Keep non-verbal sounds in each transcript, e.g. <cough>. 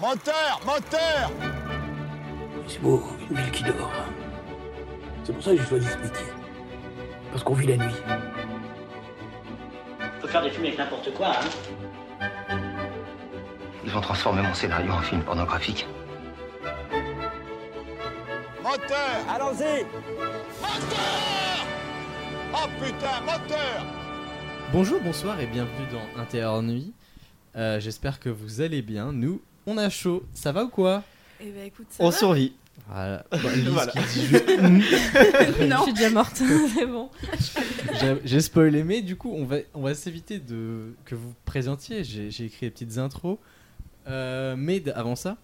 Moteur Moteur C'est beau, une ville qui dort. C'est pour ça que j'ai choisi ce métier. Parce qu'on vit la nuit. On peut faire des films avec n'importe quoi, hein. Ils vont transformer mon scénario en film pornographique. Moteur Allons-y Moteur Oh putain, moteur Bonjour, bonsoir et bienvenue dans Intérieur Nuit. Euh, J'espère que vous allez bien. Nous, on a chaud. Ça va ou quoi Eh ben écoute, ça On va. survit. <laughs> Voilà. Bah, Lise Voilà. qui dit juste- Non, je suis <laughs> déjà morte, c'est bon. J'ai- J'ai spoilé, mais du coup, on va, on va s'éviter de que vous présentiez. J'ai j'ai écrit des petites intros. Euh, mais d- avant ça,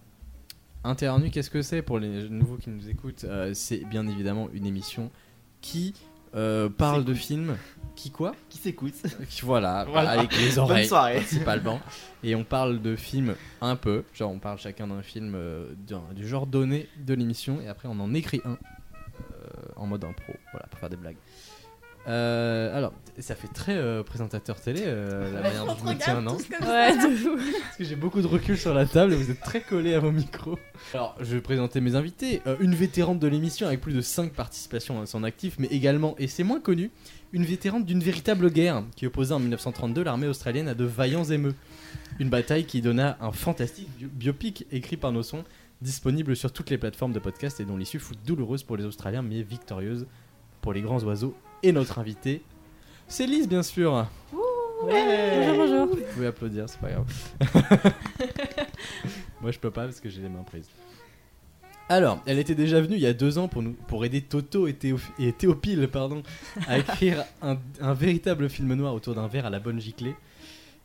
Intérieur Nuit, qu'est-ce que c'est pour les nouveaux qui nous écoutent Euh, C'est bien évidemment une émission qui euh, parle de films. Qui <laughs> quoi Qui s'écoute Qui- Voilà, Voilà. avec les oreilles soirée. principalement. Et on parle de films un peu, genre on parle chacun d'un film euh, d'un- du genre donné de l'émission et après on en écrit un euh, en mode impro, voilà, pour faire des blagues. Euh, alors, ça fait très euh, présentateur télé euh, la manière dont je me tiens, non Ouais, de fou. Parce que j'ai beaucoup de recul sur la table et vous êtes très collés à vos micros. Alors, je vais présenter mes invités. Euh, une vétérante de l'émission avec plus de 5 participations à son actif, mais également, et c'est moins connu, une vétérante d'une véritable guerre qui opposa en 1932 l'armée australienne à de vaillants émeux. Une bataille qui donna un fantastique bio- biopic écrit par nos sons, disponible sur toutes les plateformes de podcast et dont l'issue fut douloureuse pour les Australiens, mais victorieuse pour les grands oiseaux. Et notre invité, c'est Lise, bien sûr. Ouais. Bonjour, bonjour. Vous pouvez applaudir, c'est pas grave. <laughs> Moi, je peux pas parce que j'ai les mains prises. Alors, elle était déjà venue il y a deux ans pour, nous, pour aider Toto et, Théo- et Théopile pardon, à <laughs> écrire un, un véritable film noir autour d'un verre à la bonne giclée.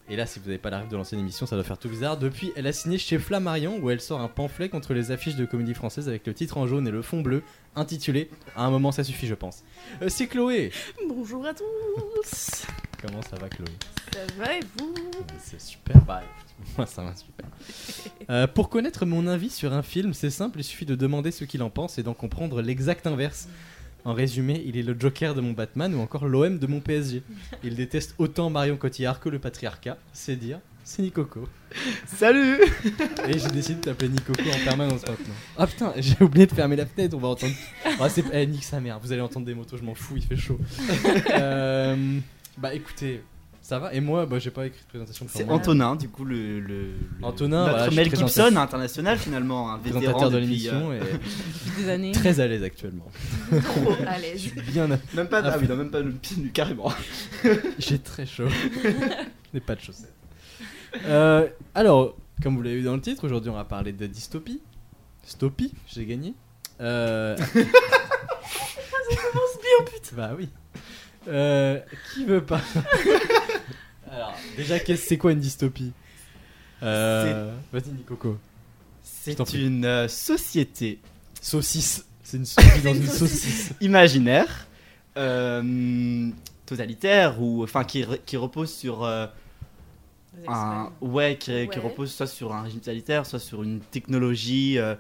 Et là, si vous n'avez pas la rêve de l'ancienne émission, ça doit faire tout bizarre. Depuis, elle a signé chez Flammarion où elle sort un pamphlet contre les affiches de comédie française avec le titre en jaune et le fond bleu, intitulé À un moment, ça suffit, je pense. Euh, c'est Chloé Bonjour à tous. Comment ça va, Chloé Ça va et vous mais C'est super, bah <laughs> écoute, moi ça va super. Euh, pour connaître mon avis sur un film, c'est simple, il suffit de demander ce qu'il en pense et d'en comprendre l'exact inverse. En résumé, il est le Joker de mon Batman ou encore l'OM de mon PSG. Il déteste autant Marion Cotillard que le patriarcat, c'est dire, c'est Nicoco. <laughs> Salut Et j'ai décidé de t'appeler Nicoco en permanence maintenant. Ah putain, <laughs> j'ai oublié de fermer la fenêtre, on va entendre. Ah, c'est... Eh, nique sa mère, vous allez entendre des motos, je m'en fous, il fait <laughs> chaud. Euh, bah écoutez, ça va Et moi, bah, j'ai pas écrit de présentation. pour C'est moi. Antonin, du coup, le. le- le- Antonin, notre voilà, je Mel suis Gibson présentateur. international, finalement, un vétéran. présentateur de depuis, l'émission <laughs> euh, et Des années. très à l'aise actuellement. à Je l'aise. suis bien, <laughs> à- Même pas. Ah, Ah oui, non, même pas le pied carrément. j'ai très chaud. <laughs> Je n'ai pas de chaussettes. Euh, alors, comme vous l'avez vu dans le titre, aujourd'hui on va parler de dystopie. Stopie, j'ai gagné. Euh... <laughs> ça commence bien, putain. Bah oui. Euh, qui veut pas <laughs> Alors, déjà, qu'est-ce- c'est quoi une dystopie euh... Vas-y, Nicoco. Je t'en C'est prie. une euh, société Saucisse. C'est une saucisse dans une saucisse. imaginaire, euh, totalitaire, ou. Enfin, qui, re- qui repose sur. euh, un, ouais, qui, qui Ouais. repose soit sur un régime totalitaire, soit sur une technologie euh,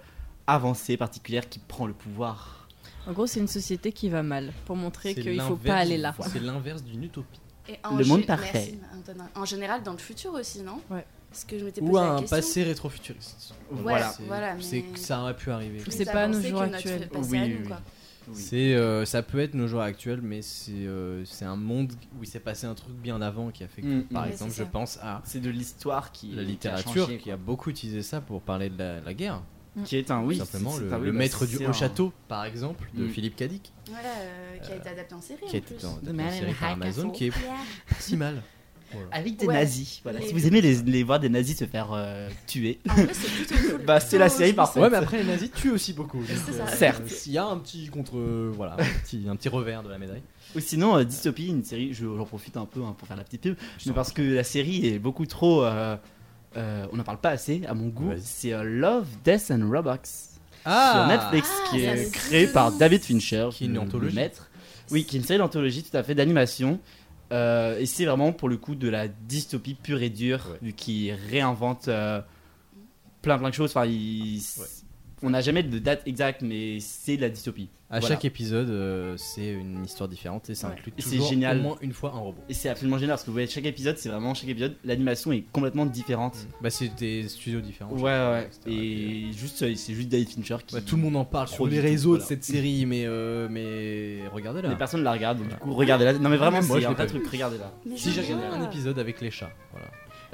avancée, particulière, qui prend le pouvoir. En gros, c'est une société qui va mal pour montrer C'est qu'il faut l'inverse- pas aller là. C'est l'inverse d'une utopie. Et en Le monde gé- parfait. merci, Antonin. En général, dans le futur aussi, non Ouais. Parce que je m'étais posé Ou la un question. passé rétrofuturiste. Ouais, Voilà. voilà. mais C'est que ça aurait pu arriver. plus C'est pas nos avancé jours que notre actuels. passé Oui, à oui, nous, oui. quoi. Oui. C'est, euh, ça peut être nos jours actuels, mais c'est euh, c'est un monde où il s'est passé un truc bien avant qui a fait que, Mm, par mm. exemple, Ouais, c'est je ça. pense à C'est de l'histoire qui. la qui a littérature changé, qui a beaucoup utilisé ça pour parler de la, la guerre. qui est un oui Tout simplement, c'est- le, c'est un- oui, le bah, maître du c'est haut un- château, par exemple, de Mm. Philippe Cadic, Voilà, euh, qui a été adapté en série. qui en est plus. dans, The dans Man la in série the par High Amazon, Castle. <laughs> qui est Yeah. si mal. avec des Ouais. nazis voilà Les- si vous aimez les, les voir des nazis se faire euh, tuer En vrai, c'est plutôt cool. bah c'est la Plutôt, série je par trouve contre Ouais, mais après, les nazis tuent aussi beaucoup. C'est donc, ça. Certes. S'il y a un petit contre. euh, voilà, un petit, un petit revers de la médaille. <laughs> ou sinon euh, dystopie une série je- j'en profite un peu hein, pour faire la petite pub mais parce que la série est beaucoup trop euh, euh, on n'en parle pas assez à mon goût Vas-y. c'est euh, Love Death and Robots sur Ah Netflix Ah, qui ça me est dit créé le par nom. David Fincher Qui est une le- le anthologie. maître oui qui est une série d'anthologie tout à fait d'animation Euh, et c'est vraiment pour le coup de la dystopie pure et dure Ouais. euh, vu qu'il réinvente euh, plein plein de choses enfin il Ouais. on n'a jamais de date exacte, mais c'est de la dystopie. À Voilà. chaque épisode, euh, c'est une histoire différente et ça Ouais. inclut Et c'est toujours génial. Mm. au moins une fois un robot. Et c'est absolument génial parce que vous voyez, chaque épisode, c'est vraiment chaque épisode, l'animation est complètement différente. Bah, c'est des studios différents. Ouais, Mm. ouais. ouais. Et juste, euh, c'est juste David Fincher qui. Ouais, bah, tout le monde en parle sur Produit les tout, réseaux de voilà. cette série, mais, euh, mais Les regardez-la. personnes la regardent, donc du coup, regardez-la. Non, mais vraiment, Ah, Moi, c'est je un l'ai pas vrai truc, regardez-la. Mais Si je j'ai regardé vois. un épisode avec les chats, voilà.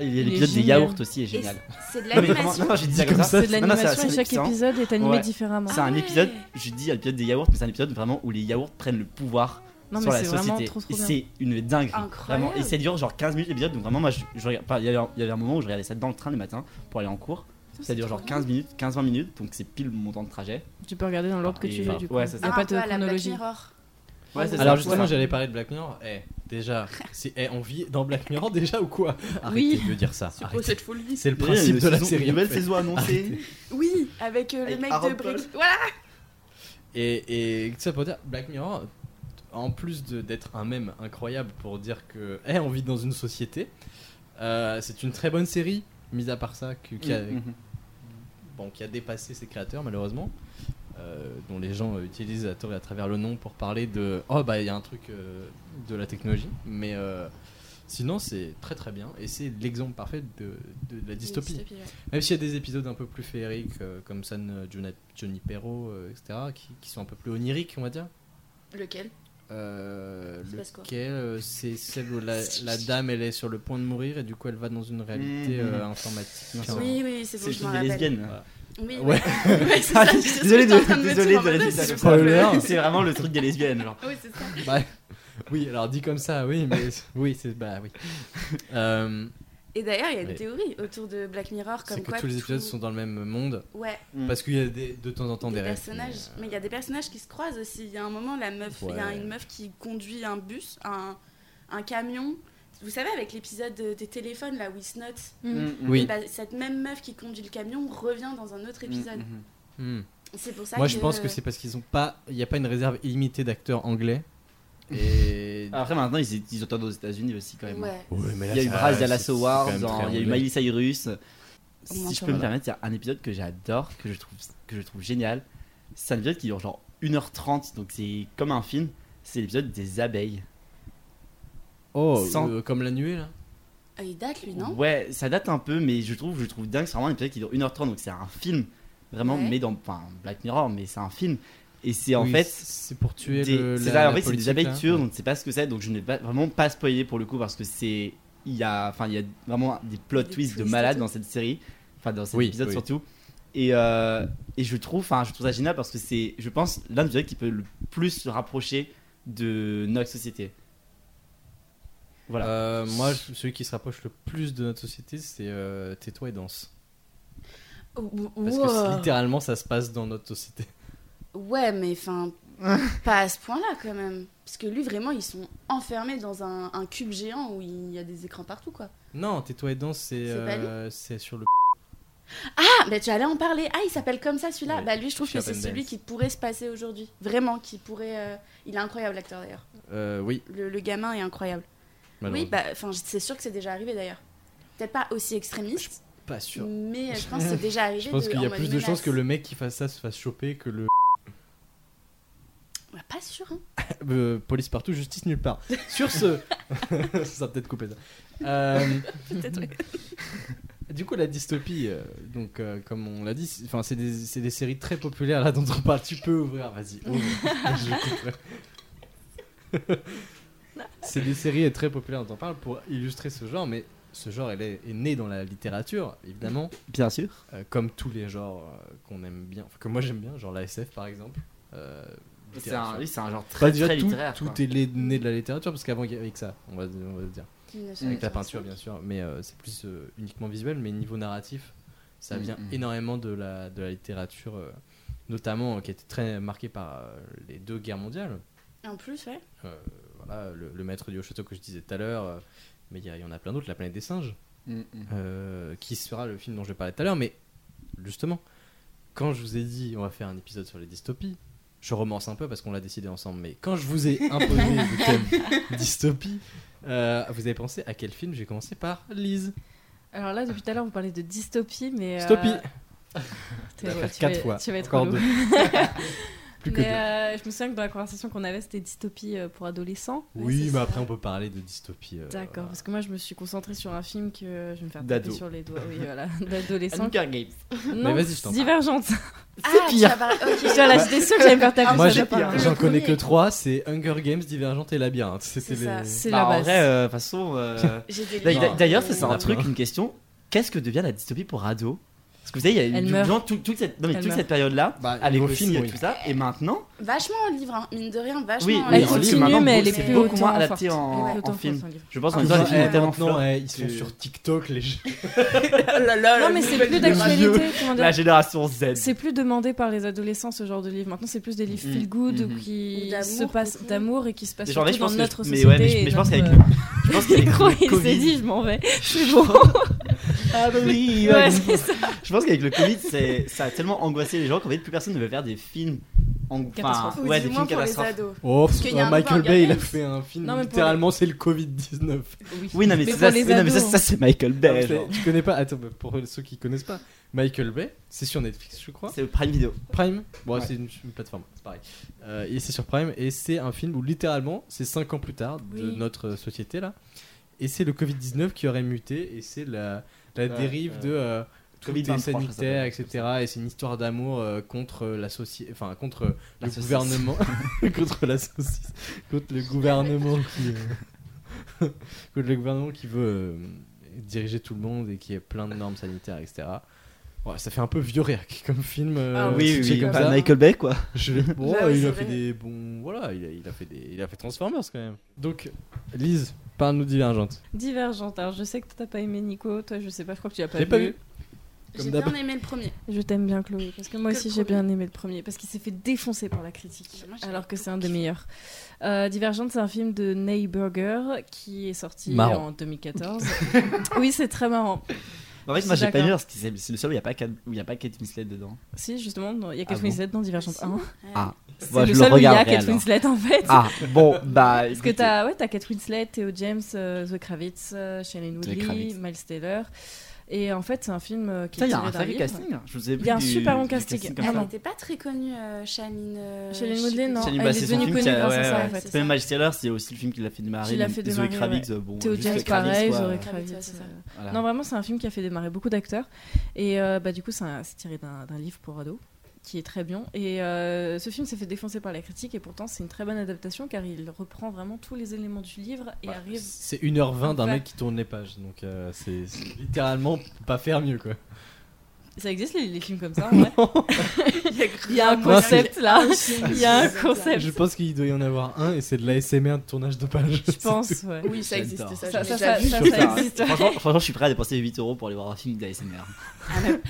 Il y est a l'épisode des génial. yaourts aussi, est Et génial. C'est de Non, <laughs> mais vraiment, l'animation. non, j'ai dit ça Dit comme comme ça, ça. C'est de Non, non, c'est- l'animation et c'est- chaque c'est un- épisode est animé Ouais. différemment. C'est Ah un ouais. épisode, je dis l'épisode des yaourts, mais c'est un épisode vraiment où les yaourts prennent le pouvoir Non, sur mais la c'est société. vraiment trop trop et bien. c'est une dinguerie. Incroyable. Vraiment. Et ça dure genre 15 minutes l'épisode, donc vraiment, moi, je, je regarde- enfin, il y avait- il y avait un moment où je regardais ça dans le train le matin pour aller en cours. Ça dure genre 15 minutes, 15-20 minutes, donc c'est pile mon temps de trajet. Tu peux regarder dans l'ordre que tu Et- veux du coup. ouais, c'est Il n'y a Ah, pas un peu de à la Black chronologie. Mirror. Ouais, c'est Alors ça. justement, Ouais. j'allais parler de Black Mirror. Eh, <laughs> déjà, c'est eh, on vit dans Black Mirror déjà ou quoi Arrêtez Oui. de dire ça. arrêtez. cette folie. C'est le Ouais, principe une de la saison- série. Une en nouvelle fait. Ah, saison annoncée. Oui, avec euh, le Avec mec Aaron de Paul. Brick. Voilà. Et, et tout ça pour dire, Black Mirror, en plus de- d'être un mème incroyable pour dire que, eh, on vit dans une société, euh, c'est une très bonne série, mis à part ça, que- qui, a, Mhm. bon, qui a dépassé ses créateurs malheureusement, euh, dont les gens euh, utilisent à tort et à travers le nom pour parler de oh bah il y a un truc euh, de la technologie, mais euh, sinon c'est très très bien et c'est l'exemple parfait de, de la dystopie. Même s'il y a des épisodes un peu plus féeriques euh, comme San Juna- Junipero, euh, etc., qui, qui sont un peu plus oniriques on va dire. Lequel Euh, Il se passe quoi lequel euh, c'est celle où la, <laughs> la dame elle est sur le point de mourir et du coup elle va dans une réalité Mhm. euh, informatique. Oui, Oui, oui, c'est C'est bon, le je m'en truc des rappelle. <laughs> lesbiennes. Oui, <laughs> Ouais. Ouais, c'est ça, je suis Ah, Désolé sûre que t'es de- en train me mettre désolé sur de un la malaise, citation. je me rappelle. Spoiler. <laughs> C'est vraiment le truc des lesbiennes, genre. Oui, c'est ça. Bah, <laughs> oui, alors dit comme ça, oui, mais oui, c'est bah <laughs> oui. Euh, Et d'ailleurs, il y a une Ouais. théorie autour de Black Mirror c'est comme que quoi tous les tout- épisodes sont dans le même monde ouais, Mm. parce qu'il y a des- de temps en temps des, des, rêves, personnages, mais il y a des personnages qui se croisent aussi. Il y a un moment la meuf, il y a Ouais. une meuf qui conduit un bus, un, un camion. Vous savez avec l'épisode de- des téléphones là où ils se notent, Mm, mm. Mmh. Oui. Et bah, cette même meuf qui conduit le camion revient dans un autre épisode. Mm, mm. mais, euh, hmm. C'est pour ça Moi, que je pense que c'est parce qu'ils ont pas, il y a pas une réserve illimitée d'acteurs anglais. Et Après, maintenant, ils, ils entendent aux États-Unis aussi quand même. Ouais. mais Il y a eu Bryce Dallas Howard, genre, il y a eu Miley Cyrus. On Si je m'entend, peux me voilà. permettre, il y a un épisode que j'adore, que je trouve que je trouve génial. C'est un épisode qui dure genre 1h30, donc c'est comme un film. C'est l'épisode des abeilles. Oh, Sans- euh, comme la nuée là. Ah, il date lui non ouais, ça date un peu, mais je trouve, je trouve dingue. C'est vraiment un épisode qui dure 1h30, donc c'est un film. Vraiment, Ouais. mais dans. Enfin, Black Mirror, mais c'est un film. Et c'est en Oui, fait. c'est pour tuer des- le. c'est la- ça, en la fait, c'est politique, des abeilles là. tueuses, on ne sait pas ce que c'est, donc je n'ai pas- vraiment pas spoilé pour le coup parce que c'est. Il y a, enfin, il y a vraiment des plot Des twists de twists et malade tout. dans cette série, enfin dans cet Oui, épisode oui. surtout. Et, euh, et je trouve, enfin, je trouve ça génial parce que c'est, je pense, l'un des épisodes qui peut le plus se rapprocher de notre société. Voilà. Euh, moi, je- celui qui se rapproche le plus de notre société, c'est euh, Tais-toi et danse. Parce que c'est- littéralement, ça se passe dans notre société. euh, <laughs> Ouais, mais <laughs> enfin, pas à ce point-là quand même. Parce que lui, vraiment, ils sont enfermés dans un, un cube géant où il y a des écrans partout, quoi. Non, Tais-toi et danse, c'est C'est pas lui euh, c'est sur le. Ah, bah tu allais en parler. Ah, il s'appelle comme ça celui-là. Ouais, Bah lui, je trouve que Sheridan c'est celui Dance. qui pourrait se passer aujourd'hui. Vraiment, qui pourrait. euh, Il est incroyable, l'acteur d'ailleurs. Euh, oui. Le, le gamin est incroyable. Oui, malheureusement. bah, enfin, c'est sûr que c'est déjà arrivé d'ailleurs. Peut-être pas aussi extrémiste, pas sûr. mais euh, je <laughs> pense que c'est déjà arrivé. Je pense de- qu'il y en a mode plus de chances menace. que le mec qui fasse ça se fasse choper que le Bah, pas sûr, hein. Euh, police partout, justice nulle <laughs> part. Sur ce, <laughs> ça va peut-être couper ça. Euh, Peut-être, oui. <laughs> du coup, la dystopie, euh, donc euh, comme on l'a dit, c'est- enfin c'est des, c'est des séries très populaires là dont on parle. Tu peux ouvrir, vas-y. ouvre. Je couperai. c'est des séries très populaires dont on parle pour illustrer ce genre, mais ce genre elle est, est né dans la littérature évidemment. Bien sûr. Euh, comme tous les genres euh, qu'on aime bien, enfin, que moi j'aime bien, genre la SF par exemple. Euh, C'est un, oui, c'est un genre Bah, très, déjà, très tout, littéraire. tout quoi. est lé- né de la littérature parce qu'avant il y avait que ça, on va, on va se dire. Avec la 1995. peinture bien sûr, mais euh, c'est plus euh, uniquement visuel, mais niveau narratif, ça Mm, vient mm. énormément de la, de la littérature, euh, notamment euh, qui était très marquée par euh, les deux guerres mondiales. En plus, ouais. Euh, voilà, le, le maître du haut château que je disais tout à l'heure, euh, mais il y, a- il y en a plein d'autres, la planète des singes Mm, mm. euh, qui sera le film dont je parlais tout à l'heure, mais justement, quand je vous ai dit on va faire un épisode sur les dystopies, je romance un peu parce qu'on l'a décidé ensemble, mais quand je vous ai imposé le thème dystopie, euh, vous avez pensé à quel film J'ai commencé par Lise. Alors là, depuis tout à l'heure, vous parlez de dystopie, mais. euh, Dystopie <laughs> T'es- vas faire tu quatre vas- fois. Tu vas être Encore <laughs> relou. deux. Plus que Mais, deux. euh, je me souviens que dans la conversation qu'on avait, c'était dystopie euh, pour adolescents. Ouais, Oui, c'est mais ça. après on peut parler de dystopie. euh, D'accord, parce que moi je me suis concentrée sur un film que euh, je vais me faire taper D'ado. sur les doigts, oui voilà, <laughs> d'adolescent. Hunger Games. Non, vas-y, je t'en prie. Divergente. <laughs> Ah, tu pire. vas parler- <laughs> ok. Voilà, j'étais sûre que j'allais me faire taper Moi, sur j'ai- les doigts. Le J'en connais que premier. trois, c'est Hunger Games, Divergente et Labyrinthe. C'était C'est ça, les. C'est Bah, la en base. vrai, euh, de toute façon. <laughs> euh, J'ai des d'a- liens. d'a- D'ailleurs, ça c'est un D'accord. truc, une question. Qu'est-ce que devient la dystopie pour ados Parce que vous savez, il y a Elle eu meurt. durant tout- toute cette, non, mais Elle toute meurt. cette période-là, Bah, avec vos le films, film oui. et tout ça, et maintenant, Vachement en livre, hein. mine de rien, vachement oui, en oui, en Elle livre. livre, continue, maintenant, mais elle est c'est plus beaucoup moins autant adapté forte. en, Elle est plus en autant film. forte en livre. Je pense en Ah, même temps, les ouais, films sont tellement maintenant, fleurs. ouais, ils sont que- sur TikTok, les gens. Non mais c'est plus d'actualité, comment dire. La génération Z. C'est plus demandé par les adolescents ce genre de livre. Maintenant, c'est plus des livres Mhm. feel good Mhm. qui Ou d'amour, se passent beaucoup. d'amour et qui se passent Genre, mais surtout je dans pense que- notre mais société. ouais, mais je- et mais je pense notre, qu'avec- euh, Je pense <laughs> qu'avec micro, le il s'est Covid, <laughs> dit, je m'en vais. C'est bon. Ouais, c'est ça. Je pense qu'avec le Covid, c'est- ça a tellement angoissé les gens qu'en fait, plus personne ne veut faire des films en enfin, Catastrophe. Ou Ah, Ouais, du des moins films pour les catastrophes. ados. Oh, qu'il y a un Michael nouveau Bay, il a Hunger fait un film. Non, mais pour littéralement, c'est le Covid-19. Oui, non, mais, Mais c'est pour ça, les c'est- non, mais ça, ados. ça, c'est Michael Bay. C'est- genre. Tu connais pas Attends, bah, pour ceux qui connaissent pas, Michael Bay, c'est sur Netflix, je crois. C'est le Prime Video. Prime, bon, Ouais. c'est une, une plateforme, c'est pareil. Euh, et c'est sur Prime, et c'est un film où littéralement, c'est 5 ans plus tard de Oui. notre euh, société là, et c'est le Covid-19 qui aurait muté, et c'est la, la Ouais, dérive ouais. de. euh, tout Covid-23, est ça s'appelle. sanitaire, etc. Et c'est une histoire d'amour euh, contre la socie- enfin contre le La <laughs> saucisse. gouvernement, contre la saucisse, contre le gouvernement qui, euh, contre le gouvernement qui veut euh, diriger tout le monde et qui a plein de normes sanitaires, etc. Ouais, ça fait un peu vieux réac <laughs> comme film. euh, Ah Bah oui, c'est oui, comme pas ça. Michael Bay, quoi. Je <laughs> l'ai- bon, Là, il a c'est fait vrai. des bons. Voilà, il a, il a fait des, il a fait Transformers quand même. Donc, Lise, parle-nous de Divergente. Divergente. Alors, je sais que toi, t'as pas aimé Nico. Toi, je sais pas, je crois que tu l'as pas J'ai vu. pas vu. Comme J'ai d'hab. bien aimé le premier. Je t'aime bien, Chloé. Parce que moi Que aussi, le j'ai premier. bien aimé le premier. Parce qu'il s'est fait défoncer par la critique. Moi, j'ai Alors que c'est un des meilleurs. Euh, Divergente, c'est un film de Ney Burger qui est sorti Marrant. <laughs> en 2014. oui, c'est très marrant. En fait, Je moi, suis j'ai pas vu d'accord. parce que c'est c'est le seul où il n'y a, pas Kat- où il y a pas Kate Winslet dedans. Si, justement, dans- il y a Ah Kate bon Winslet dans Divergente 1. Ah. C'est Moi, le je seul le où il y a regarderai, Kate alors. Winslet, en fait. Ah, <laughs> bon, bah. Parce que t'as ouais, t'as Kate Winslet, Theo James, euh, Zoe Kravitz, euh, Shailene Zoe Woodley, Kravitz. Miles Taylor. Et en fait, c'est un film euh, qui Putain, est il y a tiré un d'un sacré livre. casting. hein. Je vous ai Il y a un vu du- super Ah bon du casting, comme ça. Elle vraiment. n'était pas très connue, euh, Shailene. euh, Shailene je sais Woodley, plus non. qui. Shailene Elle Bah, est c'est son devenue film connue qui a- grâce à ouais, ça, en ouais. fait. C'est Même ça. Magic Taylor, c'est aussi le film qui l'a fait démarrer. Qui l'a mais fait Zoe démarrer, Kravitz, euh, bon, Theo juste James, que Kravitz, pareil, quoi, Zoe Kravitz, ouais, Kravitz. c'est ça. euh, voilà. Non, vraiment, c'est un film qui a fait démarrer beaucoup d'acteurs. Et euh, bah, du coup, c'est un- c'est tiré d'un d'un livre pour ados, qui est très bien. Et euh, ce film s'est fait défoncer par la critique, et pourtant, c'est une très bonne adaptation, car il reprend vraiment tous les éléments du livre Bah, et arrive. C'est 1h20 d'un Ouais. mec qui tourne les pages, donc euh, c'est c'est littéralement pas faire mieux quoi. Ça existe les, les films comme <laughs> ça, en vrai Il y a un moyen concept là <laughs> <laughs> Il y a un Je concept, Je pense qu'il doit y en avoir un et c'est de l'ASMR de tournage de page. je pense, ouais. Oui, ça existe, J'adore. ça. Ça, Ça, ça, ça, ça, ça, Putain, ça existe. ouais. Franchement, franchement, je suis prêt à dépenser 8 euros pour aller voir un film d'ASMR.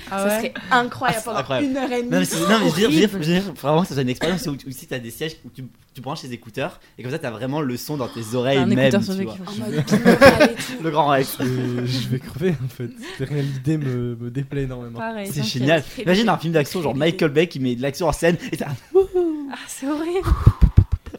Ah ça ouais. serait incroyable pendant incroyable. une heure et demie. Non mais, c'est- non, mais je veux dire- Horrible. je veux dire, je veux dire, vraiment que ça soit une expérience où, tu- où si t'as des sièges où tu, tu branches les écouteurs et comme ça t'as vraiment le son dans tes oreilles un même. écouteur tu sur le vois. En mode binaural et tout. Le grand Rex. Euh, je vais crever en fait. Rien, l'idée me, me déplaît énormément. Pareil, C'est t'inquiète. génial. très Imagine bien. un film d'action genre Michael Bay qui met de l'action en scène et t'as Ah, c'est horrible.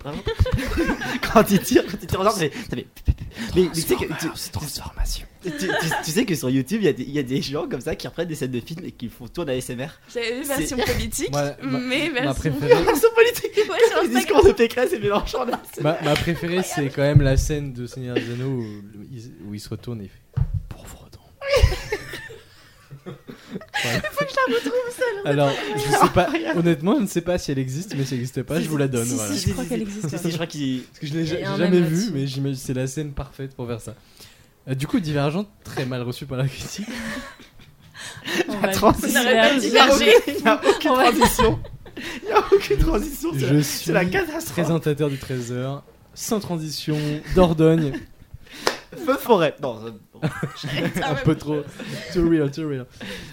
<laughs> quand il tire, quand il tire en ordre, ça fait- ça fait- Oh, Mais, mais tu sais que tu, tu- tu- tu- tu sais que sur YouTube il y, a des- il y a des gens comme ça qui reprennent des scènes de films et qui font tourner d'ASMR. J'avais vu version politique, Moi, bah, ma- mais Ma version. préférée, <laughs> Ils sont politiques. Ouais, Les sur Instagram. discours de Pécresse et Mélenchon. là, c'est- ma- ma préférée, c'est quand même la scène de Seigneur des Anneaux où, il- où il se retourne et il fait Pauvre don. Faut que je la retrouve Alors, je sais pas, honnêtement, je ne sais pas si elle existe, mais si elle n'existe pas, Si, je vous la si, donne. si, voilà. Si, je crois qu'elle existe. Si, si, je crois qu'il. Parce que je l'ai Et un ja- mème jamais vu, là-dessus. mais j'imagine c'est la scène parfaite pour faire ça. Euh, du coup, Divergente, très mal reçu par la critique. On La va transition. diverger. Il y a aucune- il y a aucune On va- transition. Il n'y a aucune transition. c'est Je la- suis C'est la catastrophe. présentateur du 13h, sans transition, d'Ordogne, Feu de forêt. Non, euh, bon. Ah un peu trop. Too real, too real.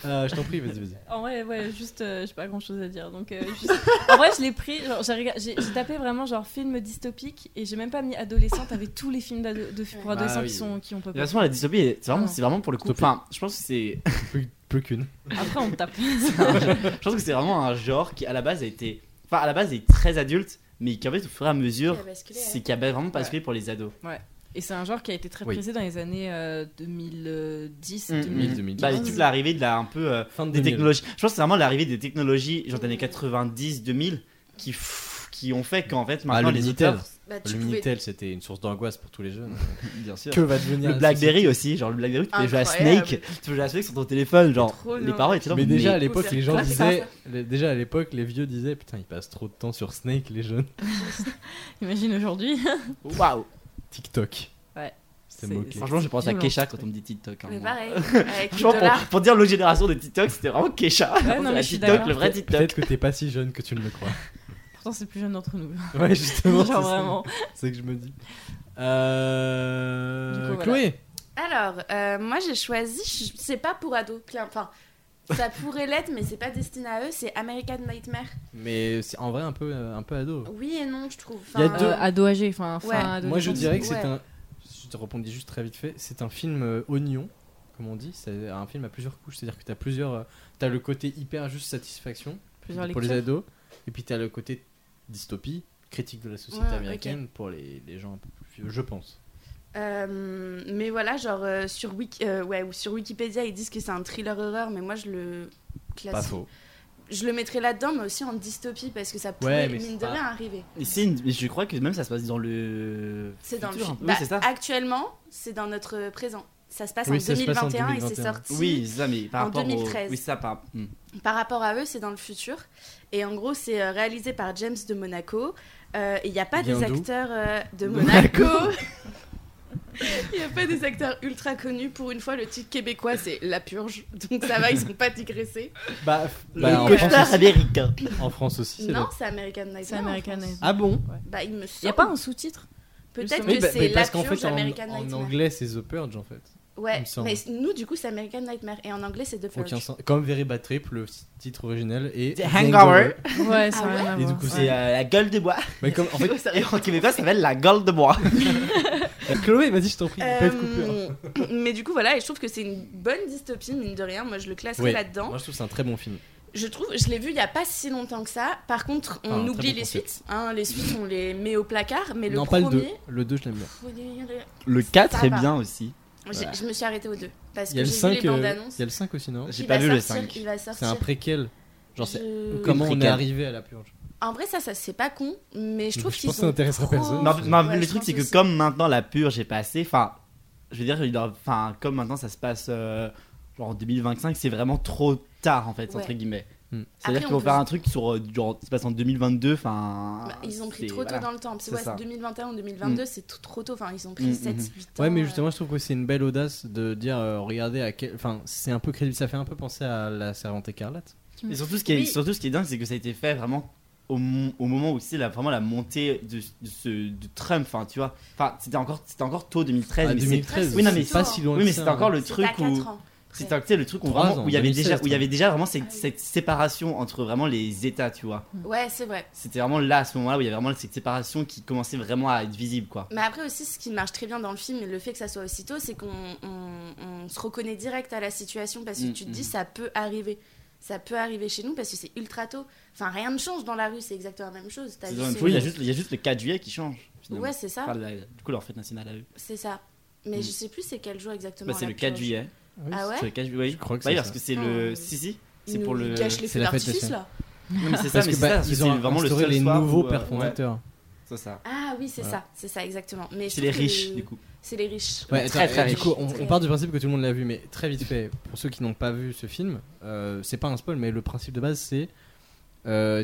Euh, je t'en prie, vas-y, vas-y. En vrai, ouais, juste, euh, j'ai pas grand chose à dire. Donc, euh, juste- <laughs> en vrai, je l'ai pris, genre, j'ai regard- j'ai j'ai tapé vraiment genre film dystopique et j'ai même pas mis adolescent. T'avais tous les films d'ado- de, pour Bah adolescents oui. qui sont qui ont pas De toute façon, la dystopie, c'est vraiment, Non. c'est vraiment pour le coup. Dystopie. Enfin, je pense que c'est, Plus, plus qu'une. Après, <laughs> on tape. je pense que c'est vraiment un genre qui à la base a été, enfin à la base est très adulte, mais qui en fait au fur et à mesure, Qui a basculé, hein. ouais. c'est qui a vraiment basculé pour les ados. Ouais. Et c'est un genre qui a été très Oui. prisé dans les années euh, 2010, Mm. 2000. 2000. Bah, toute l'arrivée de la, un peu euh, Fin de des 2000. technologies. Je pense que c'est vraiment l'arrivée des technologies, genre des années 90, 2000, qui, f- qui ont fait qu'en fait, Ah, maintenant le les Minitel. auteurs- Bah, tu Le pouvais Minitel, c'était une source d'angoisse pour tous les <laughs> jeunes. Bien sûr. va devenir Le Blackberry aussi, genre le Blackberry, tu peux jouer à Incroyable. Snake, tu peux jouer à Snake sur ton téléphone, genre Trop les bien. parents étaient là. Mais déjà à mais- l'époque, Faut les gens faire disaient, les- déjà à l'époque, les vieux disaient, putain, ils passent trop de temps sur Snake, les jeunes. Imagine aujourd'hui. waouh! TikTok. Ouais. C'était <laughs> C'est- moqué. Franchement, je pense à violent, Kesha ce quand on me dit TikTok. hein, Mais bah, moi. <laughs> pareil, avec Franchement, dollars. pour, pour dire l'autre génération des TikTok, c'était vraiment Kesha. non, mais La je suis TikTok, d'accord. le vrai Peut-être TikTok. que t'es pas si jeune que tu ne le <laughs> crois. Pourtant, c'est le plus jeune d'entre nous. Ouais, justement. <laughs> Genre c'est ça. vraiment. C'est que je me dis. Euh, Du coup, voilà. Chloé, Alors, euh, moi j'ai choisi, je- c'est pas pour ados, clair- enfin, ça pourrait l'être, mais c'est pas destiné à eux, c'est American Nightmare. mais c'est en vrai un peu, euh, un peu ado. Oui et non, je trouve. Il y a Enfin, deux- Euh, ado âgé, enfin, Ouais. fin Moi, je adolescence. dirais que c'est Ouais. un. Je te répondis juste très vite fait. C'est un film euh, oignon, comme on dit. C'est un film à plusieurs couches. C'est-à-dire que t'as plusieurs. euh, T'as le côté hyper juste satisfaction. plusieurs pour les lectures. ados. Et puis t'as le côté dystopie, critique de la société Ouais, ok. américaine pour les, les gens un peu plus vieux, je pense. euh, mais voilà, genre euh, sur, Wiki- euh, ouais, ou sur Wikipédia, ils disent que c'est un thriller horreur, mais moi je le classe. Pas <laughs> faux. Je le mettrais là-dedans, mais aussi en dystopie, parce que ça Ouais, pourrait, mais c'est mine de pas- rien, arriver. Mais c'est une- mais je crois que même ça se passe dans le. C'est dans le futur, film. hein. un peu. Bah, Oui, c'est ça. Actuellement, c'est dans notre présent. Ça se passe, Oui, en, ça se passe en 2021 et c'est 2021. sorti. Oui, c'est ça, mais par En rapport au- 2013. Oui, ça, par. hmm. Par rapport à eux, c'est dans le futur. Et en gros, c'est euh, réalisé par James de Monaco. Euh, et il n'y a pas Bien des d'où acteurs euh, de De Monaco. <laughs> Il n'y a pas des acteurs ultra connus. Pour une fois, le titre québécois, c'est La Purge. Donc ça va, ils sont pas digressés. Bah, en, le France costard aussi, américain. en France aussi, <laughs> c'est Non, le- c'est American Nightmare. C'est American en France. Nightmare. Ah bon Bah, il me Il n'y a semble. pas un sous-titre Peut-être Oui, que bah- c'est mais La parce qu'en Purge fait, en, American en Nightmare. anglais, c'est The Purge en fait. il Ouais, me semble. mais nous, du coup, c'est American Nightmare. Et en anglais, c'est The Purge. Aucun sens. Comme Very Bad Trip, le titre original est The Hangover. Ah Ouais, ça n'a ouais rien à Et du voir. coup, C'est Ouais. euh, la gueule de bois. Mais <laughs> comme, en <laughs> fait, Et en québécois, ça s'appelle la gueule de bois. Chloé, vas-y, je t'en prie, pas de hein. coupure. Euh, <laughs> mais du coup, voilà, et je trouve que c'est une bonne dystopie, mine de rien. Moi, je le classerais Ouais. là-dedans. Moi, je trouve que c'est un très bon film. Je trouve, je l'ai vu il y a pas si longtemps que ça. Par contre, Ah, un on très oublie bon les concept. suites. hein. les suites, on les met au placard. Mais non, le pas premier. le 2. Le 2, je l'aime bien. Le Ça 4 est va. bien aussi. j'ai- Je me suis arrêtée aux deux. Parce Il y que a le j'ai vu 5, les bandes euh, il annonces. y a le 5 aussi, non Il J'ai va pas vu le sortir, 5. Il va C'est sortir. un préquel. Genre, c'est- Je- comment on est Préquel. arrivé à la purge En vrai, ça, ça c'est pas con. Mais je trouve Je qu'ils pense que ça sont. intéressera trop- Bah, personne. Mais, Ouais, mais Ouais, le je truc, pense c'est que aussi. comme maintenant la purge est passée, enfin, je veux dire, il doit- enfin, comme maintenant ça se passe euh, genre en 2025, c'est vraiment trop tard en fait, Ouais. entre guillemets. Hmm. Après, C'est-à-dire qu'ils on vont peut faire se- un truc sur euh, genre qui se passe en 2022, enfin. Ah, Bah, ils ont pris c'est- trop tôt voilà. dans le temps. Parce que C'est ouais, ça. 2021 ou 2022, c'est t- trop tôt. Enfin, ils ont pris Mm, 7, mm, 8 ans. Mm. Ouais, mais euh, justement, je trouve que c'est une belle audace de dire euh, regardez à quel. Enfin, c'est un peu crédible, ça fait un peu penser à La Servante Écarlate. Et surtout, ce qui est, Mm. Oui. surtout, ce qui est dingue, c'est que ça a été fait vraiment au, mo- au moment où c'est la- vraiment la montée de, de ce, de Trump, enfin, tu vois. Enfin, c'était encore, c'était encore tôt 2013. Ah, mais c'est- 2013, Oui, non, mais c'est pas si loin oui, que mais ça, c'était encore hein. le euh, c'est truc à où. 4 ans. C'était tu sais, le truc où, Trois vraiment- ans, où il y avait 2016, déjà, où il y avait déjà vraiment cette, Ah oui. cette séparation entre vraiment les États, tu vois. Ouais, c'est vrai. C'était vraiment là, à ce moment-là, où il y avait vraiment cette séparation qui commençait vraiment à être visible, quoi. Mais après aussi, ce qui marche très bien dans le film, et le fait que ça soit aussitôt, c'est qu'on on- on se reconnaît direct à la situation parce que Mm, tu te mm. dis ça peut arriver. Ça peut arriver chez nous parce que c'est ultra tôt. Enfin, rien ne change dans la rue, c'est exactement la même chose. T'as C'est juste dans le ce- film, Il y, a juste, il y a juste le 4 juillet qui change. finalement. Ouais, c'est ça, Enfin, la- du coup, leur fête nationale à eux. c'est ça. Mais Mm. je sais plus c'est quel jour exactement. Bah, c'est la le 4 purge. juillet. Ah C'est ouais le 4 juillet. Je crois que Bah c'est oui, parce ça. que c'est le. Ah. Si, si. Ils C'est nous pour le. cachent les c'est feux la fête d'artifice nationale. là. Non, mais c'est ça, Parce mais que c'est bah, ça, parce que ils c'est ont vraiment le instauré seul les soir nouveaux où, euh, pères fondateurs. ouais, C'est ça. Ah oui, c'est Voilà. ça, c'est ça exactement. Mais je C'est les trouve que riches, le- du coup. C'est les riches. Ouais, Très, attends, très et du riche. coup, on, on part du principe que tout le monde l'a vu, mais très vite fait, pour ceux qui n'ont pas vu ce film, euh, c'est pas un spoil, mais le principe de base, c'est euh,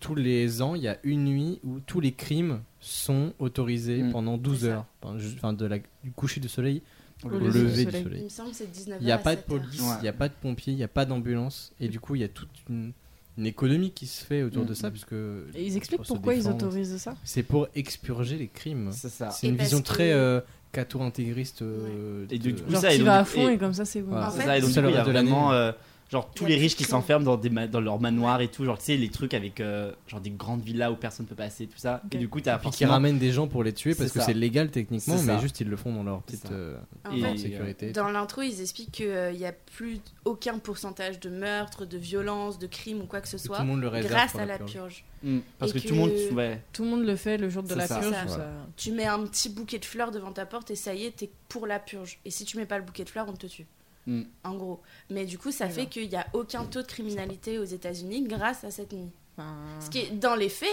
tous les ans, il y a une nuit où tous les crimes sont autorisés Mm. pendant 12 C'est ça. heures, enfin, ju- enfin, de la, du coucher du soleil au Au lever, du soleil. Il me semble que Ah bah, c'est 19 Il n'y a heures à pas de 7 heures. police, il Ouais. n'y a pas de pompiers, il n'y a pas d'ambulance, et du coup, il y a toute une, une économie qui se fait autour de Mm. ça, puisque Et ils expliquent pour se pourquoi ils défendre. autorisent ça C'est pour expurger les crimes. C'est ça. C'est Et une parce vision que- très euh, catho-intégriste. euh, Et du de- coup, Genre, ça, et tu donc, vas du à coup, fond et- et comme ça, c'est bon. Voilà. En C'est fait, ça, et donc c'est du coup, le il y a reste de l'année. vraiment. euh, Genre tous Il y a les tout riches qui plein. s'enferment dans, des ma- dans leur manoir et tout, genre tu sais, les trucs avec euh, genre des grandes villas où personne peut passer, tout ça. Et Ok. du coup, t'as Puis qui forcément- ramènent des gens pour les tuer parce que C'est ça. c'est légal techniquement, C'est mais ça. juste ils le font dans leur C'est petite ça. euh, En Et- grande fait, sécurité. dans l'intro, ils expliquent qu'il n'y a plus aucun pourcentage de meurtres, de violences, de crimes ou quoi que ce Et tout soit le monde le réserve grâce pour à la la purge. purge. Mm, parce Et que, tout le monde, que- ouais, Tout le monde le fait le jour de C'est la ça. purge. euh, C'est ça. ça- Tu mets un petit bouquet de fleurs devant ta porte et ça y est, t'es pour la purge. Et si tu mets pas le bouquet de fleurs, on te tue. Hmm. Mm. En gros. Mais du coup, ça D'accord. fait qu'il n'y a aucun taux de criminalité aux États-Unis grâce à cette nuit. Enfin, Ce qui est dans les faits.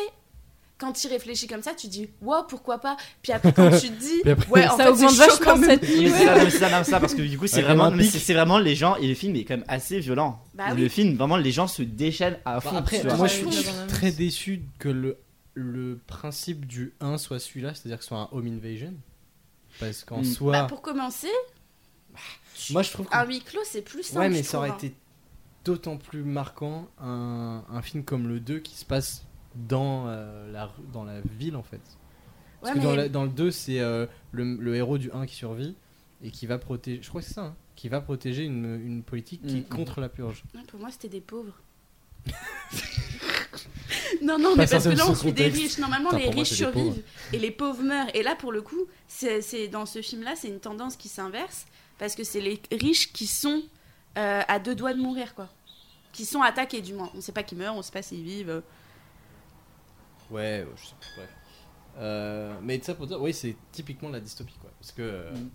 Quand tu réfléchis comme ça, tu dis wow, pourquoi pas Puis <laughs> après, quand tu te dis Puis après- ouais, en ça fait, augmente c'est chaud quand vachement même. cette Oui, mais nuit. c'est ça, non, mais c'est ça, non, ça, parce que du coup, c'est Ouais, vraiment, comme un mais pic. c'est c'est vraiment les gens, et le film est quand même assez violent. Bah Le oui. film, vraiment, les gens se déchaînent à fond. Bah, après, tu vois. moi Ouais, je suis, oui, je suis dans la très même. déçu que le, le principe du 1 soit celui-là, c'est-à-dire que ce soit un home invasion. Parce qu'en Mm. soi. Bah, pour commencer, Moi je trouve que. un huis clos, c'est plus simple. ouais, mais je ça aurait trouve, hein. été d'autant plus marquant un, un film comme le 2 qui se passe dans, euh, la, rue- dans la ville en fait. Parce hein. Ouais, que dans, mais- la- dans le 2, c'est euh, le, le héros du 1 qui survit et qui va protéger. Je crois que c'est ça, hein, qui va protéger une, une politique qui est Mm. contre la purge. Ouais, Pour moi, c'était <laughs> des pauvres. non, non, Pas mais ça, parce que c'est là, on son suit des contexte. riches. Normalement, Putain, les pour moi, riches c'est des pauvres. survivent et les pauvres meurent. Et là, pour le coup, c'est c'est- dans ce film-là, c'est une tendance qui s'inverse parce que c'est les riches qui sont euh, à deux doigts de mourir, quoi. Qui sont attaqués, du moins. On sait pas qui meurent, on sait pas s'ils vivent. Ouais, je sais pas, bref. Euh, mais ça pour dire, oui, c'est typiquement de la dystopie quoi. Parce que euh, Mm.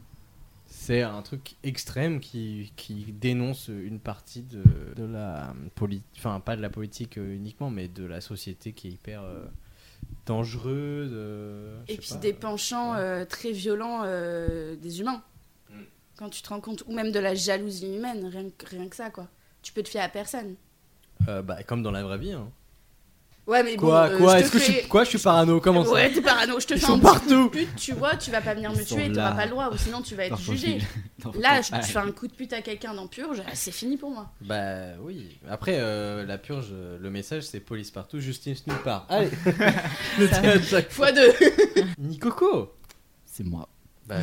c'est un truc extrême qui, qui dénonce une partie de, de la politique, enfin pas de la politique euh, uniquement, mais de la société qui est hyper euh, dangereuse. euh, je Et sais puis pas, des euh, penchants ouais. euh, très violents euh, des humains. Mm. Quand tu te rends compte, ou même de la jalousie humaine, rien que, rien que ça, quoi. Tu peux te fier à personne. euh, bah, comme dans la vraie vie. hein. Ouais, mais Quoi, bon, euh, quoi, je est-ce te que fais- je suis, quoi, je suis parano Comment ça Ouais, t'es parano, je te Ils fais sont un partout. petit coup de pute, tu vois, tu vas pas venir me Ils sont tuer, là. t'auras pas le droit, ou sinon tu vas être Dans ton jugé. <laughs> film. Dans ton- Là, je, Ouais. tu fais un coup de pute à quelqu'un dans Purge, ah, c'est fini pour moi. Bah oui. Après, euh, la purge, euh, le message c'est police partout, justice nulle part. Allez <laughs> Le Ça- théâtre chaque fois. Fois deux Nicoco C'est moi. Bah,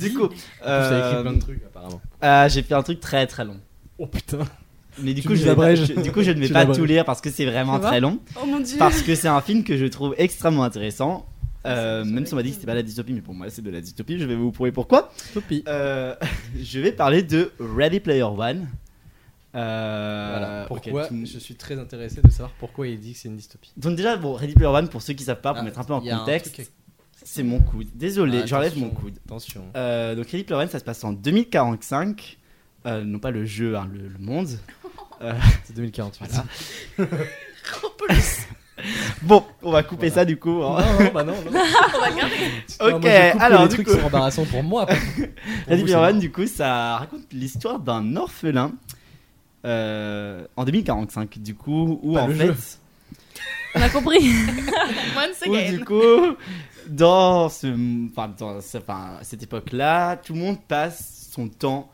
Du coup, T'as écrit euh, plein de trucs apparemment. euh, j'ai fait un truc très très long. Oh putain. Mais du Tu coup, nous je vais pas- abrèges. je- du coup, je ne vais Tu pas l'abrèges. tout lire parce que c'est vraiment Ça va très long. <laughs> Oh mon dieu Parce que c'est un film que je trouve extrêmement intéressant. Euh, Ça, ça même va si on m'a dit être que c'était pas la dystopie, mais pour moi c'est de la dystopie, je vais vous prouver pourquoi. Topi. Euh, <laughs> je vais parler de Ready Player One. Euh, Voilà. Pourquoi ok, tout- Je suis très intéressé de savoir pourquoi il dit que c'est une dystopie. Donc déjà, bon, Ready Player One, pour ceux qui savent pas, pour Ah, mettre un peu en il y a un contexte, truc avec- c'est mon coude. Désolé, Ah, j'enlève attention, mon coude. Attention. Euh, donc Ready Player One, ça se passe en 2045. Euh, non pas le jeu, hein, le, le monde. Euh, <laughs> C'est 2048. Voilà. Oh, police. <laughs> Bon, on va couper Voilà. ça du coup. hein. Non, non, bah non. non. Non, moi, Ok, je coupe alors les du trucs coup- sont embarrassants pour moi. <laughs> par contre. Pour Ready vous, Player c'est One, du coup, ça raconte l'histoire d'un orphelin euh, en 2045, du coup, où Pas en le fait, jeu. <laughs> On a compris. Once où, again du coup, dans, ce, enfin, dans ce- enfin, cette époque-là, tout le monde passe son temps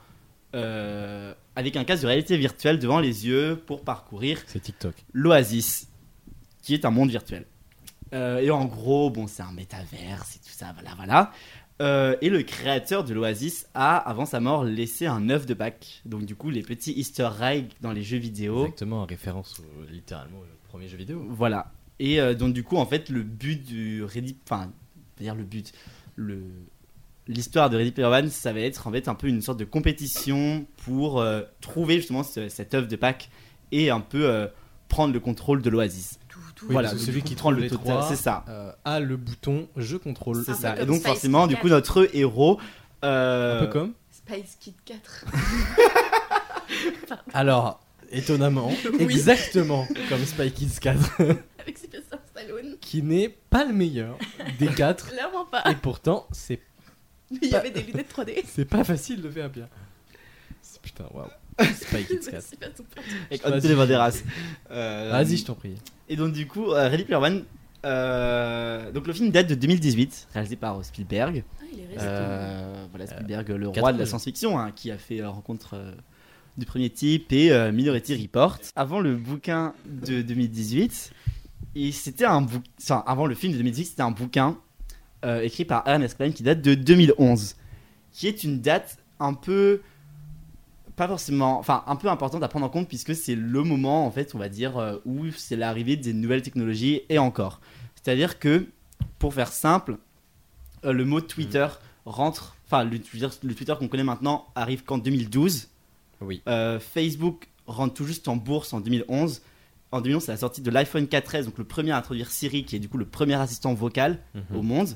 euh, avec un casque de réalité virtuelle devant les yeux pour parcourir C'est TikTok. l'Oasis, qui est un monde virtuel. Euh, et en gros, bon, c'est un métavers et tout ça, voilà, voilà. Euh, et le créateur de l'Oasis a, avant sa mort, laissé un œuf de Pâques. Donc, du coup, les petits Easter eggs dans les jeux vidéo. Exactement, en référence au- littéralement au premier jeu vidéo. Voilà. Et euh, donc, du coup, en fait, le but du Ready. Enfin, je veux dire le but. Le. L'histoire de Ready Player One, ça va être en fait un peu une sorte de compétition pour euh, trouver justement ce- cette œuf de Pâques et un peu euh, prendre le contrôle de l'Oasis. Oui, voilà, parce que donc celui du coup, qui prend trouve les total, trois, c'est ça, euh, a le bouton je contrôle. c'est Un ça. peu Et comme donc Spice forcément, du Cat. coup, notre héros, Un euh, peu comme. Spice Kid 4. Alors, <laughs> étonnamment, exactement comme Spy Kids 4, Avec Sylvester Stallone. qui n'est pas le meilleur des quatre, Clairement pas. et pourtant c'est Mais il y avait des lunettes 3D. c'est pas facile de faire bien. C'est- Putain, waouh. Spy Kids <laughs> 4. C'est pas ton point. avec Vas-y. <laughs> Anne Televanderas. Euh, Vas-y, je t'en prie. Et donc du coup, euh, Ready Player One. euh, donc le film date de 2018, réalisé par euh, Spielberg. Ah, il est resté. Euh, voilà Spielberg, le quatre roi de la ans. science-fiction, hein, qui a fait euh, Rencontre euh, du premier type et euh, Minority Report. Avant le bouquin de 2018, et c'était un bouquin, avant le film de 2018, c'était un bouquin euh, écrit par Ernest Klein qui date de 2011, qui est une date un peu pas forcément, enfin un peu important à prendre en compte puisque c'est le moment en fait, on va dire, euh, où c'est l'arrivée des nouvelles technologies et encore. C'est-à-dire que, pour faire simple, euh, le mot Twitter rentre, enfin le Twitter, le Twitter qu'on connaît maintenant arrive qu'en 2012. Oui. Euh, Facebook rentre tout juste en bourse en 2011. En 2011, c'est la sortie de l'iPhone 4S, donc le premier à introduire Siri, qui est du coup le premier assistant vocal Mhm. au monde.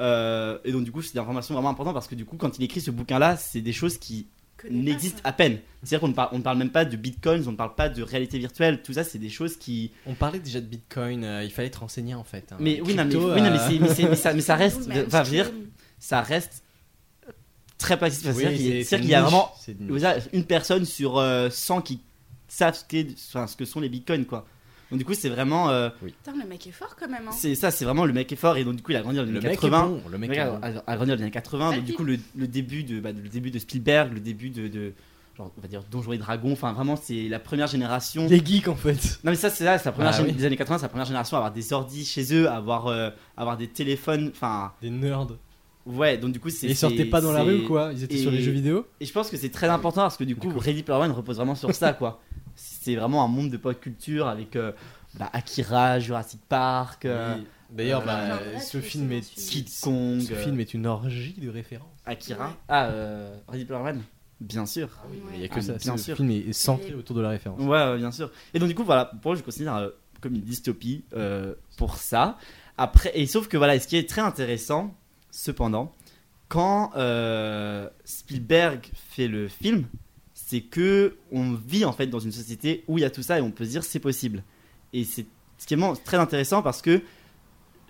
Euh, et donc du coup, c'est des informations vraiment importantes parce que du coup, quand il écrit ce bouquin-là, c'est des choses qui n'existent à peine. C'est-à-dire qu'on ne parle, on ne parle même pas de bitcoins, on ne parle pas de réalité virtuelle, tout ça, c'est des choses qui... On parlait déjà de Bitcoin, euh, il fallait te renseigner en fait. hein. Mais oui, non, mais, Crypto, oui, non, euh, mais, c'est- mais c'est- mais ça, <laughs> mais ça reste... Tout le même Enfin, je veux dire, stream. ça reste très pas oui, C'est-à-dire qu'il y c'est- a- c'est c'est-à-dire qu'il y a une niche, vraiment c'est une vous niche. avez une personne sur euh, 100 qui savent ce, qu'est- enfin, ce que sont les bitcoins, quoi. Donc du coup, c'est vraiment... euh, Putain, le mec est fort quand même. hein. c'est ça, c'est vraiment le mec est fort et donc du coup, il a grandi dans les Le années mec 80. est bon, le mec est Regarde, bon. à, à grandir dans les années 80, Ça donc du pique. coup le, le début de bah, le début de Spielberg, le début de, de genre, on va dire Donjons et Dragons, enfin vraiment c'est la première génération. Les geeks en fait. Non mais ça c'est là, c'est la première Ah gén- oui. des années 80, c'est la première génération à avoir des ordi chez eux, à avoir euh, à avoir des téléphones, enfin Des nerds. ouais, donc du coup c'est Ils sortaient c'est- pas dans la rue c'est- ou quoi Ils étaient sur et- les jeux vidéo Et je pense que c'est très important parce que du coup Ready Player One repose vraiment sur ça quoi. C'est vraiment un monde de pop culture avec euh, bah, Akira, Jurassic Park, euh, Oui. D'ailleurs, euh, bah, Enfin, bref, ce c'est film bon, est- celui-là. Kid Kong, Ce euh, film est une orgie de références. Akira. Ouais. Ah euh, Ready Player One, bien sûr. Ouais. Il y a que Ah, ça. bien ce sûr. film est centré autour de la référence. Ouais, ouais, bien sûr. Et donc du coup, voilà, pour moi, je considère euh, comme une dystopie euh, pour ça. Après, et sauf que voilà, ce qui est très intéressant, cependant, quand euh, Spielberg fait le film, c'est que on vit en fait dans une société où il y a tout ça et on peut se dire c'est possible. Et c'est ce qui est vraiment très intéressant parce que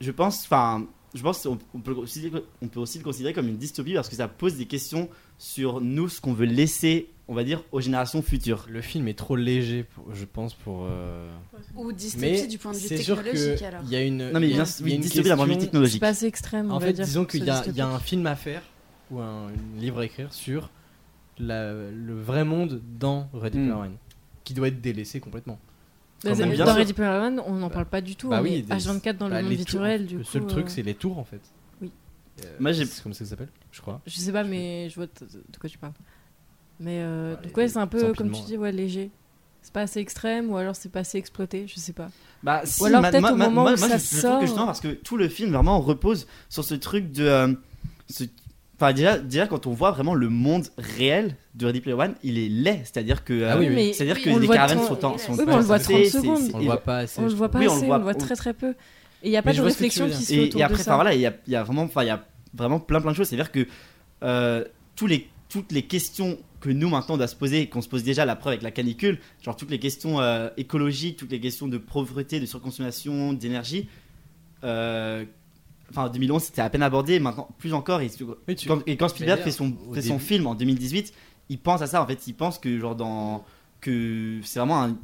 je pense, enfin, je pense qu'on on peut, le considérer- on peut aussi le considérer comme une dystopie parce que ça pose des questions sur nous, ce qu'on veut laisser, on va dire, aux générations futures. le film est trop léger, pour- je pense, pour. euh, Ou dystopie Mais du point de vue c'est sûr technologique que alors. il y a une. Non mais Euh, il y bien a oui, une dystopie d'un point de vue question- C'est technologique. pas assez extrême, on En va fait, dire, disons ce qu'il y, a- il y a un dystopique. film à faire ou un livre à écrire sur la- le vrai monde dans Ready Mm. Player One, qui doit être délaissé complètement. quand même, Dans- bien Dans sûr. Ready Player One, on n'en parle pas du tout. Bah on oui, est des- H24 dans Bah, le monde les tours, virtuel, du Le coup. seul truc, euh, c'est les tours en fait. oui. Euh, Moi, j'ai- C'est comme ça que ça s'appelle, je crois. Je sais pas, mais je vois de de quoi tu parles. Mais euh, Ouais, donc, ouais, c'est un peu, comme empilements, tu dis, ouais, léger. C'est pas assez extrême, ou alors c'est pas assez exploité, je sais pas. Bah, si, Ou alors ma- peut-être ma- au ma- moment moi, où moi, ça je, je trouve sort. que justement parce que tout le film vraiment repose sur ce truc de euh, ce- enfin déjà déjà quand on voit vraiment le monde réel de Ready Player One, il est laid, c'est-à-dire que euh, Ah oui, oui. mais c'est-à-dire oui, que on le les voit caravanes trente- sont en sont Oui, en- mais on le voit c'est- 30 c'est- secondes. c'est- On le voit pas assez. on le je voit pas trouve. Oui, on le assez, on voit- le voit on- très très peu. Et il n'y a Mais pas je de vois ce que tu réflexion veux dire. qui se fait et, autour et de après enfin ça. voilà il y a, il y a vraiment enfin il y a vraiment plein plein de choses c'est à dire que euh, tous les toutes les questions que nous maintenant on doit se poser et qu'on se pose déjà la preuve avec la canicule genre toutes les questions euh, écologiques toutes les questions de pauvreté de surconsommation d'énergie euh, enfin en 2011 c'était à peine abordé maintenant plus encore et, Oui, tu- quand, et quand Spielberg d'ailleurs, fait son au fait son début- film en 2018 il pense à ça en fait il pense que genre dans que c'est vraiment un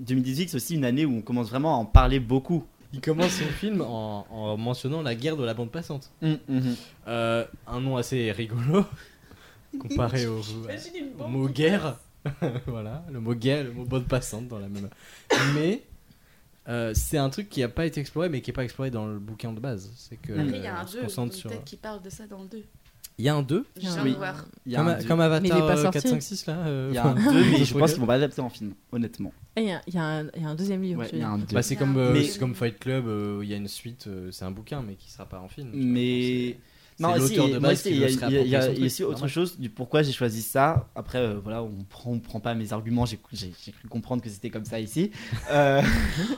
2018 c'est aussi une année où on commence vraiment à en parler beaucoup Il commence son film en, en mentionnant la guerre de la bande passante. Euh, un nom assez <laughs> rigolo comparé au, au mot guerre. <laughs> voilà, le mot guerre, le mot bande passante dans la même. Mais euh, c'est un truc qui n'a pas été exploré, mais qui n'est pas exploré dans le bouquin de base. C'est que Après, Après, il y a euh, un on se 2, concentre sur. peut-être qu'il parle de ça dans le 2. Il y a un 2 Je viens Oui. de voir. Il y a comme, un a- deux. comme Mais il est Avatar pas euh, sorti. 4, 5, 6 là. euh, <laughs> Il y a un 2, mais je pense qu'ils vont pas adapter en film, honnêtement. Et eh, il y a- il y a un- il y a un deuxième livre. Ouais, tu il y veux a dire. un 2. Bah, c'est Il y a comme, un euh, deux. c'est comme Fight Club, euh, il y a une suite, euh, c'est un bouquin, mais qui sera pas en film. mais. c'est l'auteur de moi base aussi, qui il y a, veut se il y a- il y a- réapproprier son il y a aussi truc, autre normal. chose du pourquoi j'ai choisi ça. Après, euh, voilà, on prend, on prend pas mes arguments, j'ai cru- j'ai- j'ai cru comprendre que c'était comme ça ici. Euh,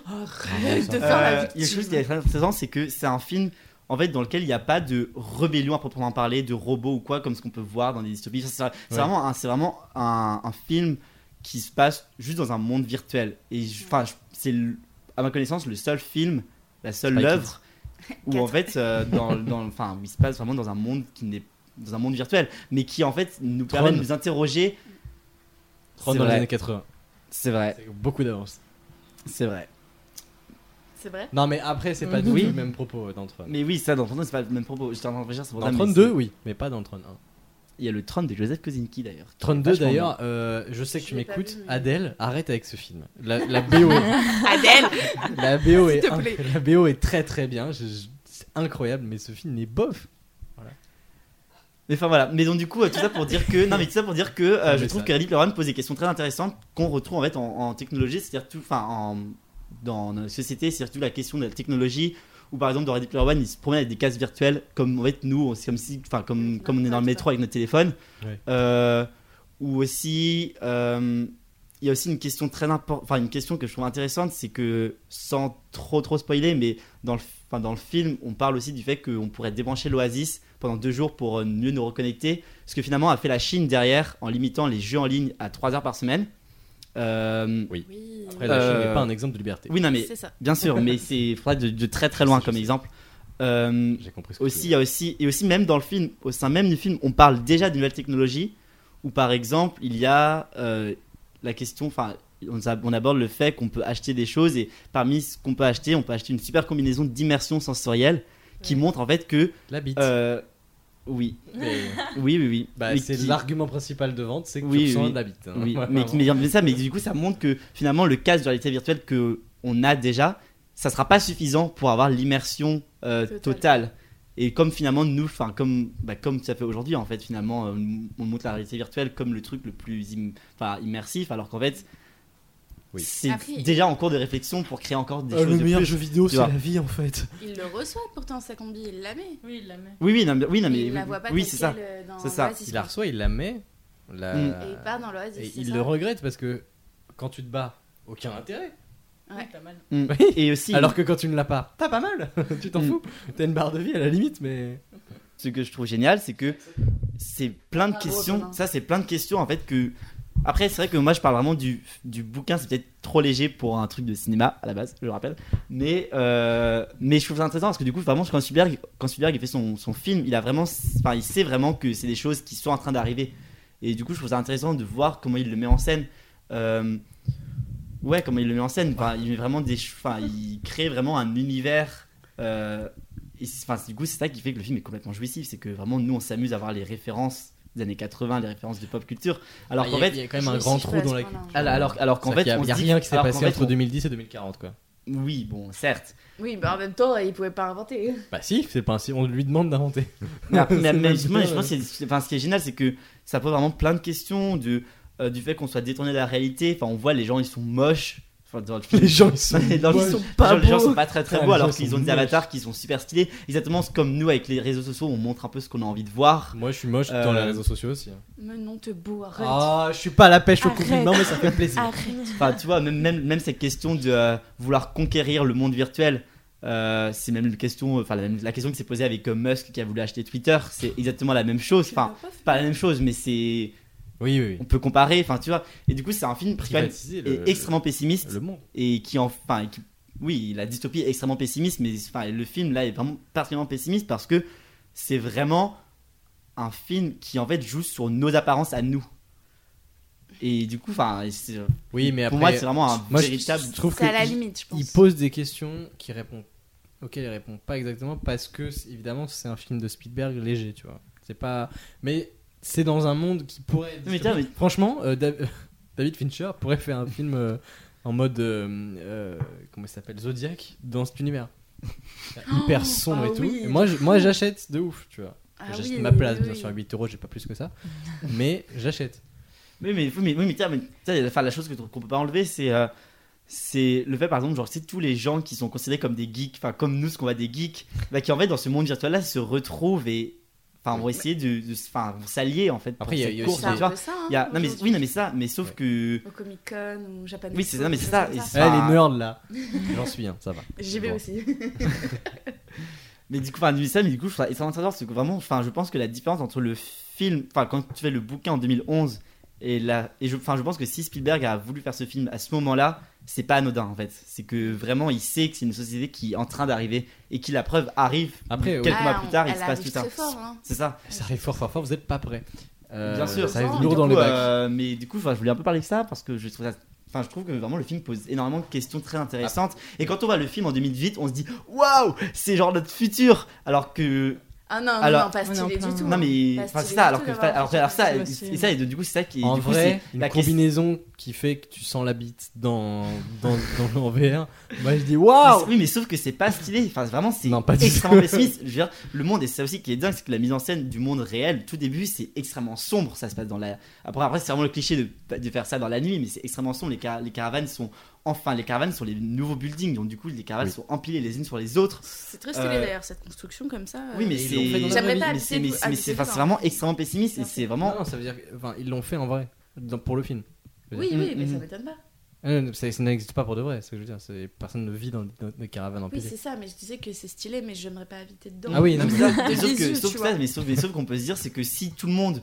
Arrête <laughs> de euh, faire la il y a quelque chose qui victime. est très intéressant, c'est que c'est un film en fait, dans lequel il n'y a pas de rébellion à proprement parler, de robots ou quoi, comme ce qu'on peut voir dans des dystopies. Ça, C'est c'est Ouais. vraiment, un, c'est vraiment un, un film qui se passe juste dans un monde virtuel. Et je- enfin, je- c'est le- à ma connaissance le seul film, la seule Spy Kids. <laughs> œuvre où en fait, euh, dans, dans, enfin, où il se passe vraiment dans un monde qui n'est dans un monde virtuel, mais qui en fait nous permet Tron. de nous interroger. Tron C'est dans les vrai. années 80. C'est vrai, C'est Beaucoup d'avance. c'est vrai. C'est vrai Non, mais après, c'est pas Mhm. du tout Oui. le même propos euh, dans Tron. Mais oui, ça dans Tron, c'est pas le même propos. J'étais en train de réfléchir, c'est pour Dans ça, mais Tron c'est- 2, oui, mais pas dans le Tron 1. Il y a le Tron de Joseph Kosinski d'ailleurs. qui est Tron 2, vachement d'ailleurs, euh, je sais que Je tu l'ai pas m'écoutes. vu, mais- Adèle, arrête avec ce film. La, la BO <laughs> est, Adèle la BO est, S'il te inc- plaît. la BO est très très bien. Je- je- c'est incroyable, mais ce film est bof. Voilà. Mais enfin voilà, mais donc du coup, euh, tout ça pour dire que, non mais tout ça pour dire que euh, mais je trouve ça- que Ready Player One pose des questions très intéressantes qu'on retrouve en fait en, en technologie, c'est-à-dire tout, enfin en, dans notre société, c'est surtout la question de la technologie, où par exemple dans Ready Player One, ils se promènent avec des cases virtuelles, comme en fait nous, on- c'est comme si, enfin comme, comme on est dans le métro avec notre téléphone, Ouais. Euh, ou aussi, euh, il y a aussi une question très impor- enfin une question que je trouve intéressante, c'est que sans trop trop spoiler, mais dans le, enfin, dans le film, on parle aussi du fait qu'on pourrait débrancher l'Oasis pendant deux jours pour euh, mieux nous reconnecter. Ce que finalement a fait la Chine derrière en limitant les jeux en ligne à 3 heures par semaine. Euh, Oui, Après, la Chine Euh, n'est pas un exemple de liberté. oui, non, mais c'est ça. bien sûr, mais c'est faudrait de, de très très loin comme exemple. Euh, J'ai compris ce que aussi, il tu y a aussi, et aussi même dans le film, au sein même du film, on parle déjà de nouvelles technologies, où par exemple, il y a euh, la question, enfin, on, ab- on aborde le fait qu'on peut acheter des choses, et parmi ce qu'on peut acheter, on peut acheter une super combinaison d'immersion sensorielle, qui montre en fait que... veux. La bite. euh, oui, Mais- oui, oui, oui. bah, Mais c'est qui- l'argument principal de vente, c'est que Oui, tu ressens oui. de la bite. hein. <laughs> oui, Ouais, mais, vraiment. mais, mais ça, mais du coup, ça montre que finalement, le casque de réalité virtuelle que on a déjà, ça sera pas suffisant pour avoir l'immersion euh, Totale. totale. Et comme finalement nous, enfin comme bah, comme ça fait aujourd'hui en fait, finalement, euh, on montre la réalité virtuelle comme le truc le plus im- enfin, immersif, alors qu'en fait, Oui. c'est Après- déjà en cours de réflexion pour créer encore des Euh, choses de plus. jeu vidéo, tu vois. vie en fait. <laughs> Il le reçoit pourtant, sa combi, il la met. Oui, il la met. Oui, oui, non, mais- oui, non, Mais mais il la voit pas oui, telle c'est ça. quelle, euh, dans C'est ça. l'Oasis, Il la quoi. reçoit, il la met. la- Mm. Et il part dans l'Oasis. et c'est il ça. le regrette parce que quand tu te bats, aucun intérêt. Ouais. pas mal. Mm. Oui. Et aussi, Alors que quand tu ne l'as pas, t'as pas mal. <laughs> tu t'en Mm. fous. T'as une barre de vie à la limite, mais. ce que je trouve génial, c'est que c'est plein de Bravo, questions. Romain. Ça, c'est plein de questions en fait que. Après, c'est vrai que moi, je parle vraiment du, du bouquin. C'est peut-être trop léger pour un truc de cinéma à la base, je le rappelle. Mais euh, mais je trouve ça intéressant parce que du coup, vraiment, quand Spielberg, quand Spielberg il fait son, son film, il a vraiment, enfin, il sait vraiment que c'est des choses qui sont en train d'arriver. Et du coup, je trouve ça intéressant de voir comment il le met en scène. Euh, ouais, comment il le met en scène. Enfin, il met vraiment des, ch- enfin, il crée vraiment un univers. euh, et c'est- enfin, du coup, c'est ça qui fait que le film est complètement jouissif, c'est que vraiment nous on s'amuse à voir les références des années 80, les références de pop culture, alors Il Ah, y qu'en a- il fait, y a quand même un grand trou dans la. alors, alors, alors qu'en fait, il on n'y a se dit- rien qui s'est alors passé qu'en fait, entre on- 2010 et 2040, quoi. Oui, bon, <laughs> certes. Oui, bah en même temps, il pouvait pas inventer. Bah si, c'est pas ainsi. On lui demande d'inventer. Mais, après- C'est mais- mais même justement, bien, je pense que c'est- enfin, ce qui est génial, c'est que ça pose vraiment plein de questions de, euh, du fait qu'on soit détourné de la réalité. Enfin, on voit les gens, ils sont moches. Enfin, dans le film, Les gens, ils sont Non, mais <laughs> dans le film, moches. les gens- les gens beaux. sont pas très très Ah, beaux les alors gens qu'ils sont ont des moches. avatars qui sont super stylés. Exactement comme nous avec les réseaux sociaux, on montre un peu ce qu'on a envie de voir. Moi, je suis moche Euh, dans les réseaux sociaux aussi. Mais non, te beau, arrête. Ah, je suis pas à la pêche au Arrête. compliment, mais ça fait plaisir. Arrête. Enfin, tu vois, même, même, même cette question de euh, vouloir conquérir le monde virtuel, euh, c'est même une question, enfin, la, même- la question qui s'est posée avec euh, Musk qui a voulu acheter Twitter, c'est exactement la même chose. Enfin, pas la même chose, mais c'est. Oui, oui, On oui. peut comparer, enfin, tu vois. Et du coup, c'est un film qui, quand même, Privatiser est le- extrêmement pessimiste le monde. et qui, enfin, qui- oui, la dystopie est extrêmement pessimiste, mais enfin, le film là est vraiment particulièrement pessimiste parce que c'est vraiment un film qui, en fait, joue sur nos apparences à nous. Et du coup, enfin, c'est- Oui, mais après. pour moi, c'est vraiment un moi, je- véritable. je trouve C'est à que la il- limite, je pense. Il pose des questions qui répond, auxquelles il répond pas exactement parce que c'est- évidemment c'est un film de Spielberg léger, tu vois. C'est pas, mais c'est dans un monde qui pourrait. être Mais dystopique. tiens, mais- Franchement, euh, Dav- <laughs> David Fincher pourrait faire un film euh, en mode euh, euh, comment il s'appelle Zodiac dans cet univers. <laughs> Hyper sombre ah et tout. oui. Et moi, je- moi, j'achète de ouf, tu vois. Ah j'achète oui, ma place, oui, bien oui. sûr, à 8 euros, j'ai pas plus que <laughs> ça. mais j'achète. Oui, mais, oui, mais, oui, mais tiens, mais, tiens, enfin, la chose que- qu'on peut pas enlever, c'est euh, c'est le fait, par exemple, genre, c'est tous les gens qui sont considérés comme des geeks, enfin, comme nous, ce qu'on va des geeks, bah, qui en fait, dans ce monde virtuel-là, se retrouvent et enfin, vont essayer de, de s- enfin, vont s'allier en fait. pour Après, il y a- cette il y a course, aussi C'est enfin, un des- tu peu ça, vois. hein, Il y a- non, mais, aujourd'hui. oui, non, mais ça, mais sauf Ouais. que. Au Comic Con ou Japan Oui, c'est- non, mais Expo, des c'est ça, choses et comme c'est- Eh, les Enfin- nerds <laughs> là, j'en suis un, ça va. J'y vais Bon. aussi. Mais du coup, enfin, du- ça, mais du coup, je trouve ça extrêmement intéressant parce que vraiment, enfin, je pense que la différence entre le film, enfin, quand tu fais le bouquin en 2011 et la, et je, enfin, je pense que si Spielberg a voulu faire ce film à ce moment-là, c'est pas anodin en fait. C'est que vraiment, il sait que c'est une société qui est en train d'arriver et qui la preuve arrive. Après, quelques ouais. mois Ah, plus tard, il elle se passe arrive tout ça. très fort, hein. C'est ça. Ça arrive fort, fort, fort, vous êtes pas prêts. Euh, Bien sûr. ça arrive Mais lourd du dans les coup, bacs. euh, mais du coup, enfin, je voulais un peu parler de ça parce que je trouve ça. Enfin, je trouve que vraiment le film pose énormément de questions très Ah. intéressantes. Et quand on voit le film en 2008, on se dit waouh, c'est genre notre futur. Alors que Ah non, non, Alors- non, pas On est en stylé plein- du tout. hein. Non, mais. Pas Enfin, c'est stylé ça, du alors tout que. d'avoir Alors, fait alors ça, ça, et, c'est et ça, et du coup, c'est ça qui. en du coup, vrai, c'est une la question- combinaison qui fait que tu sens la bite dans, dans, dans le en VR. Moi, je dis waouh Oui, mais sauf que c'est pas stylé. Enfin, vraiment, c'est Non, pas du extrêmement tout. pessimiste. Je veux dire, le monde, et c'est ça aussi qui est dingue, c'est que la mise en scène du monde réel, tout début, c'est extrêmement sombre. Ça se passe dans la. Après, après c'est vraiment le cliché de, de faire ça dans la nuit, mais c'est extrêmement sombre. Les, car- les caravanes sont. Enfin, les caravanes sont les nouveaux buildings, donc du coup, les caravanes sont empilées les unes sur les autres. C'est très stylé Euh, d'ailleurs, cette construction comme ça. oui, mais euh, c'est. l'ont fait dans la J'aimerais vraie pas mais habiter c'est mais tout- c'est- mais c'est- habiter enfin, tout c'est ça. vraiment extrêmement pessimiste, et c'est vraiment. Non, non, ça veut dire que- enfin, ils l'ont fait en vrai dans- pour le film. Oui, Mm, oui, mais ça Mhm. m'étonne pas. Euh, non, ça, ça n'existe pas pour de vrai, c'est ce que je veux dire. c'est- Personne ne vit dans dans une caravane Oui, empilée. c'est ça, mais je disais que c'est stylé, mais j'aimerais pas habiter dedans. ah oui, non, mais Non, mais <laughs> ça, De mais sauf que- visu, sauf tu que vois. ça, mais sauf- mais sauf qu'on peut se dire, c'est que si tout le monde.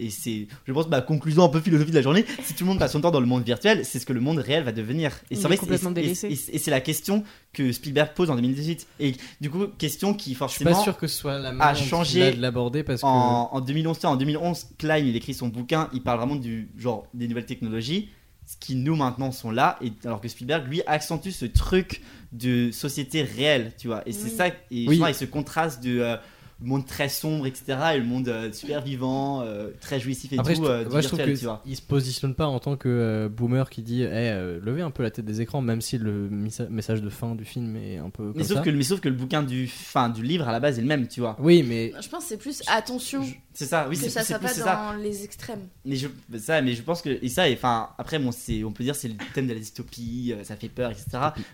Et c'est, je pense, ma conclusion un peu philosophique de la journée. Si tout le monde passe son temps dans le monde virtuel, c'est ce que le monde réel va devenir. Et Il c'est vrai est que- complètement et- délaissé. et- et- et c'est la question que Spielberg pose en 2018. Et du coup, question je qui suis pas forcément. sûr que ce soit la manière dont changer il a de l'aborder parce que. En, en 2011, tiens, en 2011, Klein, il écrit son bouquin, il parle vraiment du genre des nouvelles technologies, ce qui nous maintenant sont là, et, alors que Spielberg lui accentue ce truc de société réelle, tu vois. Et c'est Oui. ça, et Oui. je crois, et ce contraste de euh, monde très sombre, etc., et le monde euh, super vivant, euh, très jouissif et Après, tout, je, trou- euh, du moi, je trouve virtuel, tu vois. qu'il se positionne pas en tant que euh, boomer qui dit Eh, euh, levez un peu la tête des écrans, même si le missa- message de fin du film est un peu. Comme Mais sauf, ça. que, mais sauf que le bouquin du, fin, du livre à la base est le même, tu vois. Oui, mais Je pense que c'est plus attention C'est ça, oui, que c'est ça c'est soit plus- pas c'est ça. dans les extrêmes. Mais je, ça, mais je pense que. Et ça, et enfin, après, bon, c'est, on peut dire c'est le thème de la dystopie, euh, ça fait peur, etc.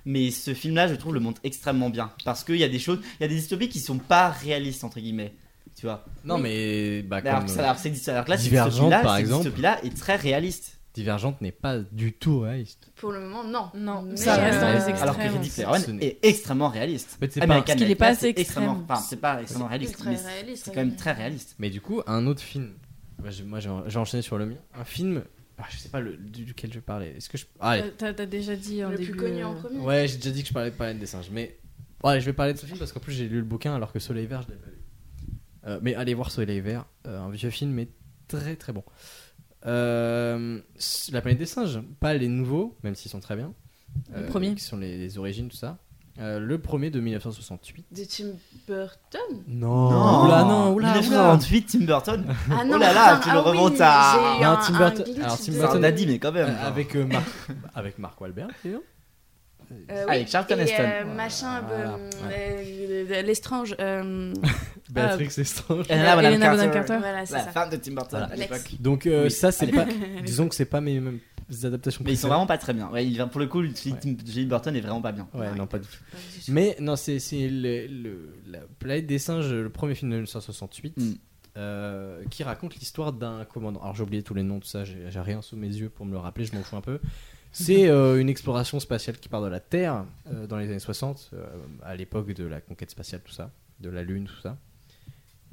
Mais ce film-là, je trouve, le montre extrêmement bien. Parce qu'il y a des choses, il y a des dystopies qui sont pas réalistes, entre guillemets. Tu vois. non, mais bah, Mais alors, comme, que euh, ça, alors, que c'est- alors que là, cette Divergente, dystopie-là, par cette exemple. dystopie-là est très réaliste. euh, Divergente n'est pas du tout réaliste. Pour le moment, non. Non, mais ça reste dans euh, les alors que Alors que Ready extrêmes, en Player fait. Ce One n'est- est extrêmement réaliste. En fait, c'est pas- American Parce qu'il est Nightmare, pas assez c'est extrême. extrêmement. Enfin, c'est pas extrêmement réaliste, ultra mais réaliste, c'est ouais. quand même très réaliste. Mais du coup, un autre film. Bah, je- moi, j'ai j'ai enchaîné sur le mien. Un film. ah, je sais pas le, du- duquel je parlais. Est-ce que je. Ah, allez. T'as- T'as t'as déjà dit en Le début. plus connu euh, en premier. Ouais, j'ai déjà dit que je parlais de Planète des singes, mais bon, allez, je vais parler de ce film parce qu'en plus j'ai lu le bouquin alors que Soleil Vert, je l'ai pas lu. Euh, mais allez voir Soleil Vert, euh, un vieux film, mais très très bon. Euh, la Planète des singes, pas les nouveaux, même s'ils sont très bien. Euh, Le premier. Qui sont les, les origines, tout ça. Euh, le premier de 1968. De Tim <laughs> Burton Non, oula, non, oula, oula. 1998, Tim Burton. Ah Oh là là, putain, tu le ah oui, remontes j'ai à- eu Non, un- Tim un Burton. glitch Alors, Tim de- C'est un Burton- daddy, mais quand même. Euh, avec, euh, Marc- <laughs> avec Marc Wahlberg, d'ailleurs. Euh, oui, Avec Charlton et, Heston. euh, Machin, Voilà. euh, euh, l'estrange. euh, Ah. Béatrix Estrange. Et là, Madame Helena Bonham Carter. Carter. Voilà, c'est La ça. femme de Tim Burton Voilà. à Lex. l'époque. Donc, euh, Oui. ça, c'est <laughs> pas. l'époque. Disons que c'est pas mes mêmes adaptations Mais ils sont préférées. vraiment pas très bien. Ouais, il- pour le coup, le celui de Tim- Tim Burton est vraiment pas bien. Ouais, non, pas du tout. Pas du tout. Mais non, c'est c'est le, le- la planète des singes, le premier film de 1968, Mm. euh, qui raconte l'histoire d'un commandant. Alors j'ai oublié tous les noms, tout ça, j'ai j'ai rien sous mes yeux pour me le rappeler, je m'en fous un peu. C'est euh, une exploration spatiale qui part de la Terre euh, dans les années 60, euh, à l'époque de la conquête spatiale, tout ça, de la Lune, tout ça.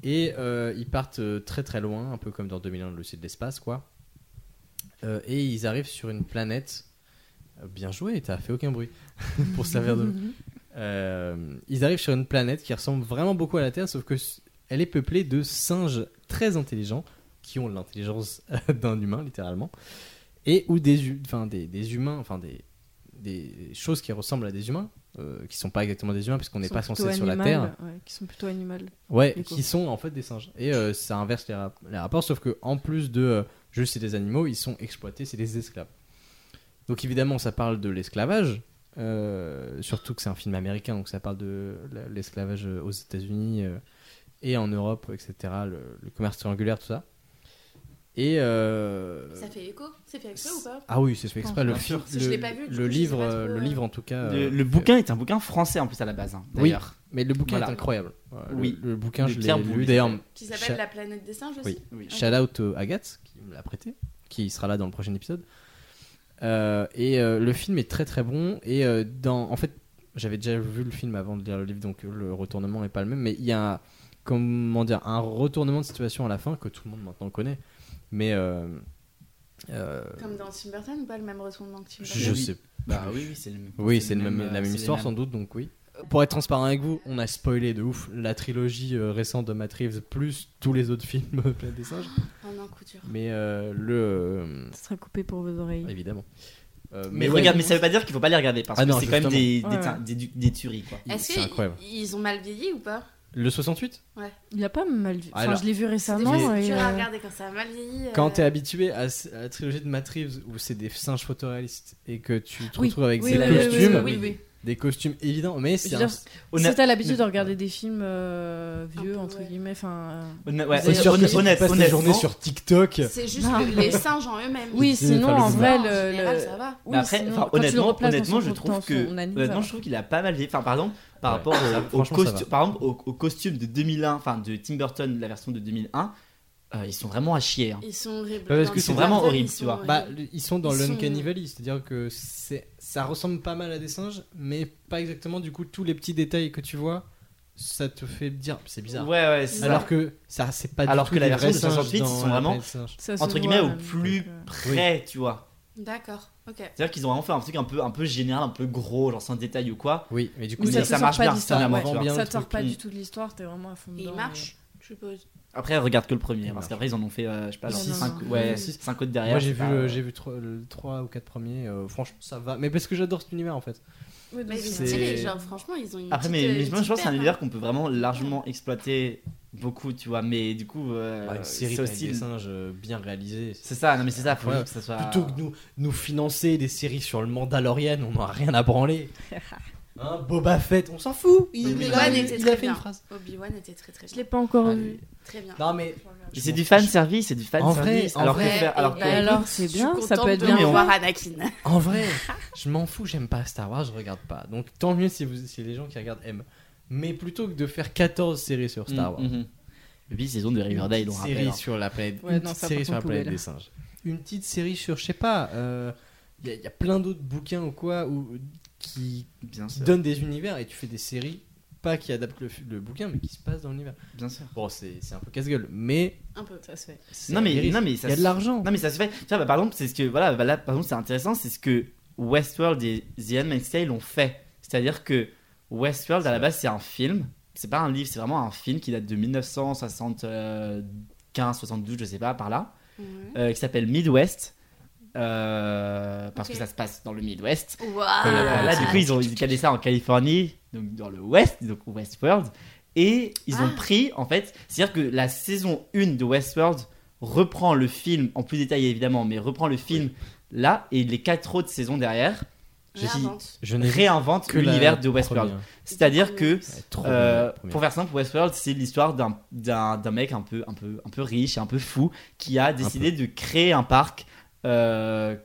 Et euh, ils partent euh, très très loin, un peu comme dans 2001, le site de l'espace, quoi. Euh, et ils arrivent sur une planète. Euh, Bien joué, t'as fait aucun bruit <laughs> pour se <laughs> servir de l'eau. Mm-hmm. Euh, ils arrivent sur une planète qui ressemble vraiment beaucoup à la Terre, sauf que s- elle est peuplée de singes très intelligents qui ont l'intelligence euh, d'un humain littéralement, et où des, hu- enfin, des, des humains, enfin des, des choses qui ressemblent à des humains, euh, qui sont pas exactement des humains puisqu'on n'est sont pas plutôt censé être sur la Terre. animales, ouais, qui sont plutôt animales. Ouais, Du coup. qui sont en fait des singes. Et euh, ça inverse les, rap- les rapports, sauf que en plus de euh, juste c'est des animaux, ils sont exploités, c'est des esclaves. Donc évidemment, ça parle de l'esclavage, euh, surtout que c'est un film américain, donc ça parle de la- l'esclavage euh, aux États-Unis euh, et en Europe, etc. Le, le commerce triangulaire, tout ça. Et euh, Ça fait écho C'est fait exprès ou pas ah oui, c'est fait exprès. Le, Bien sûr. le- Je l'ai pas vu, du le coup, je sais livre, pas trop, euh, le euh. livre en tout cas. Le, euh, le bouquin est un bouquin français en plus à la base, hein, Oui, d'ailleurs. mais le bouquin Voilà. est incroyable. Ouais, le- Oui. le, bouquin, De je Pierre l'ai lu. Boulle. D'ailleurs, Qui s'appelle Chat- La planète des singes aussi Oui. Oui. Shout out euh, Agathe qui me l'a prêté, qui sera là dans le prochain épisode. Euh, et euh, le film est très très bon. Et euh, dans, en fait, j'avais déjà vu le film avant de lire le livre, donc le retournement n'est pas le même. Mais il y a comment dire un retournement de situation à la fin que tout le monde maintenant connaît. Mais euh, euh, Comme dans Tim Burton ou pas le même retournement que Tim Burton je Oui. sais. Bah oui, oui, c'est le même. Oui, c'est le même- euh, la c'est même les histoire mêmes. sans doute, donc oui. Pour être transparent avec vous, on a spoilé de ouf la trilogie euh, récente de Matt Reeves plus tous les autres films <laughs> plein des singes. En un coup dur. Mais euh, le Ça sera coupé pour vos oreilles. Évidemment. Euh, Mais, ouais, regarde, mais ça veut pas dire qu'il faut pas les regarder parce Ah que non, c'est quand même des, des, justement. des- des- des tueries quoi. il- Est-ce c'est incroyable. qu'ils ont mal vieilli ou pas Le 68 Il a pas mal vu. Enfin, Alors, je l'ai vu récemment. C'est et, dur euh, à regarder quand ça a mal vieilli. euh, Quand t'es habitué à, s- à la trilogie de Matt Reeves où c'est des singes photoréalistes et que tu te Oui. retrouves avec Oui, des oui, oui, costumes, oui, oui, oui. des costumes évidents, mais c'est Je un- veux dire, Honna- Si t'as l'habitude de regarder des films euh, vieux, peu, entre ouais. guillemets, enfin. euh, Honn- ouais, c'est C'est sûr que honnête- si tu passes tes honnêtement, journées sur TikTok. C'est juste Non. le- les singes en eux-mêmes. Oui, c'est- sinon, enfin, le en vrai, Non, en le. général, le- ça va. oui, Mais après, sinon, enfin, quand tu le honnêtement, replaces dans honnêtement, son je trouve contexte, que on anime, ça honnêtement, va. je trouve qu'il a pas mal vieilli. Enfin, par exemple, par Ouais, rapport ça- au, au franchement, ça costu- par exemple, au, au costume de 2001, enfin de Tim Burton, la version de 2001, euh, ils sont vraiment à chier. hein. Ils sont horribles. Parce Dans que le c'est film, vraiment ils horrible, sont tu vois. horribles. Bah, le- ils sont dans Ils sont- l'Uncanny Valley, c'est-à-dire que c'est, ça ressemble pas mal à des singes, mais pas exactement. Du coup, tous les petits détails que tu vois, ça te fait dire, c'est bizarre. Ouais, ouais, c'est Alors ça. que ça, c'est pas. du Alors tout que la des version vrais de singes 68, ils dans sont la vraiment- planète singe. ça se entre voit, guillemets au même, plus donc, euh, près, tu vois. D'accord, ok. C'est-à-dire qu'ils ont vraiment fait un truc un peu, un peu général, un peu gros, genre sans détail ou quoi. Oui, mais du coup, Mais Oui, ça, ça te sort marche pas bien, de ça l'histoire. marche ouais. bien, le Ça te sort truc. pas Mm. du tout de l'histoire, t'es vraiment à fond Et dedans. ils marchent, je suppose. Après, regarde que le Il premier, parce marche. qu'après ils en ont fait, euh, je sais pas, Ils genre en ont 5 un. ouais, Oui. six- cinq autres derrière. Moi, j'ai c'est vu, pas- euh, j'ai vu 3, ou 4 premiers. euh, franchement, ça va. Mais parce que j'adore cet univers en fait. euh. Ouais, donc Mais C'est- c'est stylé, genre, franchement, ils ont une. Après, mais, petite, euh, mais une moi, je petite pense que c'est un paire, univers hein. qu'on peut vraiment largement exploiter beaucoup, tu vois. Mais du coup, euh, Bah, une série c'est avec aussi. des singes euh, bien réalisés. C'est ça, non mais c'est ça, faut Ouais. juste que ça soit. Plutôt que nous, nous financer des séries sur le Mandalorian, on n'en a rien à branler. <laughs> Hein, Boba Fett, on s'en fout. Il, Oui, oui, il Boba a, Fett était il a très fait bien. une phrase. Obi-Wan était très très Je bien. l'ai pas encore Allez. vu. Très bien. Non, Ah, mais- Je regarde. Et C'est du fan service, c'est du fan En vrai, service. en alors vrai, que faire, alors Et que- bah, Ouais, alors, écoute, c'est je suis bien, ça contente peut être de bien. revoir Anakin. En vrai, je m'en fous, j'aime pas Star Wars, je regarde pas. Donc tant mieux si, vous, si les gens qui regardent aiment. Mais plutôt que de faire 14 séries sur Star Wars, Mhm, mhm. Huit saisons de Riverdale, on Mm, une rappelle. série hein. sur la planète, Ouais, une non, petite ça, par série sur la contre, planète poubelle. des singes, une petite série sur, je sais pas, euh, il y, a- y a plein d'autres bouquins ou quoi ou, qui, Bien qui sûr. donnent des univers et tu fais des séries, pas qui adaptent le, f- le bouquin, mais qui se passent dans l'univers. Bien sûr. Bon, c'est c'est un peu casse-gueule, mais Un peu. Ça se fait. c'est Non mais, intéressant. non mais ça Il y a de se- l'argent. Non mais ça se fait. Tu vois, bah, par exemple, c'est ce que voilà, bah, là, par exemple, c'est intéressant, c'est ce que Westworld et The Handmaid's Tale ont fait. C'est-à-dire que Westworld à la base c'est un film, c'est pas un livre, c'est vraiment un film qui date de 1975, 72, je sais pas par là, Ouais. euh, qui s'appelle Midwest. euh, parce Ok. que ça se passe dans le Midwest. Ah, Waouh. Euh, là, du coup, ils ont ils ont calé ça en Californie, donc dans le West, donc Westworld. Et ils ont Ah. pris, en fait, c'est-à-dire que la saison 1 de Westworld reprend le film, en plus détaillé évidemment, mais reprend le film là, et les quatre autres saisons derrière J'ai dit- dit. Je n'ai réinvente que la l'univers de Westworld. première. C'est-à-dire que, Ouais, trop bien, euh, la première. pour faire simple, Westworld, c'est l'histoire d'un- d'un d'un mec un peu, un, peu, un peu riche, un peu fou, qui a décidé de créer un parc. euh,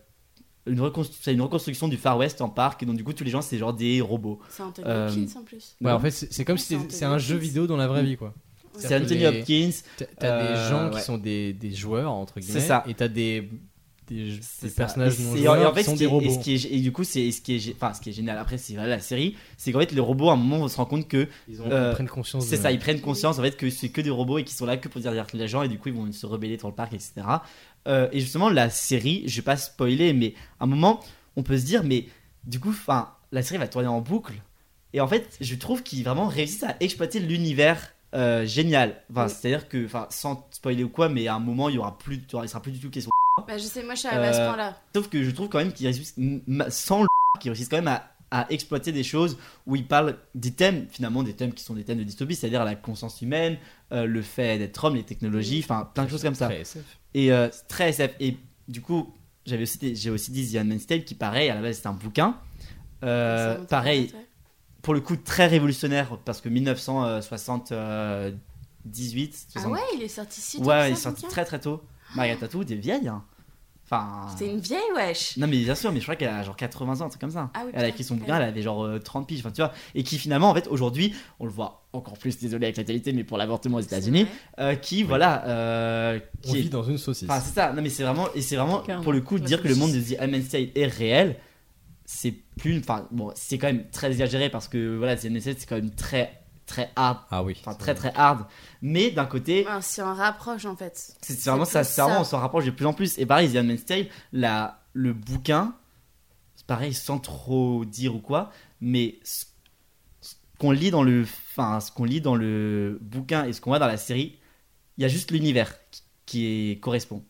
une reconstru- c'est une reconstruction du Far West en parc, et donc du coup, tous les gens, c'est genre des robots. C'est un Anthony Euh, Hopkins en plus. Ouais, en fait, c'est c'est comme Ouais, si c'est t'es- c'est un jeu intelligent. vidéo dans la vraie vie, quoi. Mm. C'est Anthony Les- Hopkins, T'as- T'as des Euh, gens ouais. qui sont des, des joueurs, entre guillemets, ça. et t'as des, des, C'est des ça. personnages Et non c'est- joueurs et en fait, qui sont ce des est- et robots. ce qui est gé- et du coup, c'est et ce qui est, gé- enfin, ce qui est génial. Après, c'est voilà, la série, c'est qu'en fait, les robots, à un moment, on se rend compte que Ils, ont- ils euh, prennent conscience c'est de- ça, ils prennent conscience en fait que c'est que des robots et qui sont là que pour dire dire que les gens et du coup, ils vont se rebeller dans le parc, etc. Euh, et justement, la série, je vais pas spoiler, mais à un moment, on peut se dire, mais du coup, enfin, la série va tourner en boucle. Et en fait, je trouve qu'ils vraiment réussissent à exploiter l'univers euh, génial. Enfin, Oui. c'est-à-dire que, enfin, sans spoiler ou quoi, mais à un moment, il y aura plus, il sera plus du tout question Bah, je sais, moi, je suis arrivée à ce Euh, point-là. Sauf que je trouve quand même qu'ils réussissent, m- ma- sans le <laughs> qu'ils réussissent quand même à, à exploiter des choses où ils parlent des thèmes, finalement des thèmes qui sont des thèmes de dystopie, c'est-à-dire la conscience humaine, euh, le fait d'être homme, les technologies, enfin plein de choses comme ça. Très SF. Et euh, c'est très SF. Et du coup, j'avais aussi, j'ai aussi dit The Handmaid's Tale qui, pareil, à la base c'est un bouquin. Euh, Ça monte pareil, en fait, ouais. pour le coup, très révolutionnaire parce que euh, 1978, Ah ouais, il est sorti si tôt que ça, ouais, il est sorti Bouquin très très tôt. Margaret Atwood est vieille, hein. enfin. C'était une vieille, wesh. Non mais bien sûr, mais je crois qu'elle a genre 80 ans, un truc comme ça. Ah oui, elle putain. a écrit son bouquin, elle avait genre euh, 30 piges, enfin tu vois. Et qui finalement, en fait, aujourd'hui, on le voit encore plus, désolé avec la qualité, mais pour l'avortement aux États-Unis, euh, qui voilà, euh, On qui vit est... dans une saucisse. Enfin c'est ça, non mais c'est vraiment, et c'est vraiment, Carrément. pour le coup, La dire que le monde de The Handmaid's Tale est réel, c'est plus, enfin bon, c'est quand même très exagéré parce que voilà, The Handmaid's Tale c'est quand même très, très hard, ah oui. enfin très très hard. Mais d'un côté, Ouais, On s'en rapproche en fait. c'est c'est vraiment C'est ça, plus c'est vraiment, ça. on s'en rapproche de plus en plus. Et pareil, The Handmaid's Tale, la, le bouquin, c'est pareil, sans trop dire ou quoi, mais ce, ce qu'on lit dans le, enfin, ce qu'on lit dans le bouquin et ce qu'on voit dans la série, il y a juste l'univers qui, qui est- correspond.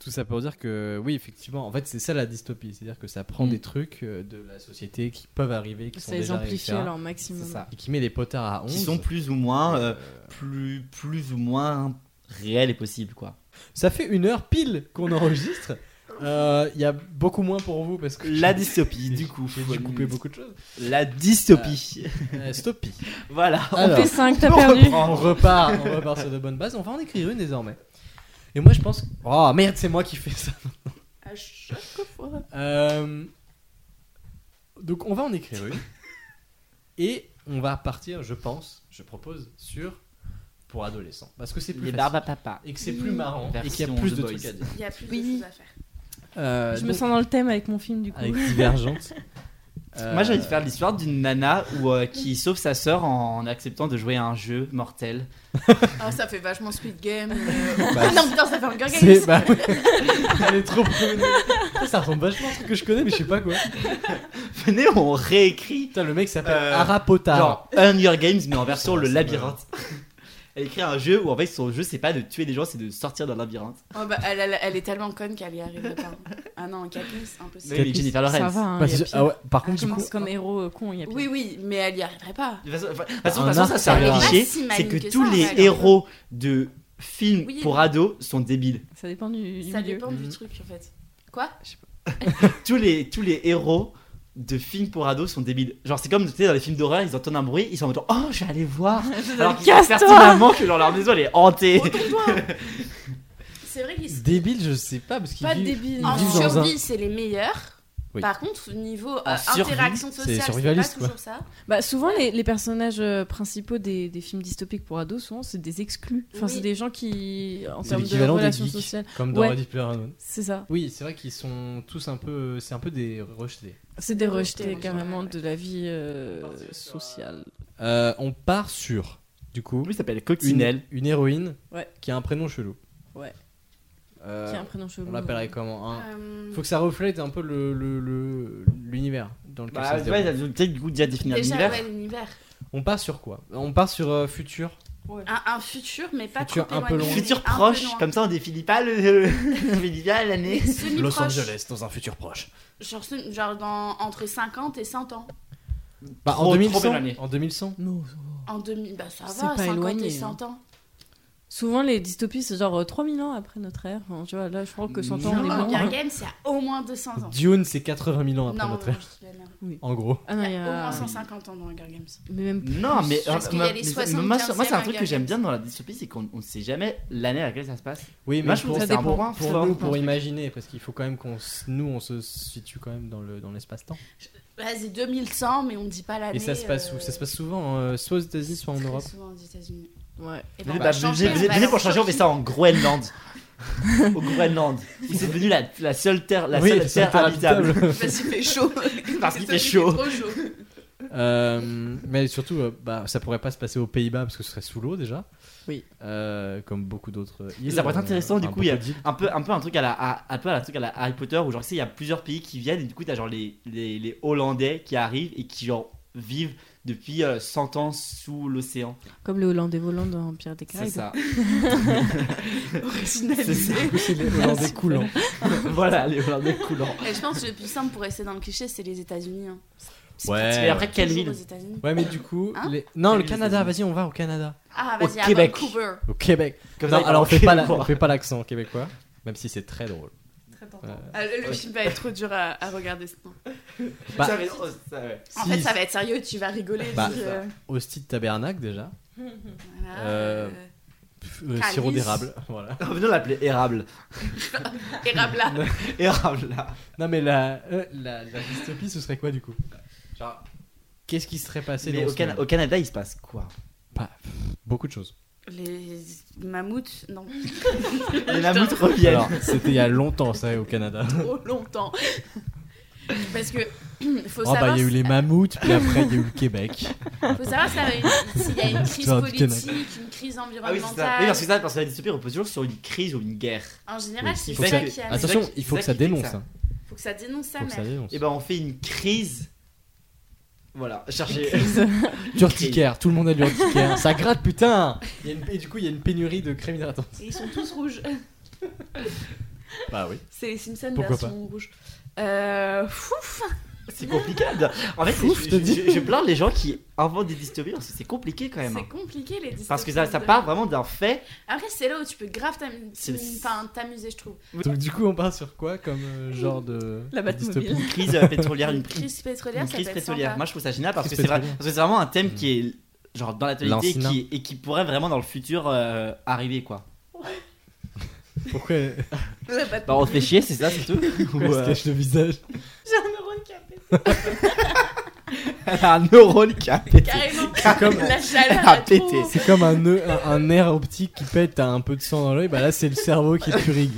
Tout ça pour dire que, oui, effectivement, en fait, c'est ça la dystopie. C'est-à-dire que ça Mm. prend des trucs euh, de la société qui peuvent arriver, qui sont Ça les déjà arrivés, amplifie etc., alors maximum. C'est ça. et qui met les potards à 11. Qui sont plus ou moins, euh, plus, plus ou moins réels et <laughs> possibles, quoi. Ça fait une heure pile qu'on enregistre. Euh, Il y a beaucoup moins pour vous parce que La j'ai- dystopie, du coup. j'ai dû couper beaucoup de <laughs> choses. La dystopie. Euh, Stoppie. <laughs> voilà. Alors, P5, t'as on <laughs> perdu. reprend. on repart, on repart sur de bonnes bases. On va en écrire une désormais. Et moi, je pense. Oh merde, c'est moi qui fais ça. À chaque fois. Euh, Donc, on va en écrire une. Et on va partir, je pense, je propose, sur pour adolescents. Parce que c'est plus Les facile. barbes à papa. Et que c'est plus marrant. Et qu'il y a Version plus The de Boys. trucs à dire. Il y a plus Oui. de choses à faire. Euh, Je me donc, sens dans le thème Ah, avec mon film du coup. Avec Divergente. Moi, j'ai j'avais envie de faire l'histoire d'une nana où, euh, qui sauve sa sœur en acceptant de jouer à un jeu mortel. <laughs> Ah, ça fait vachement Squid Game. euh, Bah, Ah <laughs> non, putain, ça fait Hunger C'est Games. bah ouais. <laughs> Elle est trop prune. Putain, Ça ressemble vachement à un truc que je connais mais je sais pas quoi. Venez, on réécrit Putain le mec s'appelle Euh, Arapotar. genre Hunger Games, <laughs> mais en version Ça, le ça labyrinthe. Elle écrit un jeu où, en fait, son jeu, c'est pas de tuer des gens, c'est de sortir d'un labyrinthe. Oh, bah, elle, elle- elle est tellement conne qu'elle y arrive pas. Ah non, Katniss, impossible. Oui, mais Jennifer Lawrence. Ça va, hein, Bah, il y a c'est- pire. ah ouais, par Comme- contre du coup comme héros euh, con, il y a pire. Oui, oui, mais elle y arriverait pas. De toute façon, enfin, de toute façon, Un de toute façon, arc, ça sert ça va. à Pas cliché, si c'est maligne que, que tous ça, les ouais. héros de films Oui. pour ados sont débiles. Ça dépend du, du Ça milieu. dépend Mhm. du truc en fait. Quoi Tous les, tous les héros de films pour ados sont débiles. Genre, c'est comme, tu sais, dans les films d'horreur, ils entendent un bruit, ils sont en mode genre, Oh, je vais <laughs> aller voir Alors qu'ils savent Casse-toi pertinemment que genre, leur maison elle est hantée. <laughs> C'est vrai qu'ils sont débile je sais pas parce qu'il Pas vit- débile. ils en vivent dans un- survie, c'est les meilleurs. Oui. Par contre, au niveau euh, En survie, interaction c'est sociale, c'est pas survivaliste, quoi. toujours ça. Bah, souvent, les, les personnages euh, principaux des, des films dystopiques pour ados, souvent, c'est des exclus. Enfin, Oui. c'est des gens qui, en C'est termes de l'équivalent des relations geeks sociales, comme dans Ouais. Ready Player One. c'est ça. Oui, c'est vrai qu'ils sont tous un peu c'est un peu des rejetés. C'est des rejetés rejetés, carrément ouais. de la vie euh, sociale. Euh, on part sur du coup Lui s'appelle une, Coccinelle. une héroïne Ouais. qui a un prénom chelou. Ouais. Euh, qui a un prénom chelou. Ah. on l'appellerait comment hein Euh, Faut que ça reflète un peu le- le- le- l'univers dans lequel Bah, ça se ouais, déroule. ça veut peut-être du coup déjà définir déjà, l'univers. ouais, l'univers. On part sur quoi On part sur euh, futur. Un, un futur, mais pas Futur trop un peu éloigné, loin. mais Futur un peu proche, loin. comme ça on définit pas le. <laughs> on définit pas l'année. Mais semi-proche. dans un futur proche. Genre, ce- genre dans, entre 50 et 100 ans. Bah, en Trop, trop 2100. éloigné. En 2100. En 2000, bah ça va, C'est 50 pas éloigné, et hein. 100 ans. Souvent, les dystopies, c'est genre euh, 3000 ans après notre ère. Enfin, tu vois, là, je crois que 100 ans, on est Hunger mort. hein. Games, il y a au moins 200 ans. Dune, c'est 80 000 ans après Non, notre ère. euh, je dis la merde. En gros. Ah non, Il il y a au moins a... 150 ans dans Hunger Games. Mais même Non, mais, Parce qu'il y a les mais- mais- 75e moi, c'est- moi, c'est un truc Hunger que j'aime Games. bien dans la dystopie, c'est qu'on on sait jamais l'année à laquelle ça se passe. Oui, Moi, je trouve que pour, c'est un pour, point pour fort. nous, pour imaginer, parce qu'il faut quand même qu'on s- nous, on se situe quand même dans le dans l'espace-temps. Vas-y, 2100, mais on dit pas l'année. Et ça se passe euh, où Ça se passe souvent, euh, soit aux États-Unis, soit en très Europe. souvent aux États-Unis. Ouais. Et Venez ben, on bah, va venez- changer, on venez- va venez la pour changer, on fait sortir. ça en Groenland. <laughs> Au Groenland. où c'est devenu la, la seule terre, la Oui, seule la terre, habitable. Parce qu'il fait chaud. Parce qu'il C'est fait chaud. trop chaud. <laughs> Euh, mais surtout, euh, bah, ça pourrait pas se passer aux Pays-Bas parce que ce serait sous l'eau déjà. Oui. Euh, comme beaucoup d'autres. Et ça pourrait être intéressant, du coup, il y a un peu, un peu un truc à la, à- un peu à la truc à la Harry Potter où genre, tu sais, il y a plusieurs pays qui viennent et du coup, t'as genre les, les, les Hollandais qui arrivent et qui genre vivent depuis euh, 100 ans sous l'océan. Comme les Hollandais volants dans Empire des C'est Caraïbes. <laughs> ça. C'est Originalisé. les Hollandais coulants. <laughs> voilà, les Hollandais coulants. Et je pense que le plus simple pour rester dans le cliché, c'est les États-Unis. hein. C'est Ouais. pratique. Mais après, quelle Toujours ville aux États-Unis. Ouais, mais du coup. Hein les- Non, le Salut, Canada, les vas-y, on va au Canada. Ah, Au vas-y, à Québec. Vancouver. Au Québec. Comme non, ça, alors on fait, <laughs> pas la- on Québécois. fait pas l'accent québécois, même si c'est très drôle. Euh, Ah, le le film va être trop dur à, à regarder. sinon. Bah, Ça, mais- oh, ça, ouais. En Si, fait, ça va être sérieux, tu vas rigoler. Bah, puis, euh, Hostie de tabernacle déjà. voilà, Euh, euh, Pff, euh, Calice. sirop d'érable. <laughs> Voilà. On venait l'appeler Érable. Érable. <laughs> Érable là. Non mais la, euh, la, la dystopie, ce serait quoi du coup Genre, qu'est-ce qui serait passé Mais dans au, ce Cana- monde au Canada, il se passe quoi Bah, pff, Beaucoup de choses. Les mammouths, non. <laughs> Les mammouths reviennent. Alors, c'était il y a longtemps ça au Canada. trop longtemps. Parce que <clears throat> faut Ah bah savoir, il y a eu les mammouths, puis après il y a eu le Québec. faut savoir ça <laughs> va une- s'il y a une crise L'histoire du Canada. politique, une crise Ah oui, c'est ça. Oui, environnementale. parce que ça, parce que la dystopie repose toujours sur une crise ou une guerre. en général, Oui, c'est il faut ça que qui ça- amène. Attention, C'est ça qui- il faut que c'est ça ça qui fait dénonce. ça. hein. Faut que ça dénonce sa Faut que ça mère. dénonce. Et ben, on fait une crise. Voilà, cherchez. L'urticaire, tout le monde a de l'urticaire. ça gratte <laughs> putain Il y a une- Et du coup il y a une pénurie de crème hydratante. Et ils sont tous rouges. Bah oui. <laughs> C'est les Simpsons Pourquoi version rouge. Euh, fouf <laughs> C'est compliqué. En fait, Ouf, je, je te je- dis. je- je plains les gens qui inventent des dystopies parce que c'est compliqué quand même. C'est hein. compliqué les dystopies. Parce que ça, ça de- part vraiment d'un fait. Après, c'est là où tu peux grave t'am- C'est- enfin, t'amuser, je trouve. Donc du coup, on part sur quoi comme euh, genre de La Batmobile. dystopie Une crise euh, pétrolière, une, Une crise, crise pétrolière, une ça crise peut être pétrolière. sympa. Moi, je trouve ça génial parce que Crise c'est vrai- pétrolière. Mmh. parce que c'est vraiment un thème qui est genre dans l'actualité Lancinant. qui, et qui pourrait vraiment dans le futur euh, arriver quoi. <laughs> Pourquoi La Batmobile. Bah, on se fait chier, c'est ça, c'est tout. Ou, pourquoi elle se euh, cache le visage <laughs> J'ai un neurone qui a pété. elle a <laughs> un neurone qui a pété. Carrément. comme- La chaleur <laughs> Elle a a trop. pété. C'est comme un, nœud- un, un nerf optique qui pète, t'as un peu de sang dans l'œil, bah là c'est le cerveau qui purigue.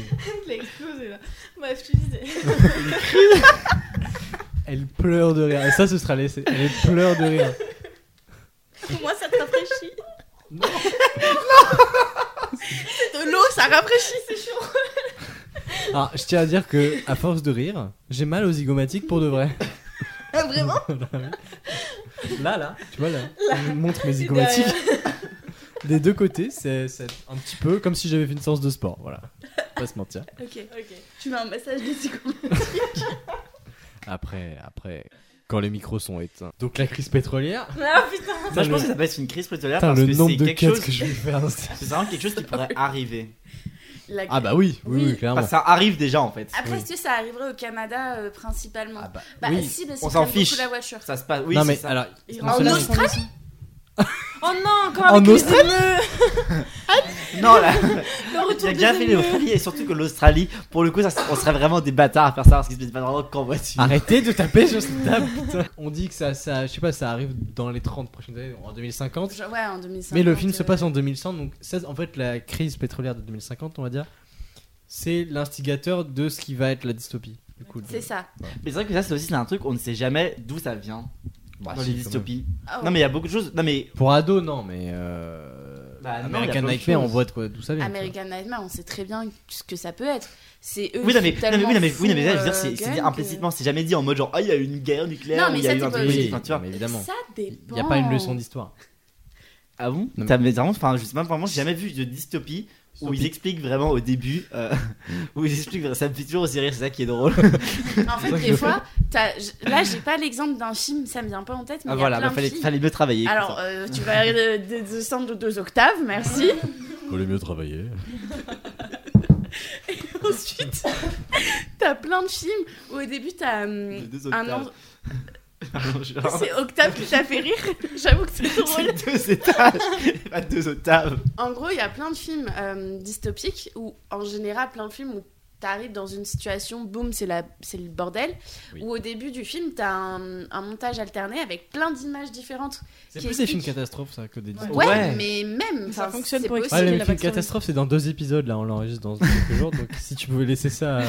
Elle a explosé là. Bref, tu disais. Elle pleure de rire. Et ça, ce sera laissé. Elle pleure de rire. Pour moi, ça te rafraîchit. Non. <laughs> C'est de l'eau, ça rafraîchit, c'est chaud. Alors, Ah, je tiens à dire que, à force de rire, j'ai mal aux zygomatiques pour de vrai. <laughs> Ah, vraiment Là, là. Tu vois là, je montre mes zygomatiques. Des deux côtés, c'est c'est un petit peu comme si j'avais fait une séance de sport. Voilà. Faut Pas se mentir. Ok, ok. Tu mets un massage de psychologue. Après, après, quand les micros sont éteints. Donc la crise pétrolière. Ah putain. Moi, je le- pense que ça peut être une crise pétrolière Putain, parce le que c'est nombre de quelque quêtes chose. que je vais faire. C'est vraiment quelque chose qui Ah pourrait arriver. La- Ah bah oui, oui, Oui. oui, clairement. Enfin, ça arrive déjà en fait. Après, Oui. est-ce que ça arriverait au Canada euh, principalement Ah bah, Bah oui. si, parce On qu'ils s'en prennent beaucoup fiche. la voiture. Ça se passe. Oui, non c'est mais ça. alors, Ils Non, rentrent c'est en la- Australie <laughs> Oh non, quand En avec les Australie émeutes, <laughs> Non, là, le il retour a des bien fait émeutes. l'Australie et surtout que l'Australie, pour le coup, ça, on serait vraiment des bâtards à faire ça parce qu'ils se mettent pas vraiment qu'en voiture. Arrêtez de taper sur cette <laughs> table. putain. On dit que ça, ça, je sais pas, ça arrive dans les 30 prochaines années, en 2050. Genre, Ouais, en 2005. Mais le film se euh, passe en 2100, donc ça, en fait, la crise pétrolière de 2050, on va dire, c'est l'instigateur de ce qui va être la dystopie. Du coup, C'est ça. Mais c'est vrai que ça, c'est aussi c'est un truc, on ne sait jamais d'où ça vient dans si, les quand dystopies. Ah ouais. Non, mais il y a beaucoup de choses. Non, mais Pour ado, non, mais euh... Bah non, y a American plein de Nightmare, on choses. voit de quoi, d'où ça vient. American Nightmare, on sait très bien ce que ça peut être. C'est eux Oui, non, mais, qui non, sont mais, oui, non, mais, oui, non, mais, tellement je veux dire, fous, c'est euh, c'est dit guns implicitement, c'est jamais dit en mode genre, ah, il y a eu une guerre nucléaire, Non, ou mais il y a ça, eu t'es un pas truc. obligé. aussi. Oui, Enfin, tu vois. mais que- évidemment. Ça Il dépend. n'y a pas une leçon d'histoire. Ah bon mais- T'as- mais vraiment, enfin, je sais même, vraiment, j'ai jamais vu de dystopie où ils expliquent vraiment au début, euh, <laughs> où ils expliquent, ça me fait toujours aussi rire, c'est ça qui est drôle. En fait, des fois, t'as- j- là, j'ai pas l'exemple d'un film, ça me vient pas en tête, mais Ah, il y a voilà, plein bah, fallait, de films. fallait mieux travailler. Alors, hein. euh, tu vas euh, de- descendre de deux octaves, merci. <laughs> Vaut mieux <laughs> travailler. Ensuite, t'as plein de films où au début, t'as hum, De deux un octaves. an- Genre- C'est octave qui t'a fait rire. <laughs> J'avoue que <laughs> c'est drôle. C'est deux étages, pas deux octaves. En gros, il y a plein de films euh, dystopiques ou en général plein de films où t'arrives dans une situation, boum, c'est la- c'est le bordel. Oui. Ou au début du film, t'as un, un montage alterné avec plein d'images différentes. C'est Qui plus des films explique- catastrophes, ça, que des dystopies. Ouais, Ouais. mais même. Ça enfin, fonctionne c'est pour possible. Ouais, expliquer le la film backstory. catastrophe, c'est dans deux épisodes, là, on l'enregistre dans quelques jours, donc si tu pouvais laisser ça. euh,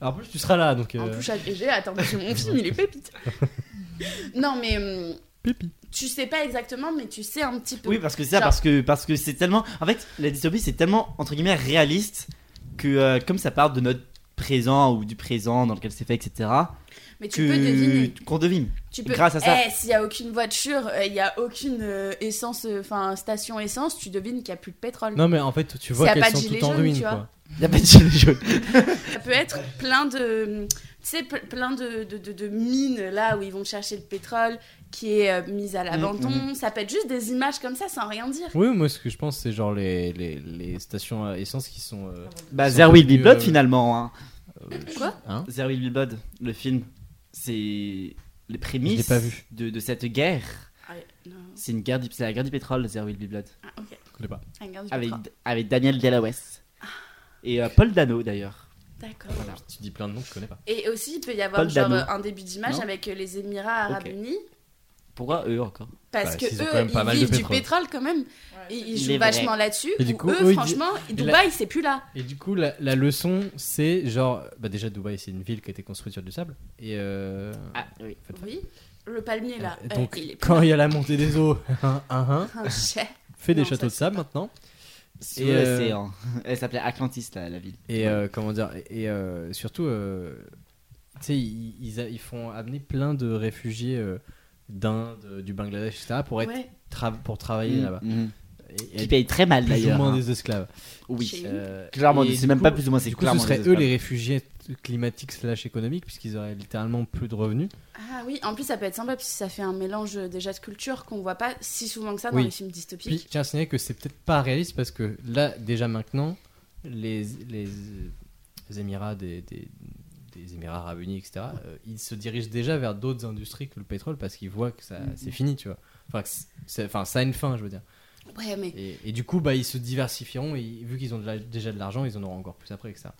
Alors, en plus, tu seras là, donc. En euh, plus, j'ai- j'ai attends, parce que mon film, il est pépite. non, mais hum, Pépi. tu sais pas exactement, mais tu sais un petit peu. Oui, bah, parce que c'est ça, Genre- parce que parce que c'est tellement. En fait, la dystopie c'est tellement entre guillemets réaliste que euh, comme ça part de notre présent ou du présent dans lequel c'est fait, etc. mais tu peux deviner. Que qu'on devine. Tu peux... Grâce à ça. Eh, s'il n'y a aucune voiture, euh, il n'y a aucune euh, essence, euh, enfin station essence, tu devines qu'il n'y a plus de pétrole. Non, mais en fait, tu S'il y vois a pas qu'elles de sont gilets toutes en jaunes, ruine, tu vois. quoi. Y a pas de gilet jaune. Ça peut être plein de, hum, tu sais, pe- plein de, de, de- de mines là où ils vont chercher le pétrole qui est euh, mis à l'abandon. Ça peut être juste des images comme ça sans rien dire. Oui, moi ce que je pense, c'est genre les, les, les stations euh, essence qui sont. euh, Bah, Sans There Will Be plus, Blood euh, finalement. Hein. Quoi hein There Will Be Blood, le film, c'est les Je l'ai prémices pas vu. de de cette guerre. Ah, non. C'est une guerre, du- c'est la guerre du pétrole, There Will Be Blood, Ah, ok. Je connais pas. Ah, regarde, je avec comprends. avec Daniel Delawes et euh, Paul Dano d'ailleurs. D'accord. Voilà. Tu dis plein de noms, que je connais pas. Et aussi, il peut y avoir Paul genre Dano. euh, un début d'image Non avec euh, les Émirats Arabes Ok. Unis. Pourquoi eux encore Parce Bah, que s'ils ont eux, quand même pas ils mal de vivent du pétrole. pétrole quand même. et ils Il jouent est vrai. vachement là-dessus. Et du où coup, eux, eux, ils franchement, ils Dubaï, c'est plus là. Et du coup, la, la leçon, c'est genre. Bah, déjà, Dubaï, c'est une ville qui a été construite sur du sable. Et. Euh... Ah oui. Oui, le palmier là. euh, euh, donc, il est quand il y a la montée des eaux, <laughs> un, un, un, pas un chef. fais des Non, ça, châteaux de c'est sable maintenant. Et Et, euh, l'océan. hein. Elle s'appelait Atlantis, la, la ville. Et euh, comment dire Et, et, euh, surtout, euh, tu sais, ils, ils a- ils font amener plein de réfugiés euh, d'Inde, du Bangladesh, etc. pour, être, Ouais. tra- pour travailler là-bas. Mhm. Et Et Qui paye très mal Plus ou d'ailleurs. moins hein. des esclaves. Oui. Chez Euh, Clairement, et c'est du même coup- pas plus ou moins, c'est Du coup, ce clairement. seraient des eux esclaves. les réfugiés climatiques slash économiques, puisqu'ils auraient littéralement plus de revenus. Ah oui, en plus ça peut être sympa puisque ça fait un mélange euh, déjà de cultures qu'on voit pas si souvent que ça dans Oui. les films Puis, dystopiques. je tiens à signaler que c'est peut-être pas réaliste, parce que là, déjà maintenant, les, les, euh, les Émirats des, des- des Émirats Arabes Unis, etc., euh, ils se dirigent déjà vers d'autres industries que le pétrole, parce qu'ils voient que ça, Mm-hmm. c'est fini, tu vois. Enfin, que c'est- enfin, ça a une fin, je veux dire. Ouais, mais Et, et du coup, bah, ils se diversifieront, et vu qu'ils ont de la- déjà de l'argent, ils en auront encore plus après, etc.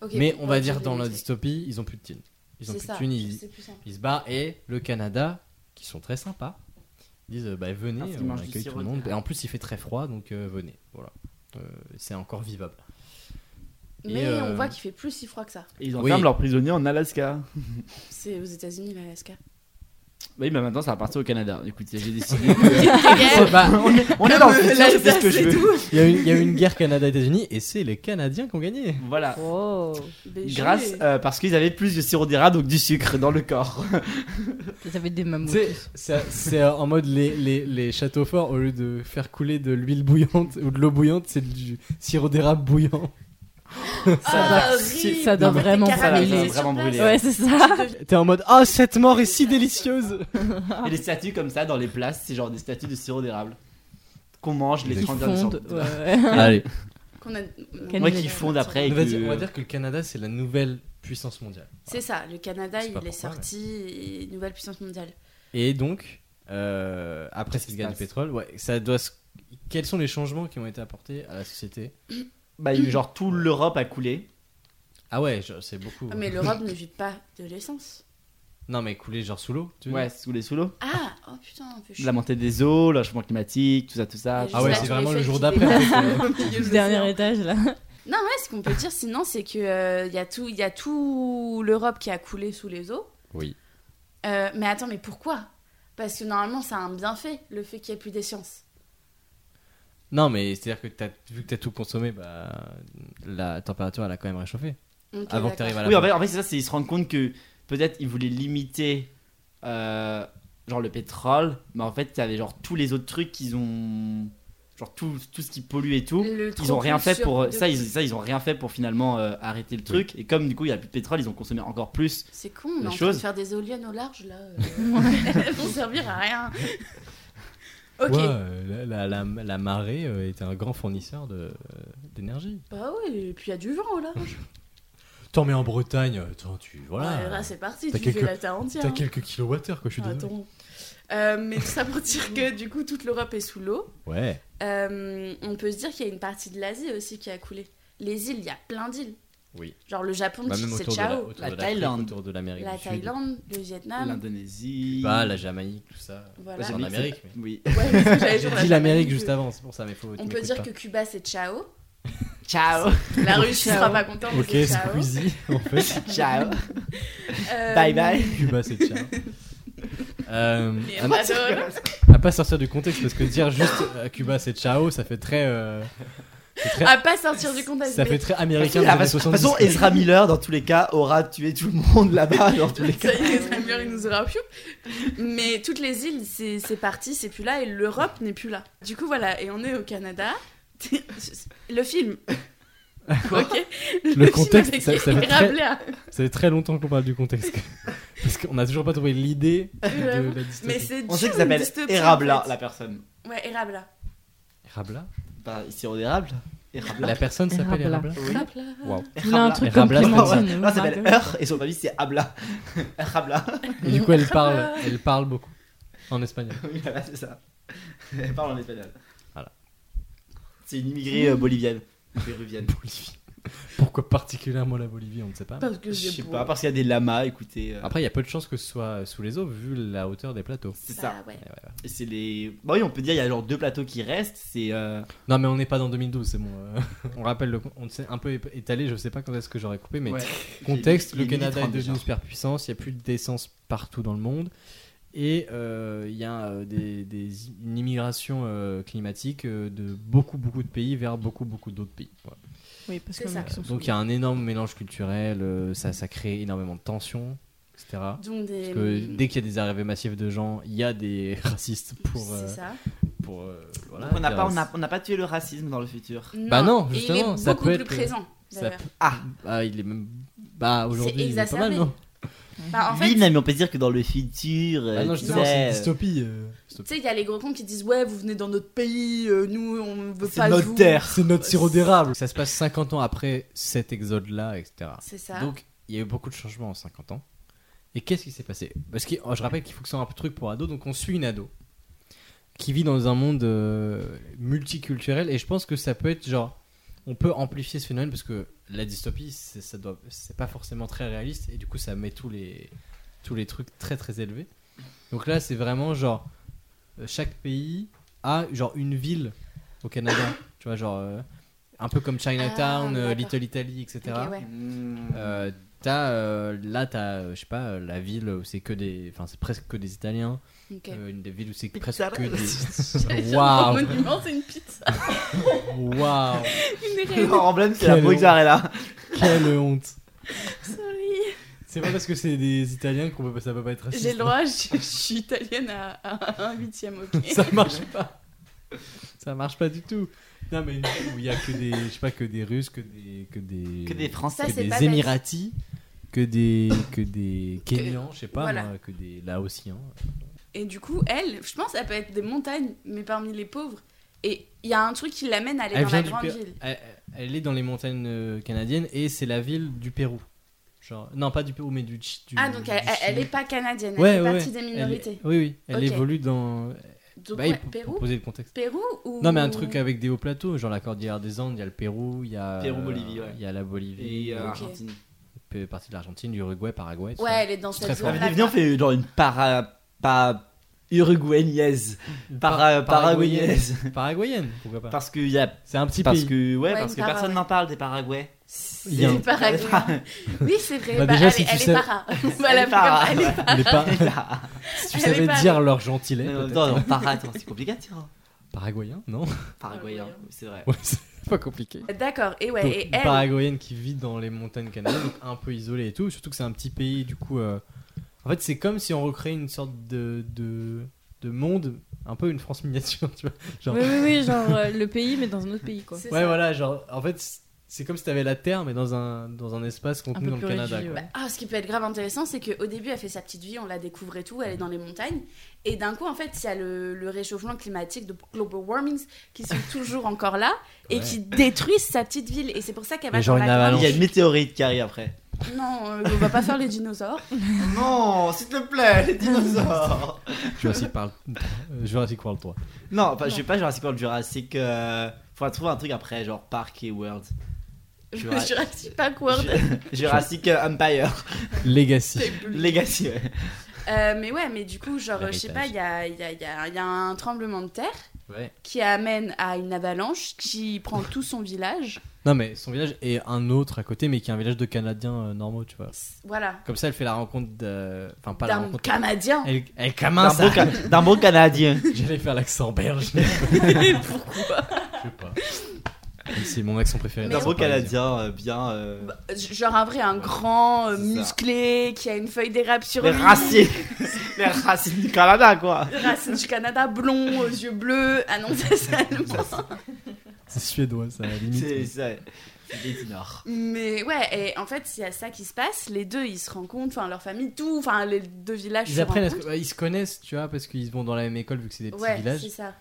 ok, Mais pour on va pas dire dans la démontrer. dystopie, ils ont plus de thunes. Ils ont C'est plus ça, de thunes, ils, c'est plus simple. ils se barrent et le Canada, qui sont très sympas, disent euh, bah, venez, Parce qu'ils on mangent du accueille tout sirop le de monde. terre. Et en plus, il fait très froid, donc euh, venez. Voilà. Euh, c'est encore vivable. Et, Mais euh, on voit qu'il fait plus si froid que ça. Et Ils Oui. enferment leurs prisonniers en Alaska. C'est aux <laughs> États-Unis, l'Alaska. Oui, mais maintenant ça va partir au Canada. Écoute, j'ai <laughs> décidé. Bah, on est, on est dans le futur, je fais ce que je C'est veux. tout. Il y, a une- il y a eu une guerre Canada-États-Unis et c'est les Canadiens qui ont gagné. Voilà. Oh, BG. Grâce euh, parce qu'ils avaient plus de sirop d'érable donc du sucre dans le corps. ils avaient des mammouths. C'est- C'est c'est, euh, en mode les, les- les châteaux forts, au lieu de faire couler de l'huile bouillante ou de l'eau bouillante, c'est du sirop d'érable bouillant. Ah, si- horrible. ça doit Mais t'es vraiment caramélisé brûler. sur Vraiment place. brûler. Ouais, c'est ça. T'es en mode Ah, cette mort est si délicieuse Et les statues comme ça dans les places, c'est genre des statues de sirop d'érable qu'on mange les Ils 30 derniers fondent. jours. ouais. <laughs> Allez. Qu'on a- Canada. Moi qui fonde après. et on va, que- dire, on va dire que le Canada, c'est la nouvelle puissance mondiale. C'est ça, le Canada, Je sais il pas est pourquoi, sorti, et nouvelle puissance mondiale. Et donc, euh, après cette se guerre du passe pétrole, ouais, ça doit se- quels sont les changements qui ont été apportés à la société Bah, il- genre tout l'Europe a coulé. Ah ouais, je- c'est beaucoup. Ah, Mais l'Europe ne vit pas de l'essence. Non, mais couler genre sous l'eau, tu veux Ouais, dire sous les sous l'eau. Ah, oh putain, un peu La montée des eaux, le changement climatique, tout ça, tout ça. Ah ouais, Tout c'est ça. vraiment le jour euh. <laughs> Le dernier étage là. Non, ouais, ce qu'on peut dire sinon, c'est que euh, y a tout, y a tout l'Europe qui a coulé sous les eaux. Oui. Euh, mais attends, mais pourquoi Parce que normalement, ça a un bienfait, le fait qu'il n'y ait plus d'essence. Non, mais c'est-à-dire que t'as- vu que t'as tout consommé, bah, la température, elle a quand même réchauffé. Ok, avant que d'accord. t'arrives à la Oui, en fin. fait, en fait, c'est ça, c'est ils se rendent compte que peut-être ils voulaient limiter euh, genre le pétrole, mais en fait, il y avait genre tous les autres trucs qu'ils ont genre tout, tout ce qui pollue et tout. Le Ils ont trop rien fait sûr pour de- ça ils, ça, ils ont rien fait pour finalement euh, arrêter le truc et comme du coup il y a plus de pétrole, ils ont consommé encore plus. C'est con, on est les en train choses. de faire des éoliennes au large <laughs> là. euh, Elles vont servir à rien. ok. Ouais, euh, la, la- la- la marée euh, était un grand fournisseur de, euh, d'énergie. Bah ouais, et puis il y a du vent au large. T'en mets en Bretagne, attends, tu. Voilà. Ouais, là, c'est parti, T'as tu fais quelques- la terre entière. T'as hein. quelques kilowattheures, quoi, je suis désolé. Attends. Euh, mais tout ça pour dire que du coup, toute l'Europe est sous l'eau. Ouais. Euh, on peut se dire qu'il y a une partie de l'Asie aussi qui a coulé. Les îles, il y a plein d'îles. Oui. Genre le Japon, Bah, tu- même c'est autour de, la, ciao. autour La de l'Afrique, Thaïlande. autour de l'Amérique. La du Sud. Thaïlande, le Vietnam. L'Indonésie, Bah, la Jamaïque, tout ça. Voilà. C'est en L'Amérique, Amérique. c'est- Oui. Ouais, Bah, c'est ce que j'allais J'ai dire, dit la l'Amérique Jamaïque. juste avant, c'est pour ça, mais faut. tu On peut m'écoutes dire pas. que Cuba, c'est ciao. Ciao. La Russie Ciao. sera pas contente. mais Ok, c'est ciao. Squeezie, en <laughs> fait. <laughs> Ciao. Euh, bye bye. Cuba, c'est tien. Euh, les à, Radoles. <laughs> à pas sortir du contexte parce que dire juste euh, Cuba c'est ciao ça fait très euh, c'est très- À pas sortir du contexte. ça fait mais- ah, très Ah, De américain des années toute 70 façon, Ezra Miller, dans tous les cas, aura tué tout le <laughs> monde là-bas, dans tous les cas. Ça y est, Ezra Miller, il nous aura piou. Mais toutes les îles, c'est c'est parti, c'est plus là, et l'Europe n'est plus là. Du coup, voilà, et on est au Canada. <laughs> Le film. Ok. Le contexte, film ça- avec ça fait très- Rabelais. ça fait très longtemps qu'on parle du <laughs> contexte parce qu'on a toujours pas trouvé l'idée <laughs> de la dystopie. Mais c'est On sait dur, qu'il s'appelle une dystopie, Erabla, en fait. la personne. Ouais, Erabla. Rabla Bah, sirop d'érable Erabla. la personne s'appelle Rabla. Rabla Erabla. Vous voulez un Et truc comme Rabelais, Non, ouais. Clémentine Non, ou ça s'appelle Margot Eur et son famille c'est Abla. <laughs> Erabla. <laughs> et du coup elle parle elle parle beaucoup en <laughs> espagnol Oui, voilà, c'est ça. <laughs> Elle parle en espagnol. Voilà. C'est une immigrée euh, bolivienne. <laughs> Péruvienne. Bolivie pourquoi particulièrement la Bolivie on ne sait pas Parce que Je j'ai sais beau. pas, parce qu'il y a des lamas, écoutez. euh, après il y a peu de chances que ce soit sous les eaux vu la hauteur des plateaux c'est ça. Bah, ouais. Et C'est les. Bah oui, on peut dire, il y a genre deux plateaux qui restent. C'est. euh, Non, mais on n'est pas dans 2012, c'est bon. euh, <laughs> on rappelle, le, con- on s'est un peu ép- étalé, je sais pas quand est-ce que j'aurais coupé, mais ouais. contexte Il le il Canada est 1030 déjà. devenu une superpuissance, il n'y a plus d'essence partout dans le monde, et euh, il y a euh, des, des- une immigration euh, climatique euh, de beaucoup, beaucoup de pays vers beaucoup, beaucoup d'autres pays. Voilà. Oui, parce C'est que ça. mecs sont sous Donc il y a un énorme mélange culturel, euh, ça, ça crée énormément de tensions, etc. Donc Parce des. que dès qu'il y a des arrivées massives de gens, il y a des <laughs> racistes pour, euh, C'est ça. pour euh, voilà, Donc on n'a dire- pas, on n'a- on n'a pas tué le racisme dans le futur. Bah non, et il justement, est ça beaucoup peut plus être- euh, présent. ça d'ailleurs. Ah, Bah, il est même. Bah, aujourd'hui, il est pas exacerbé. mal, non Bah, en fait, oui, non, mais on peut se dire que dans le futur, euh, Ah non, tu justement, sais, c'est une euh, dystopie. euh, tu sais, il y a les gros cons qui disent Ouais, vous venez dans notre pays, euh, nous, on veut c'est pas notre vous. terre. C'est notre sirop d'érable. Ça se passe 50 ans après cet exode-là, etc. C'est ça. Donc, il y a eu beaucoup de changements en 50 ans. Et qu'est-ce qui s'est passé Parce que oh, je rappelle qu'il faut que ça soit un truc pour ado, donc on suit une ado qui vit dans un monde euh, multiculturel. Et je pense que ça peut être genre, on peut amplifier ce phénomène parce que la dystopie, c'est ça doit, c'est pas forcément très réaliste et du coup ça met tous les tous les trucs très très élevés. Donc là, c'est vraiment genre euh, chaque pays a genre une ville au Canada, <coughs> tu vois genre euh, un peu comme Chinatown, Ah, euh, d'accord. Little Italy, etc. Ok, ouais. Euh, t'as, euh, là, t'as, euh, je sais pas, euh, la ville où c'est que des. Enfin, c'est presque que des Italiens. Ok. Euh, une des villes où c'est Pizza. presque que <laughs> des. J'allais dire, dans Waouh! le monument, c'est une pizza. Waouh! Une Le reine. emblème, c'est la Quel mozzarella. Quelle honte! Sorry. C'est pas parce que c'est des Italiens qu'on peut, ça peut pas être raciste. J'ai le droit, je, je suis italienne à, à un huitième, <laughs> ok. <laughs> Ça marche pas! Ça marche pas du tout! Non, mais une ville où il y a que des. Je sais pas, que des Russes, que des. Que des, Que des Ça, Français. que c'est des pas bête. Émiratis, que des. Que des Kenyans, je sais pas, voilà. moi, que des Laotiens. Et du coup, elle, je pense, elle peut être des montagnes, mais parmi les pauvres. Et il y a un truc qui l'amène à aller dans la du grande Pérou. ville. Elle, elle est dans les montagnes euh, canadiennes et c'est la ville du Pérou. Genre, non, pas du Pérou, mais du, Chi- du Ah, donc du elle, elle- elle Chili. est pas canadienne, Ouais, elle ouais, fait partie ouais. des Elle est- minorités. oui, oui, elle Ok. évolue dans. Donc, bah, ouais, il faut- faut Pérou poser le contexte. Pérou ou... Non, mais un truc euh, avec des hauts plateaux, genre la Cordillère des Andes, il y a le Pérou, il y a. Pérou, euh, Bolivie, ouais. Il y a la Bolivie, Et, euh, euh, Argentine. peut- partie de l'Argentine, l'Uruguay, Paraguay. tout Ouais, ça. elle est dans Très cette fort. Ah, mais zone-là. venez, on fait genre une para... pa- uruguaynaise. Para... Par- Paraguayaise. <laughs> Paraguayenne, pourquoi pas. Parce qu'il y a... C'est un petit Parce pays. que, ouais, Ouais, parce une que para, personne ouais. n'en parle des Paraguay. Il y a un- C'est <laughs> Paraguay. Oui, c'est vrai. Bah, Bah, déjà, elle, si est- tu elle sais- est <laughs> para. On va l'appeler para, comme- elle est <laughs> para. les <laughs> par- Là. Si tu Elle est savais pas- dire leur gentilé. Non, peut-être. non, non, para, attends, c'est compliqué, tu vois. Paraguayen, non <laughs> Paraguayen, c'est vrai. Ouais, c'est pas compliqué. D'accord, et ouais, Donc, et une elle... paraguayenne qui vit dans les montagnes canadiennes, donc un peu isolée et tout. Surtout que c'est un petit pays, du coup. euh, En fait, c'est comme si on recréait une sorte de, de, de monde, un peu une France miniature, <laughs> tu vois. Genre, Oui, oui, oui, genre euh, le pays, mais dans un autre pays, quoi. c'est ouais, ça. voilà, genre, en fait, c'est- c'est comme si t'avais la Terre, mais dans un, dans un espace Un contenu peu dans plus le Canada. réfugié, quoi. ouais. Ah, ce qui peut être grave intéressant, c'est qu'au début, elle fait sa petite vie, on la découvre et tout, Mhm. elle est dans les montagnes. Et d'un coup, en fait, il y a le, le réchauffement climatique, de global warming, <laughs> qui sont toujours encore là et Ouais. qui détruisent sa petite ville. Et c'est pour ça qu'elle Mais va genre dans une la grande- Il y a une météorite qui arrive après. Non, euh, on va pas faire <laughs> les dinosaures. Non, s'il te <laughs> plaît, les dinosaures. Jurassic Park- euh, <laughs> Jurassic World 3. non, enfin, je sais pas Jurassic World, Jurassic. Euh... Faudra trouver un truc après, genre Park <laughs> et World. Jura- Jurassic Park <laughs> World. <laughs> Jurassic <laughs> euh, Empire. Legacy. Legacy, ouais. Euh, mais ouais, mais du coup, genre, je sais L'héritage. pas, il y a, il y a- il y a- il y a un tremblement de terre Ouais. qui amène à une avalanche qui prend tout son village. Non, mais son village est un autre à côté, mais qui est un village de Canadiens euh, normaux, tu vois. Voilà. Comme ça, elle fait la rencontre. d'un- Enfin, pas la D'un rencontre. Canadien. Elle, elle D'un commence beau, à ca- d'un <laughs> beau Canadien. J'allais faire l'accent belge. Pourquoi Je sais pas. Mais C'est mon accent préféré. Mais D'un l'accent beau parisien. Canadien, euh, bien. Euh... Bah, Genre un vrai, un grand, euh, C'est ça. musclé, qui a une feuille d'érable sur les lui. <laughs> racines. les racines du Canada, <laughs> quoi. Racine du Canada, blond, aux yeux bleus. Ah non, ça, <laughs> c'est allemand. C'est suédois, ça, à la limite. C'est Ah, ça. C'est des du Nord. Mais ouais, et en fait, il y a ça qui se passe. Les deux, ils se rencontrent, enfin, leur famille, tout, enfin, les deux villages Ils se apprennent, à se- rencontrent. bah, ils se connaissent, tu vois, parce qu'ils vont dans la même école vu que c'est des petits Ouais, villages c'est ça.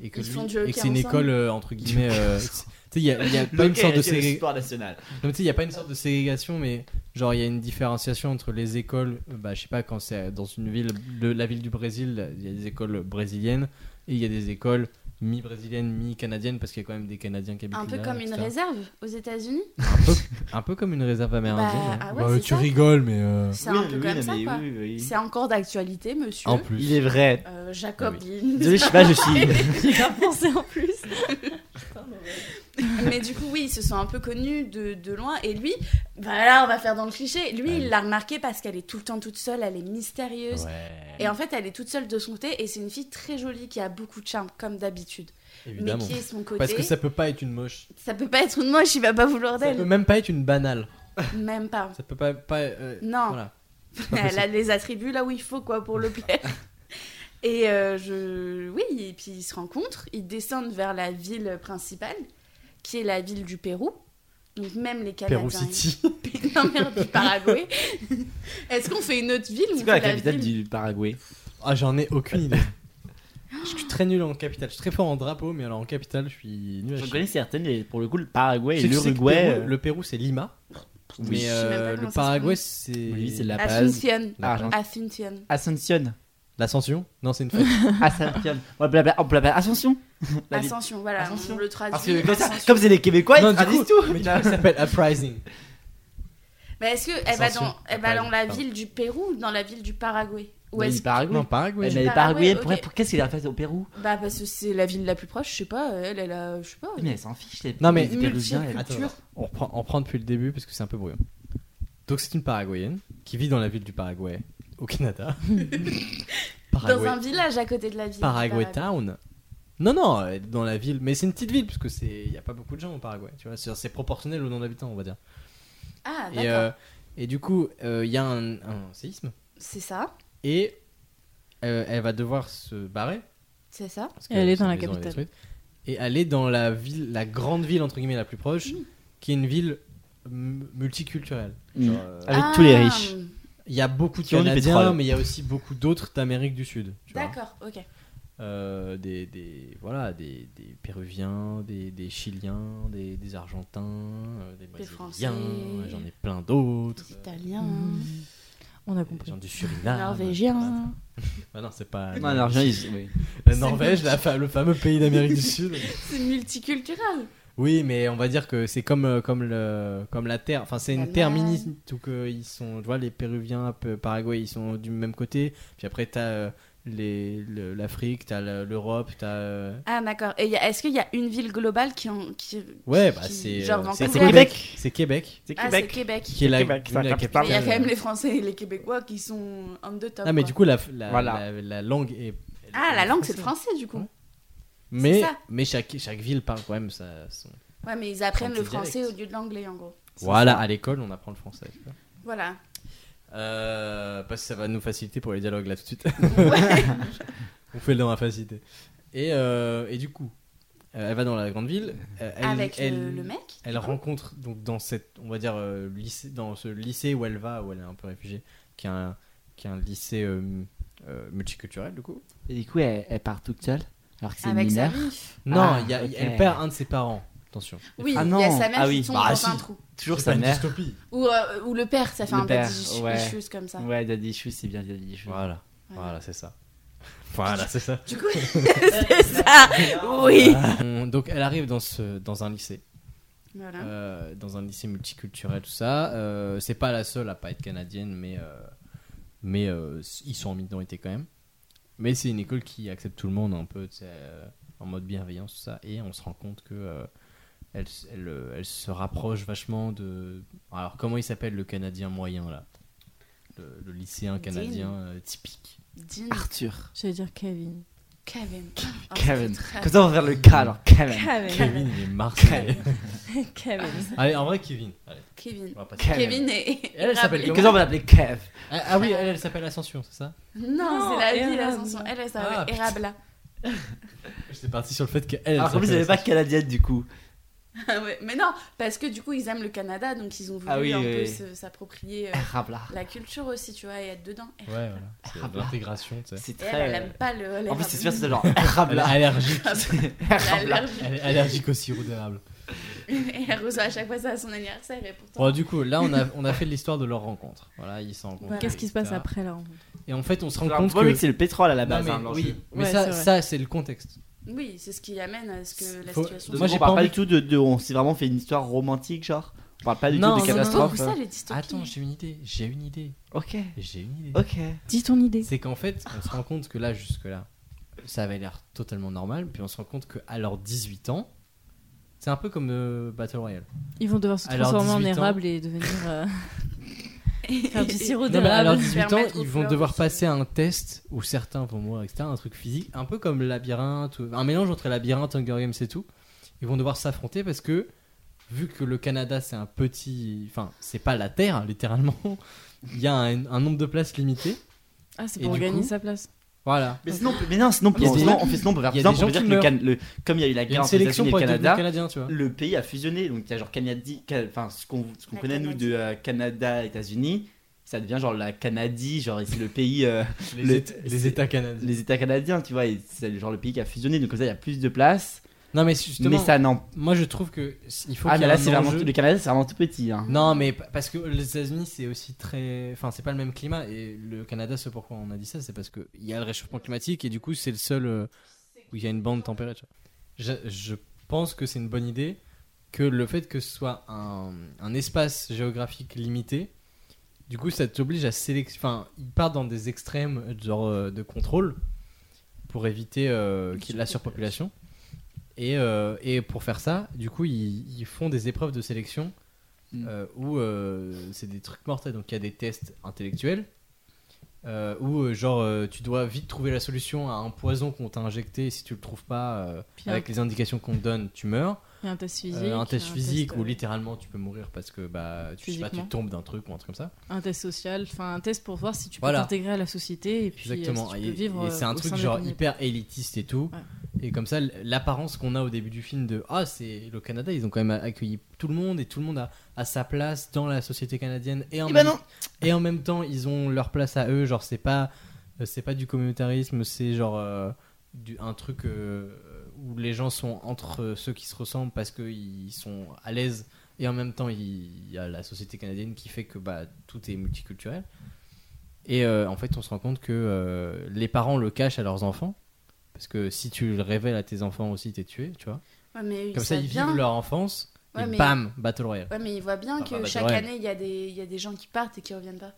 et que, ils lui- font et du que hockey c'est une ensemble. école euh, entre guillemets. <laughs> euh, c'est- tu sais, il y a, il y a pas une Ok, sorte de c'est le ségré- sport national. Non, mais tu sais, il y a pas une sorte de ségrégation, mais genre il y a une différenciation entre les écoles. euh, Bah, je sais pas quand c'est dans une ville, le- la ville du Brésil, il y a des écoles brésiliennes et il y a des écoles mi-brésiliennes, mi-canadiennes parce qu'il y a quand même des Canadiens qui habitent Un peu là, comme une etc. réserve aux États-Unis. Un peu comme une réserve amérindienne. Bah, hein. ah ouais, c'est ça. rigoles, mais. euh, C'est Oui, un peu oui, comme non, ça, mais quoi. oui, oui. C'est encore d'actualité, monsieur. En plus. Il <laughs> est vrai. Euh, Jacob, Ah il- Désolé, <laughs> je sais pas, je suis. <laughs> Pensez en plus. Mais du coup, oui, ils se sont un peu connus de, de loin. Et lui, voilà, on va faire dans le cliché. Lui, il l'a remarqué parce qu'elle est tout le temps toute seule, elle est mystérieuse. Ouais, Et en fait, elle est toute seule de son côté. Et c'est une fille très jolie qui a beaucoup de charme, comme d'habitude. Mais évidemment. qui est son côté. Parce que ça peut pas être une moche. ça peut pas être une moche, il va pas vouloir Ça peut d'elle. même pas être une banale. Même pas. Ça peut pas. pas euh, Non. Voilà. <laughs> Elle a les attributs là où il faut, quoi, pour le plaire. Et euh, je... oui, et puis ils se rencontrent, ils descendent vers la ville principale, qui est la ville du Pérou. Donc même les Canadiens... Pérou City. Non, merde, du <laughs> Paraguay. Est-ce qu'on fait une autre ville ou C'est on quoi la fait capitale ville du Paraguay <laughs> Ah, j'en ai aucune idée. Je suis très nul en capitale. Je suis très fort en drapeau, mais alors en capitale, je suis nul à Je chier. connais certaines, et pour le coup, le Paraguay Je et sais que l'Uruguay. Pérou- euh, Le Pérou, c'est Lima. Oui. Mais sais euh, même pas le comment ça Paraguay, c'est. Oui, c'est La Paz. Asunción. Argent- Asunción. Ascension. L'ascension Non, c'est une fête. <laughs> Ascension. Ouais, blabla, on peut l'appeler <laughs> Ascension. La ville. Ascension, voilà, Ascension. on le Parce traduit. que comme, ça- Ascension. comme c'est des Québécois, Non, ils ah, du coup, traduisent tout. mais du coup, ça <laughs> s'appelle Uprising. Mais est-ce qu'elle va Ascension. dans, elle va dans la Pardon. ville du Pérou ou dans la ville du Paraguay Ou Mais est-ce le Paraguay. Non, Paraguay. Mais du les Paraguay, Paraguayens, pour- Ah, ok. pour- qu'est-ce qu'ils a fait au Pérou Bah parce que c'est la ville la plus proche, je sais pas, elle, elle a, je sais pas. Mais elles s'en fichent, les Non, mais- les Péruviens. elles- Attends, on reprend, on reprend depuis le début parce que c'est un peu brouillon. Donc c'est une Paraguayenne qui vit dans la ville du Paraguay, au <laughs> Canada. Dans Paraguay. un village à côté de la ville. Paraguay Paraguay. Town. Non, non, elle est dans la ville, mais c'est une petite ville parce que c'est, il y a pas beaucoup de gens au Paraguay. Tu vois, c'est c'est proportionnel au nombre d'habitants, on va dire. Ah et, d'accord, euh, et du coup, euh, il y a un, un séisme c'est ça, et euh, elle va devoir se barrer. c'est ça. parce que Elle est sa dans la maison, elle est capitale. détruite, et aller dans la ville, la grande ville entre guillemets la plus proche, qui est une ville m- multiculturelle. Mm. Genre, euh, Avec tous les Ah, riches. Il y a beaucoup de Qui ont du Canadiens, pétrole. mais il y a aussi beaucoup d'autres d'Amérique du Sud. tu vois. D'accord, ok. Euh, des, des- voilà, des, des Péruviens, des, des Chiliens, des, des Argentins, euh, des Français. Brésiliens, et j'en ai plein d'autres. Les Italiens, Mhm. Mm. On a Euh, des compris. gens du Suriname. Norvégiens. Bah non, c'est pas. Non, alors, ils. oui. La Norvège, la fa- le fameux pays d'Amérique du Sud. <laughs> C'est multiculturel. Oui, mais on va dire que c'est comme, euh, comme, le, comme la Terre. Enfin, c'est une L'Allemagne. Terre mini. Donc, euh, ils sont, tu vois, les Péruviens, peu- Paraguay, ils sont du même côté. Puis après, t'as euh, les- le- l'Afrique, t'as le- l'Europe, t'as. euh, Ah d'accord. Et y a- est-ce qu'il y a une ville globale qui en qui Ouais, bah qui- c'est. genre euh, c'est Vancouver. c'est Québec. C'est Québec. C'est Ah c'est Québec. Québec. Qui est la, Québec, c'est la la capitale. Mais il y a capitale. quand même les Français et les Québécois qui sont en deux top. Ah, mais quoi. du coup, la, la, Voilà. la, la langue est. Ah, la langue, c'est le française. français, du coup. Ouais. Mais, ça. mais chaque, chaque ville parle quand même ça. Son... Ouais, mais ils apprennent C'est un le petit français dialecte. au lieu de l'anglais, en gros. Voilà, à l'école, on apprend le français. tu vois. Voilà. Euh, parce que ça va nous faciliter pour les dialogues là tout de suite. <laughs> On fait le dans la facilité. Et, euh, et du coup, euh, elle va dans la grande ville. euh, elle, Avec le- elle- le mec Elle rencontre donc dans cette, on va dire euh, lycée, dans ce lycée où elle va, où elle est un peu réfugiée, qui est un, qui est un lycée euh, euh, multiculturel du coup. Et du coup, elle, elle part toute seule, alors que c'est une Avec sa mineure. mère. Non, Ah, il y a- ok. elle perd un de ses parents. Attention. Oui, Ah il y a non. sa mère Ah qui oui. tombe Bah, dans si. un trou. Toujours C'est sa pas une mère. dystopie. Ou, euh, ou le père, ça fait Le un père, peu des ouais. issues comme ça. Ouais, Daddy Chou, c'est bien Daddy Chou. Voilà, voilà, c'est ça. <laughs> Voilà, c'est ça. Du coup, c'est ça. Euh, Oui. <laughs> On- donc elle arrive dans ce, dans un lycée. Voilà. Euh, dans un lycée multiculturel, tout ça. Euh, c'est pas la seule à pas être canadienne, mais, euh, mais euh, s- ils sont en minorité quand même. Mais c'est une école qui accepte tout le monde un peu, tu sais, euh, en mode bienveillance, tout ça. Et on se rend compte que euh, elle, s- elle, euh, elle se rapproche vachement de. Alors, comment il s'appelle le Canadien moyen là le, le lycéen canadien euh, typique. Dean Ah, Arthur. J'allais dire Kevin. Kevin. Oh, Kevin. c'est très- Comme ça, on va faire le K alors. Kevin. Kevin. Kevin, il est marseillais. <laughs> Kevin. Allez, en vrai, Kevin. Allez, Kevin. on va passer. Kevin. Kevin et. Elle, elle s'appelle Et comment comme ça, on va l'appeler Kev. ah, ah oui, elle, elle s'appelle Ascension, c'est ça Non, Non, c'est la ville Erabla. Ascension. Elle, elle s'appelle Ah, putain. Erabla. J'étais parti sur le fait qu'elle. elle Alors qu'en Ah, plus, elle s'appelle n'est pas canadienne du coup. Ah ouais, Mais non, parce que du coup, ils aiment le Canada, donc ils ont voulu Ah oui, un oui, peu oui. se- s'approprier euh, Rabla. la culture aussi, tu vois, et être dedans. Ouais, voilà. C'est Ah, de l'intégration, tu sais. C'est Et elle, elle très. euh, aime pas le. En plus, c'est l'Erabla. sûr, c'est genre. <laughs> Elle est Rabla. <laughs> allergique. Rabla. L'allergie. Elle est allergique au sirop d'érable. Et elle reçoit <laughs> à chaque fois ça à son anniversaire et pourtant. Bon, du coup, là, on a, on a fait l'histoire de leur rencontre. Voilà, ils s'en rencontrent. Voilà. Qu'est-ce qui se passe après la rencontre Et en fait, on se rend Alors, compte pour lui, que. c'est le pétrole à la Non, base. hein, mais, l'enjeu. oui, mais Ouais, ça, c'est vrai. ça, c'est le contexte. Oui, c'est ce qui amène à ce que la Faut- situation. Moi, Moi, j'ai j'ai pas parle pas envie- du tout de, de- On s'est vraiment fait une histoire romantique, genre. On parle pas du Non, tout non, de non, catastrophe. C'est ça les dystopies. <laughs> Attends, j'ai une idée. J'ai une idée. Ok. J'ai une idée. Ok. Dis ton idée. C'est qu'en fait, on se rend compte que là, jusque-là, ça avait l'air totalement normal. Puis on se rend compte qu'à leurs 18 ans, c'est un peu comme euh, Battle Royale. Ils vont devoir se Alors, transformer en 18 ans. érable et devenir. <laughs> euh, faire du sirop Non, mais à leurs d'érable. 18 ans, Permettre aux ils vont fleurs devoir de se- passer à un test où certains vont mourir, etc. Un truc physique, un peu comme labyrinthe, ou- un mélange entre labyrinthe, Hunger Games et tout. Ils vont devoir s'affronter parce que, vu que le Canada c'est un petit. Enfin, c'est pas la <laughs> Terre, littéralement. Il y a un, un nombre de places limité. Ah, c'est Et pour du gagner coup sa place. Voilà. Mais sinon, mais non, sinon, Il y a on des- sinon, on fait sinon, on peut faire il y a ça, des on gens peut dire qui que le meurent. Can- le- comme il y a eu Il la y a guerre une entre les sélection États-Unis et pour le être Canada, devenu canadien, tu vois. le pays a fusionné. Donc il y a genre Canadi, Ca- enfin ce qu'on ce qu'on La connaît nous Canadie. de euh, Canada, États-Unis, ça devient genre la Canadie, genre et c'est le pays, euh, Les, le- États- les États canadiens. les États canadiens, tu vois, et c'est genre le pays qui a fusionné. Donc comme ça, il y a plus de place. Non, mais justement, mais ça n'en. moi je trouve que s- il faut Ah qu'il y mais ait là un c'est vraiment enjeu- tout- le Canada, c'est vraiment tout petit. hein. Non, mais pa- parce que les États-Unis, c'est aussi très. Enfin, c'est pas le même climat. Et le Canada, c'est pourquoi on a dit ça, c'est parce qu'il y a le réchauffement climatique et du coup, c'est le seul euh, où il y a une bande tempérée. tu vois. Je, je pense que c'est une bonne idée que le fait que ce soit un, un espace géographique limité, du coup, ça t'oblige à sélectionner. Enfin, il part dans des extrêmes euh, genre, euh, de contrôle pour éviter euh, qu'il y ait de la surpopulation. Et, euh, et pour faire ça, du coup, ils, ils font des épreuves de sélection Mm. euh, où euh, c'est des trucs mortels. Donc, il y a des tests intellectuels euh, où, euh, genre, euh, tu dois vite trouver la solution à un poison qu'on t'a injecté. Et si tu le trouves pas, euh, Puis avec les indications qu'on te donne, tu meurs. Il y a un test physique. Euh, un test il y a physique test, où euh, littéralement tu peux mourir parce que bah, tu, je sais pas, tu Physiquement. tombes d'un truc ou un truc comme ça. Un test social, enfin un test pour voir si tu peux Voilà. t'intégrer à la société et puis euh, Exactement. si tu et peux vivre. et euh, c'est un au truc sein de la genre communauté. hyper élitiste et tout. Et comme ça, l- l'apparence qu'on a au début du film de Ah, c'est le Canada, ils ont quand même accueilli tout le monde et tout le monde a, a sa place dans la société canadienne. Et en, Eh ben même, non. et en même temps, ils ont leur place à eux. Genre, c'est pas, euh, c'est pas du communautarisme, c'est genre euh, du, un truc euh, où les gens sont entre euh, ceux qui se ressemblent parce qu'ils sont à l'aise. Et en même temps, il il y a la société canadienne qui fait que bah, tout est multiculturel. Et euh, en fait, on se rend compte que euh, les parents le cachent à leurs enfants. Parce que si tu le révèles à tes enfants aussi, t'es tué, tu vois. Ouais, mais Comme ça, ils vient. vivent leur enfance. et Ouais, mais- bam, Battle Royale. Ouais, mais il voit bien Ah, que bah, bah, chaque ouais. année, il y, a des- il y a des gens qui partent et qui reviennent pas.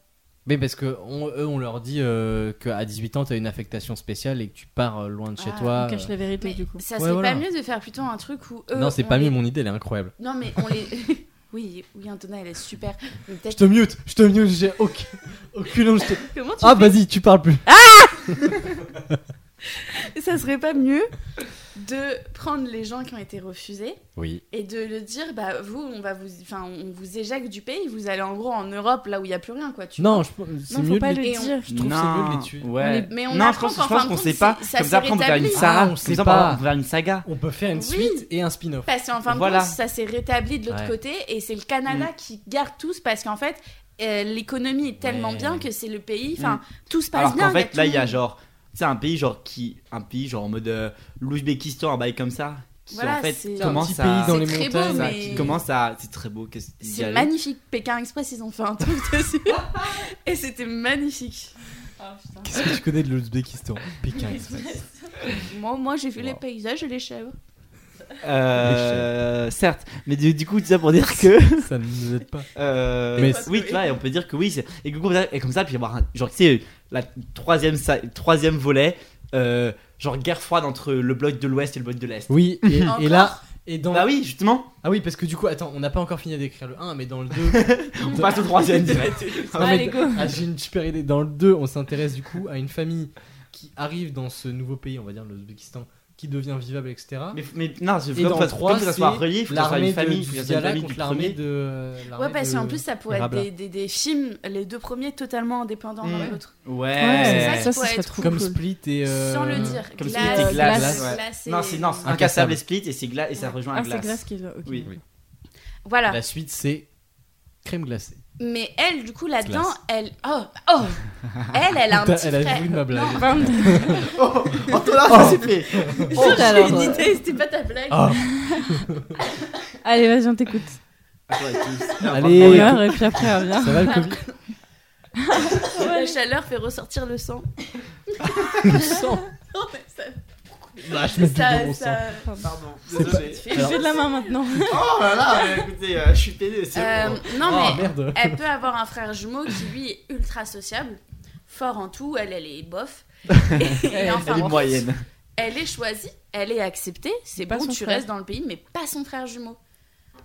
Mais parce que on- eux, on leur dit euh, qu'à 18 ans, t'as une affectation spéciale et que tu pars euh, loin de chez Ah, toi. On cache la vérité Mais du coup. ça Ouais, serait voilà. pas mieux de faire plutôt un truc où eux. non, c'est on pas les- mieux, mon idée, elle est incroyable. Non, mais on les. <laughs> oui, oui, Antonin, elle est super. Mais Je peut-être. te mute, je te mute, j'ai aucun, aucune envie, je te- Comment tu Ah, vas-y, tu parles plus. bah. Ça serait pas mieux de prendre les gens qui ont été refusés Oui. et de le dire, bah, vous, on va vous. Enfin, on vous éjecte du pays, vous allez en gros en Europe, là où il n'y a plus rien, quoi. Tu Non, je pense- c'est Non, mieux faut de pas les- le Et on- dire. Je trouve que c'est mieux de les tuer. Ouais. Mais on non, je apprend pense, qu'en je pense fin de qu'on compte, sait pas. c'est- ça Comme s'est ça, après, on peut faire une rétabli. saga. Ah, on Comme sait ça, on peut pas. on peut faire une saga. On peut faire une Oui. suite et un <laughs> spin-off. Parce qu'en fin de Voilà. Mm. compte, ça s'est rétabli de l'autre Ouais. côté et c'est le Canada qui garde tous parce qu'en fait, euh, l'économie est tellement Ouais. bien que c'est le pays. Enfin, Mm. tout se passe Alors bien. qu'en fait, tout là, il le y a monde. genre, c'est un pays genre qui, un pays genre en mode euh, l'Ouzbékistan, un bail comme ça, qui Voilà, en fait c'est- un commence petit à, pays dans les C'est très beau, montagnes. ça, mais- qui commence à, c'est très beau. qu'est-ce qu'il y C'est a- magnifique. Pékin Express, ils ont fait un truc <laughs> dessus. Et c'était magnifique. Qu'est-ce que tu connais de l'Ouzbékistan Pékin Express. Moi, moi j'ai vu Wow. les paysages et les chèvres. Euh, certes, mais du, du coup, tout ça pour dire que, Ça ne nous aide pas. euh, Mais- oui, tu vois, et on peut dire que oui, c'est- et, que comme ça- et comme ça, puis avoir un- genre, tu sais, la troisième, sa- troisième volet, euh, genre guerre froide entre le bloc de l'Ouest et le bloc de l'Est. Oui, et, et Encore là. Et dans... Bah oui, justement, Ah oui, parce que du coup, attends, on n'a pas encore fini d'écrire le 1, mais dans le 2. <laughs> on passe au troisième direct. Non, mais- Allez, go. Ah, J'ai une super idée. Dans le 2, on s'intéresse du coup à une famille qui arrive dans ce nouveau pays, on va dire l'Ouzbékistan, qui devient vivable, etc. <laughs> Mais, mais non, c'est Et comme dans ça, le 3, comme ça c'est soit relié, faut que ça soit l'armée une de famille, faut que ça soit une Djala famille du contre l'armée premier. de... euh, Ah l'armée Ouais, parce de- qu'en plus, ça pourrait être Rabla. des, des- des films, les deux premiers totalement indépendants l'un Mm. de l'autre. Eh. Ouais. c'est ça, pourrait ça serait être trop Comme cool. Split et... euh, Sans le dire. Comme Glace, Split et Glace. Glace. ouais. Glace et- Non, c'est non, c'est Incassable. incassable et Split et c'est gla- et ça rejoint la Ah, c'est glace glace. qui est là. ok. Oui. Voilà. La suite, c'est crème glacée. Mais elle, du coup, là-dedans, Glace. elle. Oh, oh Elle, elle a un Putain, petit elle a frère. joué de ma blague. Non, <laughs> Oh, Antonin, ça c'est fait. oh, j'ai alors. une idée, c'était pas ta blague. Ah. Allez, vas-y, on t'écoute. Allez. On Et- meurt et puis après, on revient. Ça va le Covid <laughs> La chaleur fait ressortir le sang. Le sang Non, mais ça- Bah, je mets du ça- dans mon sang. ça- Pardon. désolé. ça fait- Je fais de la main maintenant. <laughs> Oh là là, mais écoutez, euh, je suis pédé, c'est Euh, bon. non, Ah, mais merde elle peut avoir un frère jumeau qui lui est ultra sociable, fort en tout, elle elle <laughs> est bof. Et, et enfin, Elle est moyenne. elle est choisie, elle est acceptée, c'est Pas bon, son tu frère. restes dans le pays, mais pas son frère jumeau.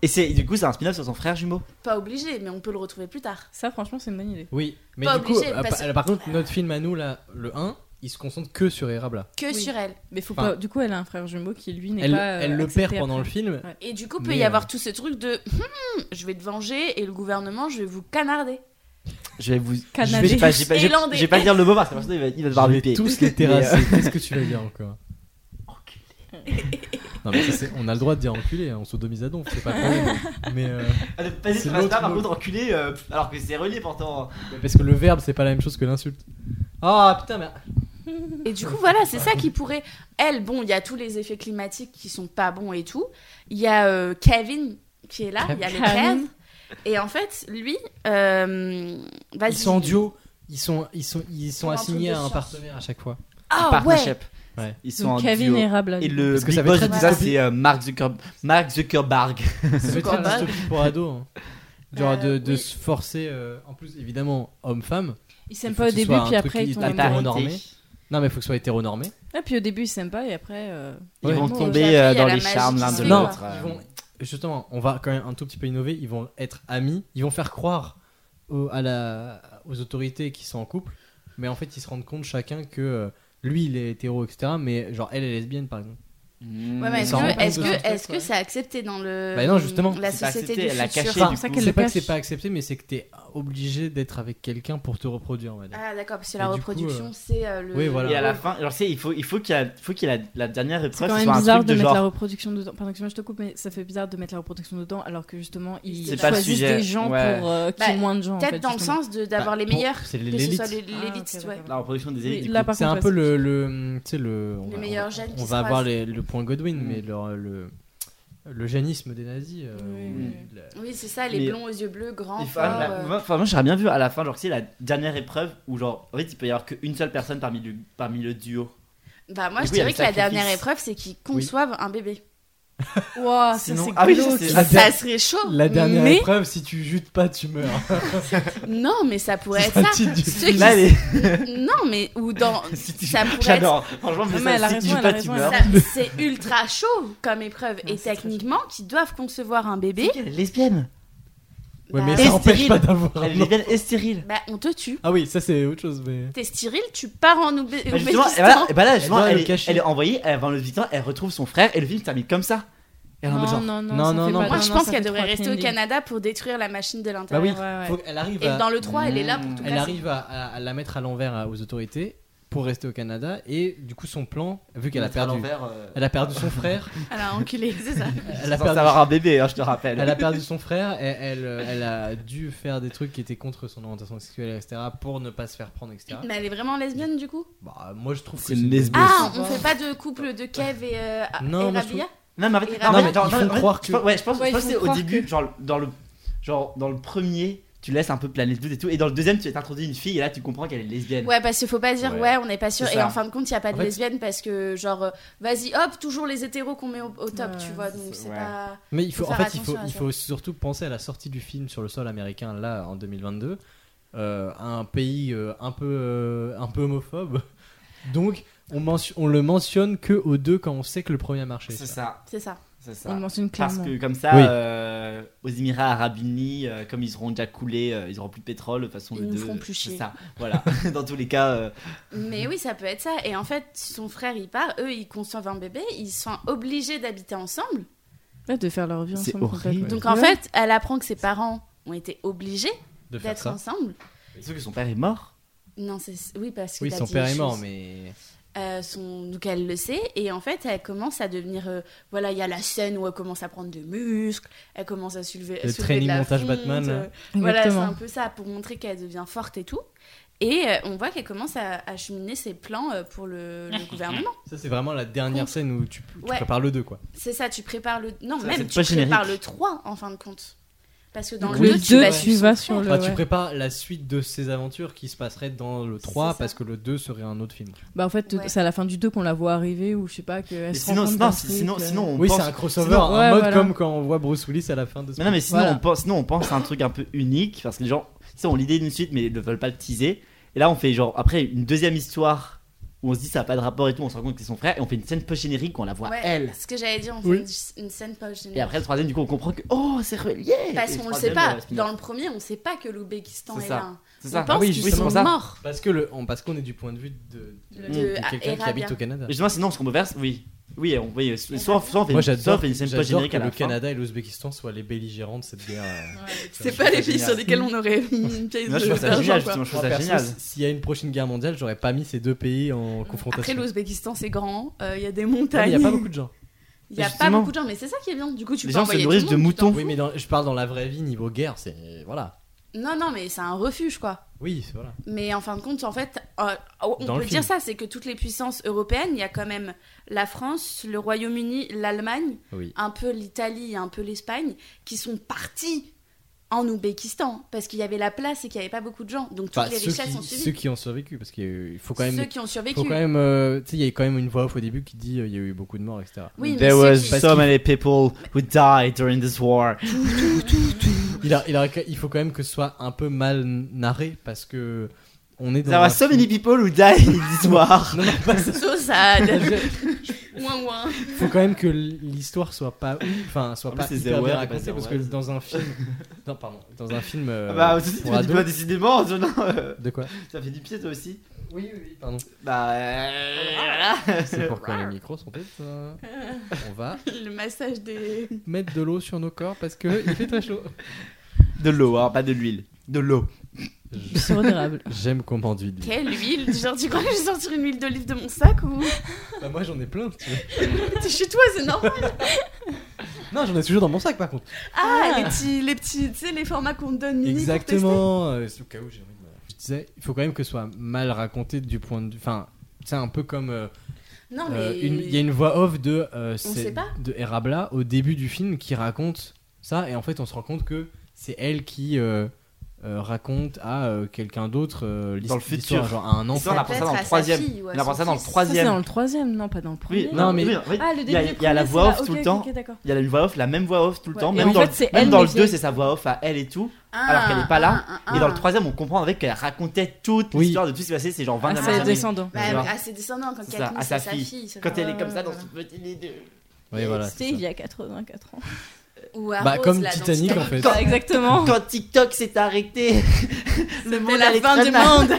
Et c'est du coup, c'est un spin-off sur son frère jumeau. Pas obligé, mais on peut le retrouver plus tard. Ça, franchement, c'est une bonne idée. Oui, mais Pas du coup, obligé, euh, parce- par, par contre, notre film à nous, là, le 1, il se concentre que sur Erabla. Que Oui. sur elle. Mais faut Enfin, pas. Du coup, elle a un frère jumeau qui lui n'est Elle, pas. euh, elle le accepté perd pendant après. le film, Ouais. Et du coup, peut Mais, y euh, hmm, avoir tout ce truc de Hum, je vais te venger et le gouvernement, je vais vous canarder. Je vais vous. Je Canadais. vais pas, j'ai pas, j'ai- Irlandais. j'ai pas dire le mot parce que sinon il va, il va te barrer Je le vais pied. tous <laughs> les terrasser. Qu'est-ce que tu vas dire encore Non, mais ça, c'est- on a le droit de dire enculé, hein, on sodomise à donf, c'est pas le problème. Mais euh, <laughs> Ah, de passer C'est sur Insta, l'autre par mot. contre, enculé, euh, pff, alors que c'est relié pourtant. parce que le verbe, c'est pas la même chose que l'insulte. Ah putain, mais. Et du coup, voilà, c'est ça qui pourrait. Elle, bon, il y a tous les effets climatiques qui sont pas bons et tout. Il y a euh, Kevin qui est là, il y a les Kevin. crèves. Et en fait, lui, euh, vas-y. Ils sont en duo, ils sont, ils sont, ils sont Pour un assignés truc de à un science. partenaire à chaque fois. Ah ouais. Partnership. Ouais. Ils sont Donc en Kevin duo. et Rabla. Et le Parce que big ça va boss être de très tout ça, dystopique. c'est euh, Mark, Zucker- Mark Zuckerberg. Ça doit être Zuckerberg. une dystopie pour ados. hein. Genre Euh, de, de oui. se forcer, euh, en plus évidemment homme-femme. Ils s'aiment il faut pas au que ce début, soit un puis truc après qui ils tombent est amoureux. apparent. euh, hétéronormé. Non mais il faut que ce soit hétéronormé. Ah, puis au début ils s'aiment pas, et après. euh, Ils Ouais. vont Ils vont au tomber Japon, euh, il y a dans la les magie charmes qui l'un se de fait, Non, l'autre. ils vont- justement, on va quand même un tout petit peu innover. Ils vont être amis, ils vont faire croire aux, à la, aux autorités qui sont en couple, mais en fait ils se rendent compte chacun que euh, lui il est hétéro, etc. Mais genre elle est lesbienne par exemple. Hmm. Ouais, mais Ils est-ce s'en rendent que, est-ce compte de ce que, est-ce truc, que c'est accepté dans le Bah non, justement, la c'est pas société accepté, du elle a futur caché, Enfin, du ça coup. qu'elle c'est le pas que cache. c'est pas accepté, mais c'est que t'es obligé d'être avec quelqu'un pour te reproduire, on va dire. Ah d'accord, parce que la Et du reproduction, coup, euh, c'est euh, le. oui, voilà. Et à la fin, alors tu sais, il faut, il faut qu'il y a, faut qu'il y ait la, la dernière C'est épreuve, quand ce même soit un bizarre truc de de mettre la genre. reproduction dedans. Pardon, excuse-moi, je te coupe, mais ça fait bizarre de mettre la reproduction dedans alors que justement ils C'est pas le choisissent sujet. des gens Ouais. pour euh, qu'il y Bah, ait moins de gens. en Peut-être fait, dans le justement. sens de- d'avoir Bah, les pour- meilleurs, c'est que ce l'élite. soit les- Ah, l'élite, ok, ouais. d'accord. La reproduction des Oui, élites. du là, coup. par C'est contre, un ouais, peu c'est- le, le- tu sais, le- on Les va- meilleurs on- gènes qui On se va avoir croisent. les- le point Godwin, Mm. mais le, le, le janisme des nazis. euh, Oui, ou oui. de la- Oui, c'est ça, les Mais- blonds aux yeux bleus, grands, Et fin, forts, la- euh, moi- enfin, moi j'aurais bien vu à la fin, genre, tu sais, la dernière épreuve où, genre, en fait, il peut y avoir qu'une seule personne parmi le, parmi le duo. Bah moi Du je coup, il y a dirais le que la sacrifice. dernière épreuve c'est qu'ils conçoivent un bébé. Ouah, ça Sinon- c'est Ah oui, glauque. c'est- La Ça, der- serait Oh. chaud. La dernière mais... épreuve, si tu jutes pas, tu meurs. Non mais ça pourrait être C'est le ça. titre du- Ceux qui- <laughs> Là, les- Non mais ou dans <laughs> si tu- ça pourrait être J'adore. Franchement, mais Non, mais elle a ça, si tu joues raison, elle a pas, tu raison, meurs. ça- c'est ultra chaud comme épreuve Non, et c'est très techniquement qu'ils doivent concevoir un bébé. Elle est lesbienne. Ouais, bah, mais Et ça empêche stérile. pas d'avoir Elle est un. lesbienne et stérile. bah, on te tue. Ah oui, ça c'est autre chose, mais. T'es stérile, tu pars en Oubé- Bah, justement, et Ouzbékistan. voilà, et bah là, justement, doit elle, le est, cacher. elle est envoyée, elle va le victoire, elle retrouve son frère et le film se termine comme ça. Et elle est en mode genre. non, non, Non, ça non, fait non, pas- Moi je non, pense ça qu'elle fait devrait trois rester au Kennedy. Canada pour détruire la machine de Bah oui, bah, l'intérieur. Ouais, faut ouais. qu'elle arrive Et à. dans le 3, elle est là Mm, pour tout Elle casser. arrive à, à- à la mettre à l'envers à- aux autorités pour rester au Canada et du coup son plan, vu qu'elle a perdu, euh, elle a perdu son <laughs> frère, Elle a enculé, c'est ça. elle a Elle a perdu perdu avoir un bébé, hein, je te rappelle. Elle a perdu son frère, et elle, euh, elle a dû faire des trucs qui étaient contre son orientation sexuelle, etc., pour ne pas se faire prendre, etc. Mais elle est vraiment lesbienne du coup Bah, moi je trouve que C'est une lesbienne. Ah, on fait pas de couple de Kev et, euh, Non, et moi, je trouve- Rabia Non, mais en fait, Et non, Rabia. mais attends, Ils non, font en fait, croire je pense- que- ouais, je pense, Ouais, je ils pense que c'est font au croire début, que- genre, dans le, genre, dans le premier, tu laisses un peu planer le doute et tout, et dans le deuxième, tu es introduit une fille, et là, tu comprends qu'elle est lesbienne. Ouais, parce qu'il faut pas dire, ouais, Ouais. on n'est pas sûr. C'est Et ça. en fin de compte, il n'y a pas de En fait- lesbienne parce que, genre, euh, vas-y, hop, toujours les hétéros qu'on met au, au top, Ouais, tu vois. c'est Donc, ça, c'est ouais. pas. Mais il faut, Faut en faire fait, il attention faut, à il ça. faut surtout penser à la sortie du film sur le sol américain, là, en 2022, euh, un pays euh, un, peu, euh, un peu homophobe. <laughs> Donc, on, mention- on le mentionne que aux deux quand on sait que le premier a marché. C'est ça. ça, C'est ça. c'est ça. Il mentionne Parce clairement. que comme ça, Oui. euh, aux Émirats Arabes Unis, euh, comme ils seront déjà coulés, euh, ils auront plus de pétrole, de toute façon, Ils les nous deux, euh, feront plus c'est chier. ça. Voilà, <laughs> dans tous les cas, euh, Mais oui, ça peut être ça. Et en fait, son frère, il part, eux, ils conçoivent un bébé, ils sont obligés d'habiter ensemble. Ouais, de faire leur vie C'est ensemble. horrible. complètement. Donc, Ouais. en fait, elle apprend que ses parents ont été obligés De faire d'être ça. ensemble. sauf que son père est mort. Non, c'est. Oui, parce que. Oui, t'as son dit père les est mort, choses. mais. Euh, son... Donc, elle le sait. Et en fait, elle commence à devenir. euh, Voilà, il y a la scène où elle commence à prendre des muscles, elle commence à soulever. Le soulever de training la montage fonte, Batman, là. euh, Voilà, c'est un Exactement. peu ça, pour montrer qu'elle devient forte et tout. Et euh, on voit qu'elle commence à, à cheminer ses plans euh, pour le, le gouvernement. Ça, c'est vraiment la dernière scène où tu, tu Ouais. prépares le 2, quoi. C'est ça, tu prépares le... Non, Ça, c'est même, tu pas prépares générique. le 3, en fin de compte. Parce que dans le, Le 2, tu deux, vas, tu suivre vas son sur frère. le- Enfin, ouais. tu prépares la suite de ces aventures qui se passeraient dans le 3 ça. parce que le 2 serait un autre film. Bah en fait, Ouais. c'est à la fin du 2 qu'on la voit arriver ou je sais pas Mais qu'elle se sinon, rend compte sinon, d'un si- truc, sinon, euh, sinon, on oui, pense c'est un crossover, en Ouais, mode voilà. comme quand on voit Bruce Willis à la fin de ce Mais non, mais sinon, Voilà. on pense, sinon, on pense à un truc un peu unique, parce que les gens, tu sais, on l'idée d'une suite, mais ils ne veulent pas le teaser. Et là, on fait genre, après une deuxième histoire où on se dit ça n'a pas de rapport et tout, on se rend compte que c'est son frère, et on fait une scène peu générique, on la voit Ouais, elle. ce que j'avais dit, on fait Oui. une, une scène pas générale. Et après le troisième, du coup, on comprend que oh, c'est relié. Et Parce qu'on le sait troisième, pas. euh, c'est Dans le premier, on sait pas que l'Ouzbékistan C'est est, ça. là. c'est On ça. pense Ah oui, qu'ils oui, c'est sont pour ça. morts. Parce que le, on- parce qu'on est du point de vue de, de- De- de ah, quelqu'un qui Erabia. habite au Canada. Et Justement, sinon, on se reverse, oui. Oui, on, oui, soit, soit on fait, Moi soit on j'adore fait une scène j'adore post-générique que à la le fin. Canada et l'Ouzbékistan soient les belligérants de cette guerre. euh. C'est Je pas trouve les ça filles sur génial. lesquelles on aurait mis une pièce Moi, je <laughs> trouve ça d'argent. génial, quoi. justement, je trouve Moi, ça perso, génial. s- S'il y a une prochaine guerre mondiale, j'aurais pas mis ces deux pays en confrontation. Après, l'Ouzbékistan, c'est grand, euh, il y a des Non, Ah, mais montagnes. il y a pas beaucoup <laughs> de gens. Il y a pas Justement. beaucoup de gens, mais c'est ça qui est bien. Du coup, tu Les peux gens se envoyer tout nourrissent le de monde, tu t'en moutons. Oui, fous. mais dans- je parle dans la vraie vie, niveau guerre, c'est. Voilà. Non, non, mais c'est un refuge, quoi. Oui, c'est- voilà. Mais en fin de compte, en fait, euh, on Dans le peut film. dire ça, c'est que toutes les puissances européennes, il y a quand même la France, le Royaume-Uni, l'Allemagne, Oui. un peu l'Italie, et un peu l'Espagne, qui sont partis en Ouzbékistan parce qu'il y avait la place et qu'il n'y avait pas beaucoup de gens. Donc toutes Enfin, les ceux, richesses ont qui, suivi. ceux qui ont survécu, parce qu'il faut quand même. Ceux qui ont survécu. faut quand même euh, tu sais, il y a quand même une voix off au début qui dit euh, il y a eu beaucoup de morts, etc. Oui, mais There ceux were qui- so many people who died during this war. Il, a- il, a- il faut quand même que ce soit un peu mal narré parce que on est dans. There were un so film- many people who died in this war. Non, non, pas <laughs> ça. So <laughs> sad. Il ouin, ouin. faut quand même que l'histoire soit pas enfin soit En pas plus, c'est hyper Zero bien Hour, c'est racontée pas parce que Zero Hour. dans un film non pardon dans un film euh, Ah bah, aussi, tu pour me dis ados- pas décidément, <laughs> non, euh, de quoi ça fait du pied toi aussi. oui oui oui pardon Bah, euh, c'est pourquoi les micros sont faits euh, on va Le massage des. mettre de l'eau sur nos corps parce que il fait très chaud de l'eau, hein, pas de l'huile. De l'eau. Sur Odérable. j'aime qu'on m'enduit de l'eau. Quelle huile <laughs> Genre, tu crois que je vais sortir une huile d'olive de mon sac ou. bah moi j'en ai plein tu vois. T'es chez toi, c'est normal. non j'en ai toujours dans mon sac par contre Ah, les petits, les petits, tu sais, les formats qu'on te donne mini pour tester. Exactement. euh, c'est au cas où j'ai envie de me- Je disais, il faut quand même que ce soit mal raconté du point de vue. Enfin, c'est un peu comme. euh, Non, mais. euh, une- Il y a une voix off de. euh, c'est- sait pas. De Erabla au début du film qui raconte ça. Et en fait, on se rend compte que c'est elle qui. euh, euh, raconte à euh, quelqu'un d'autre euh, l'his- Dans le futur. l'histoire, genre à un Et enfant ça, on apprend ça dans le troisième. On apprend ça dans le Ça, c'est dans <laughs> troisième. le troisième, non, pas dans le Oui, premier. Non, mais- oui, en fait, Ah, le il y a- début il y a la voix off tout le temps. Ok, d'accord. Il y a une voix off, la même voix off tout le Ouais, temps. et Même en dans, fait, le- c'est même elle, dans mais le 2, vieille. c'est sa voix off à elle et tout. Ah, alors qu'elle est pas là, ah, Et ah, dans le ah. troisième, on comprend avec qu'elle racontait toute Oui. l'histoire de tout ce qui s'est passé, c'est genre 20 Ah, dernières c'est années. descendant. Bah, Voilà. à ses descendants, quand C'est Katniss ça, à à sa sa, fille. fille. c'est Quand vrai. elle est comme euh, ça dans Voilà. son petit lit de... Ouais, voilà, c'est C'était il ça. y a 84 ans. Ou à Bah, Rose, comme là, dans Titanic, en fait. <laughs> Quand- Bah, exactement. Quand TikTok s'est arrêté, <laughs> le Mais monde la allait fin très du mal. monde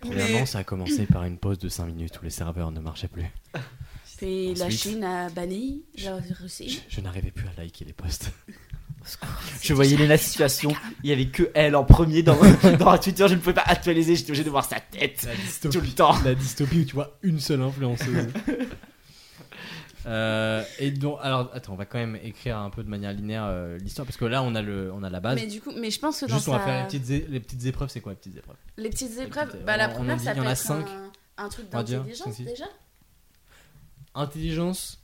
Premièrement, ça a commencé par une pause de 5 minutes où les serveurs ne marchaient plus. C'est la Ensuite. Chine à banni, la Je, Russie. je n'arrivais plus à liker les posts. Je voyais Lena situation, il y avait que elle en premier dans, <laughs> dans Twitter, je ne pouvais pas actualiser, j'étais obligé de voir sa tête La tout le temps. la dystopie où tu vois une seule influenceuse. <laughs> Euh, et donc, alors, attends, on va quand même écrire un peu de manière linéaire euh, l'histoire parce que là, on a le, on a la base. Mais du coup, mais je pense que dans Juste, on va sa- faire les petites, é- les petites épreuves. C'est quoi les petites épreuves les petites épreuves, petites- bah, la euh, on- on en première, dit- ça il y en peut a être cinq. un- un truc On va dire, d'intelligence, cinq, six. déjà Intelligence.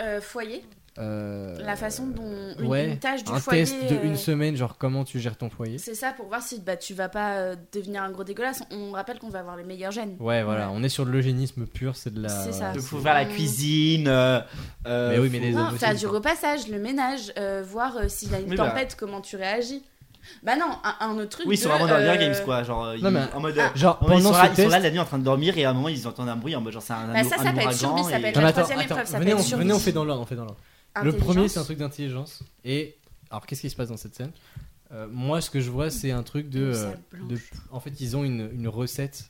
Euh, Foyer, euh, la façon dont... une- ouais, Une tâche du un foyer... test de euh, une semaine, genre comment tu gères ton foyer. C'est ça pour voir si bah, tu vas pas euh, devenir un gros dégueulasse. On rappelle qu'on va avoir les meilleurs gènes. Ouais, voilà, on est sur de l'eugénisme pur, c'est de la. C'est ça. Il faut ouvrir la cuisine. euh, euh, Mais oui, mais faut- les- Non, hommes faire aussi, du quoi. repassage, le ménage, euh, voir euh, s'il y a une Oui, bah. tempête, comment tu réagis. Bah non, un, un autre truc. Oui, ils sont de, vraiment dans le euh, Hunger Games quoi, genre euh, Non, ils- mais- en mode. euh, Genre, en mode, ils, sont pendant là, ce ils sont là test. la nuit en train de dormir et à un moment ils entendent un bruit en mode genre c'est un, Bah, ça, un ça peut être ouragan survie, ça et- peut être- Non, mais La attends, troisième attends, épreuve, ça venez, peut on, être venez, on survie. fait dans l'ordre, on fait dans l'ordre. Le intelligence. premier, c'est un truc d'intelligence. Et alors, qu'est-ce qui se passe dans cette scène Euh, Moi, ce que je vois, c'est un truc de, Une euh, salle blanche. de- En fait, ils ont une, une recette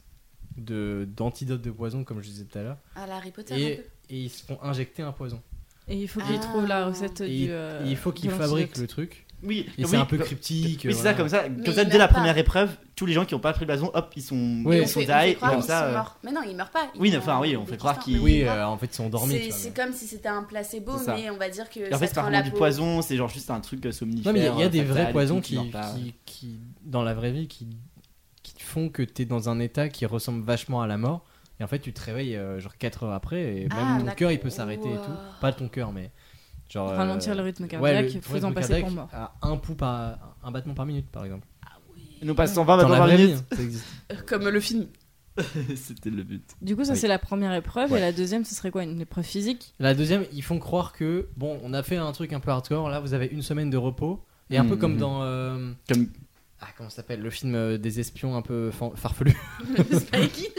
de d'antidote de poison, comme je disais tout à l'heure, À la Ah, Harry Potter. un et, peu. et ils se font injecter un poison. Et il faut Ah. qu'il trouve la recette Et, du. il- euh, et il faut qu'ils de fabriquent le l'antidote. truc. Oui, Et oui, c'est un peu co- cryptique. Oui, c'est ça, comme ça, comme Mais ça il dès la meurt pas. première épreuve, tous les gens qui n'ont pas pris le blason, hop, ils sont, Oui. Et ils on sont fait, on die, fait et croire comme qu'ils ça. sont euh, morts. Mais non, ils meurent pas. ils Oui, sont enfin, oui, on en fait croire Ouzbékistan, qu'ils- mais Oui, ils meurent. euh, en fait, ils sont endormis. tu C'est vois, c'est mais- comme si c'était un placebo, C'est ça. mais on va dire que et ça en fait, c'est te pas rend la vraiment du peau. poison, c'est genre juste un truc euh, Non, somnifère. mais il y a- il y, a des fatal et vrais tout, poisons qui qui, meurent pas. qui, qui, dans la vraie vie, qui, qui te font que t'es dans un état qui ressemble vachement à la mort. Et en fait, tu te réveilles euh, genre 4 heures après, et même Ah, ton d'accord. cœur il peut s'arrêter et tout. Wow. Pas ton cœur, mais genre. euh, Ralentir le rythme ouais, cardiaque, le faisant rythme passer cardiaque pour mort. À un pouls par. un battement par minute, par exemple. Nous passons 20 Dans la par vraie vie, minute. hein, ça existe. Euh, Comme le film. C'était le but. Du coup, ça, Oui. c'est la première épreuve. Ouais. Et la deuxième, ce serait quoi Une épreuve <laughs> physique La deuxième, ils font croire que, bon, on a fait un truc un peu hardcore, là vous avez une semaine de repos. Et un peu Mhm. comme dans. euh, Comme- Ah, comment ça s'appelle Le film euh, des espions un peu fan- farfelus. <laughs> <laughs> Spike.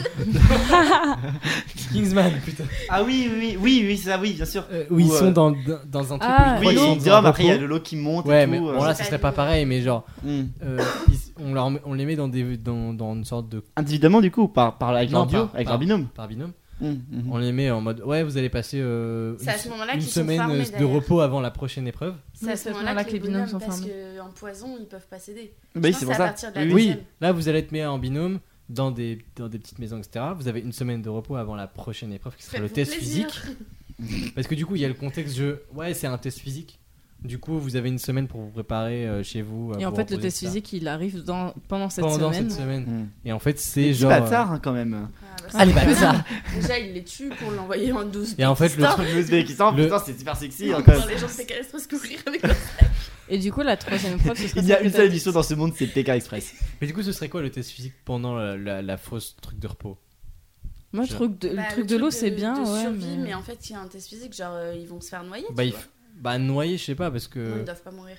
Kingsman, putain. Ah oui, oui, oui, oui, oui, ça, oui, bien sûr. Euh, où ils Ou, euh, sont dans, dans un truc Ah, où ils Oui, croient qu'ils sont dans ils un dorment, après il y a repos. le lot qui monte Ouais, et mais tout. euh, bon, là, ce serait pas pareil, mais genre, hum. euh, ils- on, leur met- on les met dans, des, dans, dans une sorte de. Individuellement, du coup, ou par, par, avec Non, leur duo, par- avec par- leur binôme. par binôme. Mmh, On les met en mode ouais, vous allez passer euh, C'est à ce une, moment-là une qu'ils sont semaine euh, formés, de d'ailleurs. repos avant la prochaine épreuve. C'est à Oui, ce moment-là que les binômes bonhommes, sont parce formés. qu'en poison, ils peuvent pas s'aider. Bah oui, Je pense c'est que pour à ça. partir de la Oui, oui. deuxième. Là, vous allez être mis en binôme dans des, dans des petites maisons, etc. Vous avez une semaine de repos avant la prochaine épreuve qui sera le Faites-vous test plaisir. physique. Parce que du coup, il y a le contexte jeu. Ouais, c'est un test physique. Du coup, vous avez une semaine pour vous préparer euh, chez vous. euh, Et en pour fait, le reposer, test etc. physique, il arrive dans, pendant cette pendant semaine. cette semaine. Mm. Et en fait, Des c'est petits genre. euh, bâtards, hein, quand même. Ah, bah, Ah, les c'est- bâtards <laughs> Déjà, il les tue pour l'envoyer en 12. Et en fait, le truc. L'Ouzbékistan, Le- putain, c'est super sexy. hein, quand même. Quand les gens séquestrent parce que courir avec Et du coup, la troisième épreuve, ce sera Il y a celle une que seule t'as émission dit. dans ce monde, c'est PK Express. Mais du coup, ce serait quoi le test physique pendant la, la- la fausse truc de repos Moi, le truc de, le truc de l'eau, c'est bien. De ouais, survie, mais- mais... en fait, il y a un test physique, genre euh, ils vont se faire noyer. Bah, euh, tu il vois. f- bah, noyer, je sais pas, parce Non, que. Ils doivent pas mourir.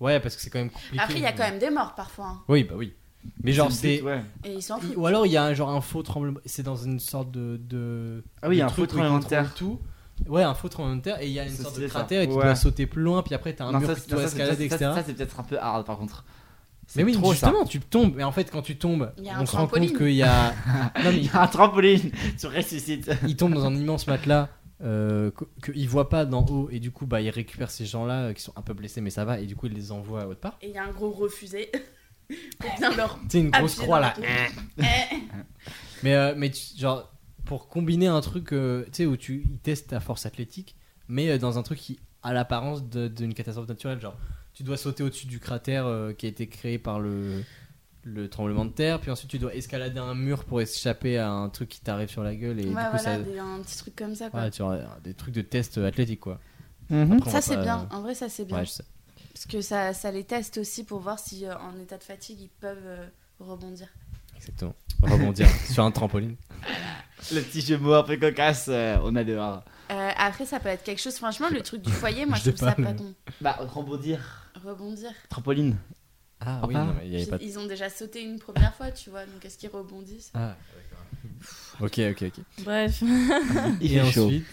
Ouais, parce que c'est quand même compliqué. Après, il y a quand même des morts parfois. hein. Oui, bah oui. Mais genre, c'est. Ouais. Et ils s'en foutent. Ou alors il y a un, genre un faux tremblement. C'est dans une sorte de. de Ah de oui, il y a un truc faux où ils tremblement de contrôlent terre. Tout. Ouais, un faux tremblement de terre. Et il y a une C'est sorte de stylé, ça. cratère et tu Ouais. dois sauter plus loin. Puis après, t'as un Non, mur ça, que tu c'est- non, dois ça, c'est- escalader, ça, etc. c'est- ça, c'est peut-être un peu hard par contre. mais C'est oui, trop ça. justement, tu tombes. Mais en fait, quand tu tombes, Il y a un on se rend compte trampoline. qu'il y <laughs> a. non, mais Il y a un trampoline, <laughs> tu ressuscites. il tombe dans un immense matelas euh, que- qu'il voit pas d'en haut. Et du coup, bah, il récupère ces gens-là euh, qui sont un peu blessés, mais ça va. Et du coup, il les envoie à autre part. Et il y a un gros refusé. <laughs> Pour bien leur. Tu sais, une grosse Appuyé croix dans là. le Eh, Mais, euh, mais tu- genre, pour combiner un truc, euh, tu sais, où tu ils testent ta force athlétique, mais euh, dans un truc qui a l'apparence de- d'une catastrophe naturelle. Genre, tu dois sauter au-dessus du cratère euh, qui a été créé par le, le tremblement de terre, puis ensuite tu dois escalader un mur pour échapper à un truc qui t'arrive sur la gueule, et ouais, du coup, voilà, ça. des- un petit truc comme ça quoi. Ouais, tu vois, des trucs de test euh, athlétique, quoi. Après, Mmh. on va Mm, ça c'est pas- euh, bien, en vrai ça c'est bien. Ouais, je sais. Parce que ça, ça les teste aussi pour voir si euh, en état de fatigue ils peuvent euh, rebondir. Exactement. Rebondir <laughs> sur un trampoline. Le petit jeu de mots un peu cocasse, euh, on a dehors. Euh, après ça peut être quelque chose, franchement le truc du <laughs> foyer, moi Je je, sais trouve ça pas, pas mais- con. Bah, rebondir. Rebondir. Trampoline. Ah oui, non, mais il y Puis Ils ont déjà sauté une première fois, tu vois, donc est-ce qu'ils rebondissent Ah, d'accord. Ok, ok, ok. Bref. Il Et fait chaud. ensuite.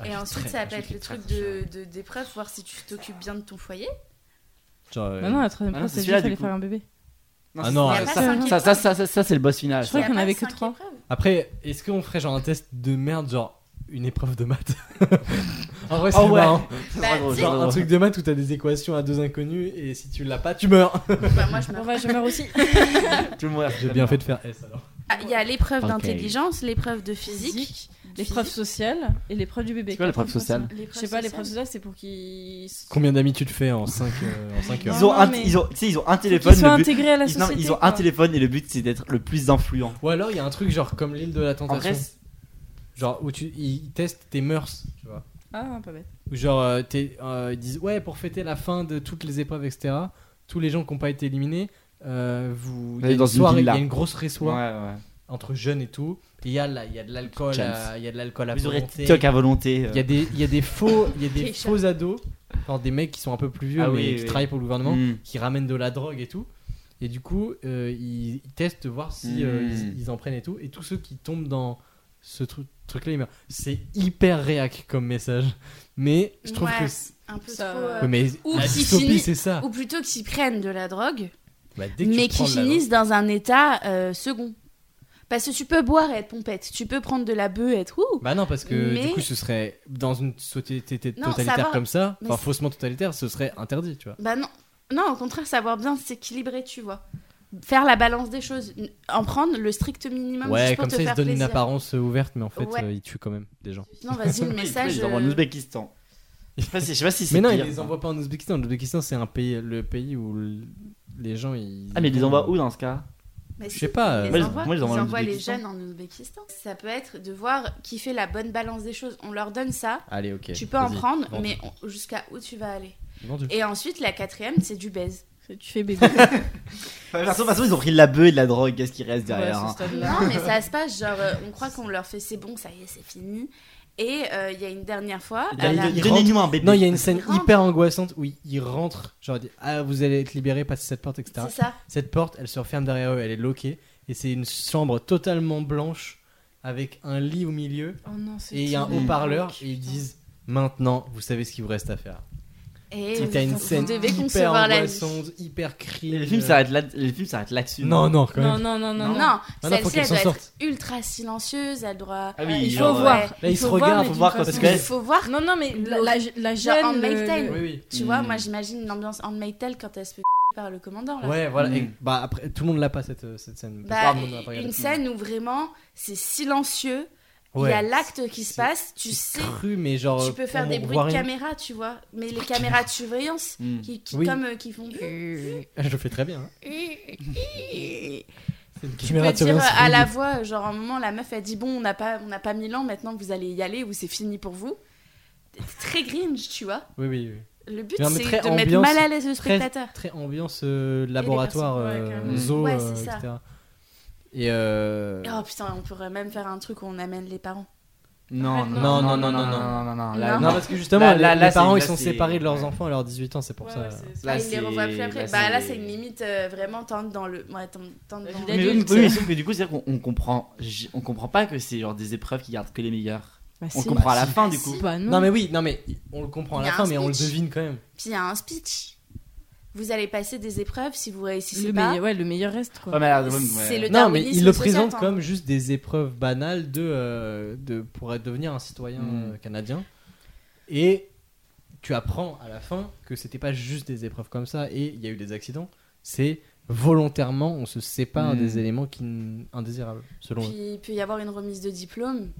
Ah, Et j'ai ensuite très- ça j'ai peut être fait le très, truc très chaud. de de- d'épreuve, voir si tu t'occupes bien de ton foyer. Genre, euh, Bah non, la troisième Ah non, épreuve, c'est c'est juste celui-là, qu'il fallait du coup. faire un bébé. Ah non, Il y a ça, pas cinq ça, ça, épreuves. ça, ça, ça, c'est le boss final. Je crois Il y a qu'on pas avait que cinq trois. épreuves. Après, est-ce qu'on ferait genre un test de merde, genre une épreuve de mathtes <laughs> En vrai, c'est Oh ouais. marrant. Bah, tu sais, Genre un truc de maths où t'as des équations à deux inconnus et si tu l'as pas, tu meurs. bah, moi je me Bon, bah, je meurs aussi. Tout le monde. J'ai bien fait de faire S alors. Ah, Il y a l'épreuve Ok. d'intelligence, l'épreuve de physique, Physique. L'épreuve sociale et l'épreuve du bébé. C'est quoi l'épreuve sociale Je sais pas, l'épreuve sociale, c'est pour qu'ils. Combien d'amis tu te fais en 5 en cinq heures Ils ont, Non, un, mais- ils ont, tu sais, ils ont un qu'ils téléphone. soient le but- intégrés à la ils, non, société. ils ont quoi. un téléphone et le but c'est d'être le plus influent. Ou alors il y a un truc genre comme l'île de la En tentation. vrai, Genre où tu, ils testent tes mœurs, tu vois. Ah, pas bête. Ou genre euh, t'es- euh, ils disent ouais, pour fêter la fin de toutes les épreuves, etc., tous les gens qui n'ont pas été éliminés, euh, vous, il y a Allez dans une une soirée, il y a villa. une grosse résoir. ouais. entre jeunes et tout. Et il y a, la- il y a de l'alcool, James. à- il y a de l'alcool à Vous aurez volonté. TikTok à volonté. euh. Il y a des, il y a des faux, il y a des Keisha. faux ados, enfin des mecs qui sont un peu plus vieux Ah mais oui, qui oui. travaillent pour le gouvernement, Mm. qui ramènent de la drogue et tout. Et du coup, euh, ils, ils testent voir si euh, Mm. ils, ils en prennent et tout. Et tous ceux qui tombent dans ce tru- truc-là, ils meurent. C'est hyper réac comme message, mais je trouve Ouais. que c'est- Un peu Ça- trop. euh, Ouais, mais Ou la qui dystopie finit- c'est ça. Ou plutôt qu'ils prennent de la drogue, Bah, dès que tu mais prends qu'ils de la finissent dans un état euh, second. Parce que tu peux boire et être pompette, tu peux prendre de la bœuf et être ouh. Bah non, parce que du Mais- coup, ce serait dans une société t- Non, totalitaire savoir- comme ça, Mais enfin c'est- faussement totalitaire, ce serait interdit, tu vois. Bah non, non, au contraire, savoir bien s'équilibrer, tu vois. Faire la balance des choses, N- en prendre le strict minimum Ouais, juste pour comme te ça, ils faire se donnent une plaisir. apparence euh, ouverte, mais en fait, Ouais. euh, ils tuent quand même des gens. Non, vas-y, le message. <laughs> Ils envoient en euh, Ouzbékistan. Je sais pas si, je sais pas si c'est. Mais non, ils pire. les envoient pas en Ouzbékistan. L'Ouzbékistan, c'est un pays, le pays où l- les gens ils. Ah, mais ils les envoient où dans ce cas mais Je si, sais pas. ils euh, les Moi, je- envoient, moi, je les ils envoie en envoient les Ouzbékistan. jeunes en Ouzbékistan. Ça peut être de voir qui fait la bonne balance des choses. On leur donne ça, Allez, ok. tu peux en vas-y, prendre, vendu, mais on- jusqu'à où tu vas aller. vendu. Et ensuite, la quatrième, c'est du baise. Tu fais bébé. De toute façon, de toute façon, ils ont pris de la bœuf et de la drogue. Qu'est-ce qui reste Ouais, derrière ce hein stade-là. Non, mais ça se passe, genre, euh, on croit qu'on leur fait c'est bon, ça y est, c'est fini. Et euh, il y a une dernière fois, Il y à a- la- il y a- Donnez-nous un bébé. Non, il y a une scène rentrent. hyper angoissante où ils- ils rentrent, genre ils disent, ah vous allez être libérés, passez cette porte, etc. c'est ça. Cette porte, elle se referme derrière eux, elle est loquée, et c'est une chambre totalement blanche avec un lit au milieu Oh non, c'est. et il y a un terrible. haut-parleur Putain. et ils disent maintenant vous savez ce qu'il vous reste à faire. Et Et t'as une vous scène devez hyper concevoir la vie. angoissante, hyper crime. euh, Et le film s'arrête là- le film s'arrête là-dessus. Non, non, quand Non, même. non, non, non. non. Non, non, faut celle-ci, qu'elle elle doit s'en être ultra silencieuse, elle doit. Ah oui, il faut genre, voir. ouais. Là, ils se faut regardent, mais faut d'une voir parce façon- que- Il faut voir. Non, non, mais la, la, la Genre en gêne, Mike le- Tyson. Oui, oui. Tu vois, Mm. moi j'imagine l'ambiance en Maytel quand elle se fait <laughs> par le commandant là. Ouais, voilà. Mm. Et, bah, après, tout le monde l'a pas, cette, euh, cette scène. Bah, Tout le monde l'a pas regardée. une scène où vraiment c'est silencieux, il Ouais. y a l'acte qui se C'est- passe, tu C'est sais, cru, mais genre. tu peux faire on des bruits voit de rien. caméra, tu vois, mais les caméras de surveillance Mm. qui, qui Oui. comme euh, qui font. <laughs> Je le fais très bien. hein. Tu C'est une peux caméra de dire euh, surveillance à la horrible. voix, genre à un moment la meuf elle dit bon on n'a pas on n'a pas mille ans maintenant vous allez y aller ou c'est fini pour vous. C'est Très cringe, tu vois. Oui, oui, oui. Le but Non, mais c'est très de mettre ambiance, mal à l'aise le très- spectateur. Très ambiance euh, laboratoire, personnes, ouais, euh, carrément. zoo, Ouais, euh, c'est ça. etc. Et. euh, Oh putain, on pourrait même faire un truc où on amène les parents. Non, Non, non, non, non, non, non, là, Non, Non. parce que justement, Là, là, les, là, les parents c'est- ils là, sont c'est- séparés de leurs ouais. enfants à leurs 18 ans, c'est pour ça. Ah, Là, il les c'est- revoit plus après. là, bah là, c'est- c'est une limite euh, vraiment tente dans le. Ouais, tente, tente dans Mais, oui, mais sauf que du coup, c'est vrai qu'on on comprend, j- on comprend pas que c'est genre des épreuves qui gardent que les meilleurs. Bah, On si. comprend à la fin du coup. Bah, non. Non, mais oui, non, mais on le comprend à Il y la a fin, un mais on le speech. devine quand même. Puis il y a un speech. Vous allez passer des épreuves si vous réussissez le pas. meilleur, ouais, le meilleur reste, quoi. Ouais, mais alors, Ah, ouais, C'est ouais. le Non, mais darwinisme il le social, présente hein. comme juste des épreuves banales de, euh, de pour être- devenir un citoyen Mm. euh, canadien. Et tu apprends à la fin que c'était pas juste des épreuves comme ça et il y a eu des accidents. C'est volontairement on se sépare Mm. des éléments qui n- indésirables selon eux. Puis il peut y avoir une remise de diplôme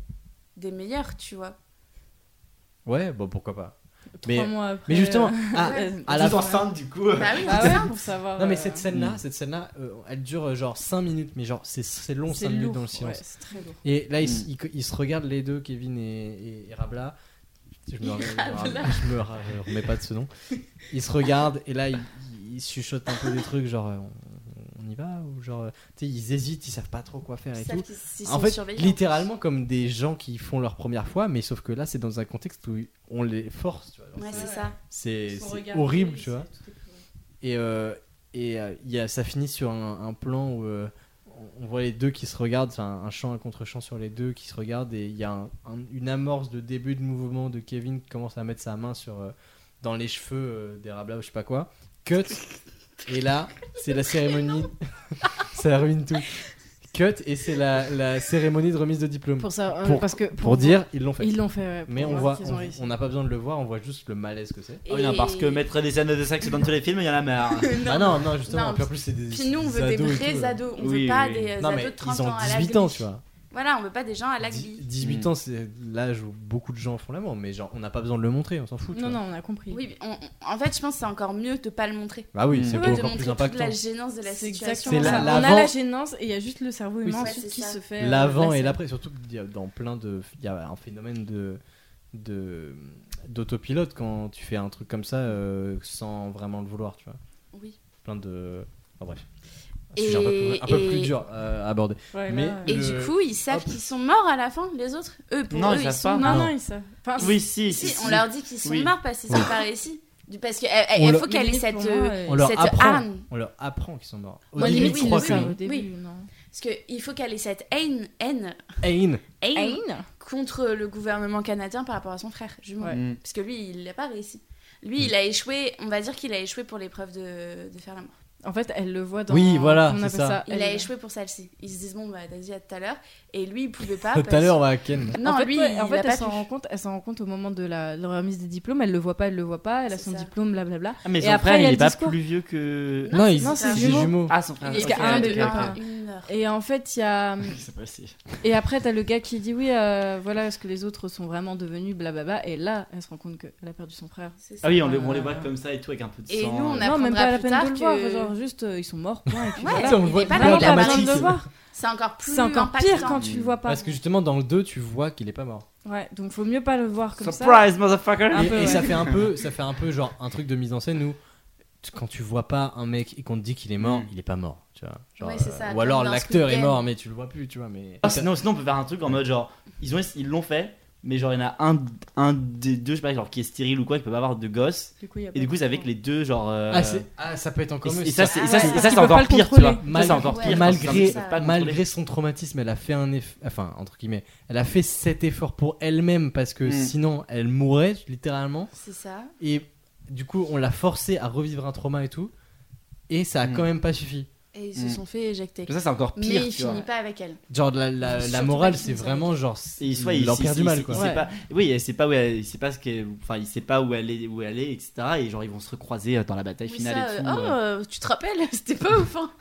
des meilleurs, tu vois. Ouais, bon pourquoi pas. Trois Mais, mois après, mais justement, euh, à, ouais. à la Tout fin, enceinte du coup. Bah oui, Ah c'est ouais, ça. pour savoir. Non mais euh, cette scène là, Mm. cette scène là, elle dure euh, genre 5 minutes mais genre c'est c'est long c'est 5 minutes lourd, dans le silence. ouais, c'est très lourd. Et là ils, Mm. ils- ils se regardent les deux Kevin et, et, et Rabla. Je me, Et remets, Rabla. je me ra- je remets pas de ce nom. Ils se regardent et là ils, ils chuchotent un peu des trucs genre euh, on, on y va ou genre euh, tu sais ils hésitent, ils savent pas trop quoi faire et Ils tout. savent qu'ils- s'ils En sont fait, surveillants. littéralement comme des gens qui font leur première fois, mais sauf que là c'est dans un contexte où on les force. tu vois. Genre, Ouais, c'est- c'est ça. c'est c'est horrible, tu vois. Et, euh, et euh, il y a, ça finit sur un, un plan où euh, on- on voit les deux qui se regardent, enfin un chant, un contre-champ sur les deux qui se regardent, et il y a un- un- une amorce de début de mouvement de Kevin qui commence à mettre sa main sur, euh, dans les cheveux euh, des rablas ou je sais pas quoi. Cut Et là, c'est la cérémonie. <laughs> ça ruine tout. Cut et c'est la, la cérémonie de remise de diplôme. Pour, Pour ça, euh, Pour- parce que pour, dire, ils l'ont fait. ils l'ont fait. ouais, pour Mais on voir voit, qu'ils ont on- réussi. on n'a pas besoin de le voir, on voit juste le malaise que c'est. Oh, non, parce que mettre des scènes de sexe dans tous les films, il y en a marre. Ah non, non, justement, Non, puis en plus c'est des Puis nous, on des veut des ados et vrais tout, euh. ados. On Oui, veut pas oui. des euh, Non, mais ados de 30 ils ont ans à l'âge 18 ans, tu vois. Voilà, on veut pas des gens à la Dix- Glee. 18 Mm. ans, c'est l'âge où beaucoup de gens font l'amour, mais genre, on n'a pas besoin de le montrer, on s'en fout. tu Non, vois. non, on a compris. Oui, mais on- on- en fait, je pense que c'est encore mieux de pas le montrer. Bah oui, Mm. c'est Tu Ouais, vois, de encore montrer plus toute impactant. la gênance de la C'est situation. C'est exactement la- ça. la- on l'avant- a la gênance et il y a juste le cerveau Oui, humain c'est ensuite ça. qui se fait. euh, L'avant bah, passer. et l'après, surtout qu'il y a dans plein de. Il y a un phénomène de. de d'autopilote quand tu fais un truc comme ça euh, sans vraiment le vouloir, tu vois. Oui. Plein de. Enfin bref. Un Et- sujet un peu plus, un peu et- plus dur euh, à aborder. Ouais, Mais- là, Et Le- du coup, ils savent Hop. qu'ils sont morts à la fin, les autres. Eux, pour Non, eux, ils ils savent sont pas. morts. Non, Non. non, ils savent. Enfin, <laughs> Oui, si, Si, si, on si. leur dit qu'ils sont Oui. morts parce qu'ils Oui. sont pas réussis. Du- Parce qu'il faut leur- qu'elle ait limite, cette, pour moi, euh, ouais. On leur cette apprend. harne. On leur apprend qu'ils sont morts. Au Moi, début, limite, ils ils croient le que savent. non. au début, Oui. non. Parce qu'il faut qu'elle ait cette haine, haine, Ain. haine Aïn contre le gouvernement canadien par rapport à son frère jumeau. Ouais. Mm. Parce que lui, il l'a pas réussi. Lui, Hmm. il a échoué, on va dire qu'il a échoué pour l'épreuve de, de faire l'amour. En fait, elle le voit dans. Oui, voilà, on c'est appelle ça. Il a elle- échoué pour celle-ci. Ils se disent, bon, bah, t'as dit à tout à l'heure. Et lui, il pouvait <laughs> pas. Tout à Ah, parce- l'heure, on va à Ken. Non, en fait, lui, ouais, il en fait, a elle pas s'en rend pu. compte, elle s'en rend compte au moment de la, de la remise des diplômes, elle le voit pas, elle le voit pas, elle a C'est son ça. diplôme, blablabla. Ah, mais Et son après, frère, il y a il est le pas discours. plus vieux que. Non, ils- non, c'est c'est des jumeaux. jumeaux. Ah, son frère. Il Parce est ok, qu'à un ok, de- ok. ah. une heure. Et en fait, il y a C'est pas si. et après t'as le gars qui dit oui, euh, voilà ce que les autres sont vraiment devenus, blablabla. Et là, elle se rend compte qu'elle a perdu son frère. C'est ça. Ah oui, on les, on les voit comme ça et tout avec un peu de Et sang. nous, on euh. a- non, apprendra même pas la plus peine tard de le voir, que- genre juste euh, ils sont morts, point. Et puis Ouais, voilà. Putain, on il voit est pas plein là, Vraiment il a pas pas besoin de le réussi. voir. C'est encore plus C'est encore pire impactant. quand tu le vois pas. Ah, Parce que justement, dans le 2, tu vois qu'il est pas mort. Ouais, donc faut mieux pas le voir comme ça. Surprise, motherfucker! Un et, peu, et ouais. ça fait un <laughs> peu ça fait un peu genre un truc de mise en scène où tu- quand tu vois pas un mec et qu'on te dit qu'il est mort Mm. il est pas mort tu vois Genre, Ouais, c'est ça, euh, ou comme alors dans l'acteur Squid est Game. mort mais tu le vois plus tu vois mais Ah, sinon, sinon, on peut faire un truc en mode genre, ils ont ils l'ont fait, mais genre, il y en a un, un des deux, je sais pas, genre, qui est stérile ou quoi, qui peut pas avoir de gosse. Du coup, il y a Et pas du coup, de- c'est avec les deux, genre. euh, Ah, c'est- ah, ça peut être encore et, mieux et ça. ça, c'est Ah et ça, ouais. c'est- et Parce ça, qu'ils c'est peuvent pas encore le pire, tu contrôler. vois. Ça, c'est encore Ouais, pire. malgré ça, pas malgré son traumatisme elle a fait un eff- enfin entre guillemets elle a fait cet effort pour elle-même parce que Mm. sinon elle mourrait littéralement C'est ça. et du coup, on l'a forcé à revivre un trauma et tout, et ça a Mm. quand même pas suffi. Et ils se Hmm. sont fait éjecter. Mais ça, c'est encore Mais pire, il tu vois. finit pas avec elle. Genre, la, la- la Surtout morale, pas qu'il c'est nous vraiment genre. c'est Et soit il, l'empire il- du il- mal, il- quoi. il sait Ouais. pas- oui, il sait pas où, elle- il sait pas ce qu'elle- enfin, il sait pas où aller, où aller, etc. Et genre ils vont se recroiser euh, dans la bataille Oui, finale ça, euh, et tout. oh, euh. euh, tu te rappelles <laughs> C'était pas ouf, hein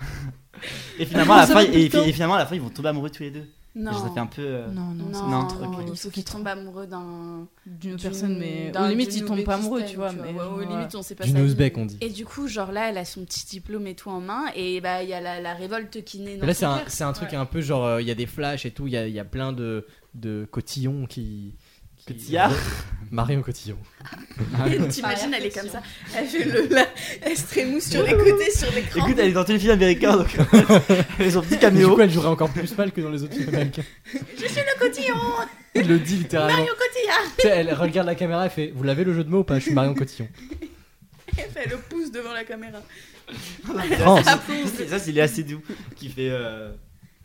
Et finalement, à la Ça fin, va tout le et, temps. et finalement, à la fin, ils vont tomber amoureux tous les deux. Et Non. Ça fait un peu. euh, Non, non, Non, c'est Non, pas ok. drôle. il faut qu'ils tombent amoureux d'un. d'une d'une- personne, mais d'un- aux limites, d'une ils tombent pas amoureux, tu vois. Ouzbékistane, Mais tu vois, ouais, Aux limites, on sait pas Du sa vie. Nozbek, on dit. Et du coup, genre là, elle a son petit diplôme et tout en main, et bah il y a la, la révolte qui naît. Mais Dans là, son c'est un, <laughs> cœur. c'est un truc Ouais. un peu genre, euh, il y a des flashs et tout, il y a, il y a plein de, de cotillons qui. qui- Cotillard <laughs> Marion <laughs> Cotillon. Ah T'imagines, elle est comme ça. Elle fait le, la, elle se trémousse sur les côtés, sur l'écran. Écoute, elle est dans tous les films américains, donc euh, <laughs> elle est son petit Mais du caméo. coup, elle jouerait encore plus mal que dans les autres films <laughs> américains. Je suis le cotillon, Elle le dit littéralement. Mario Cotillard. Tu sais, elle regarde la caméra et fait Vous l'avez le jeu de mots ou pas Je suis Marion <laughs> Cotillon. Elle fait le pouce devant la caméra. France. Ça pousse. Ça, c'est Léa Seydoux qui fait. euh,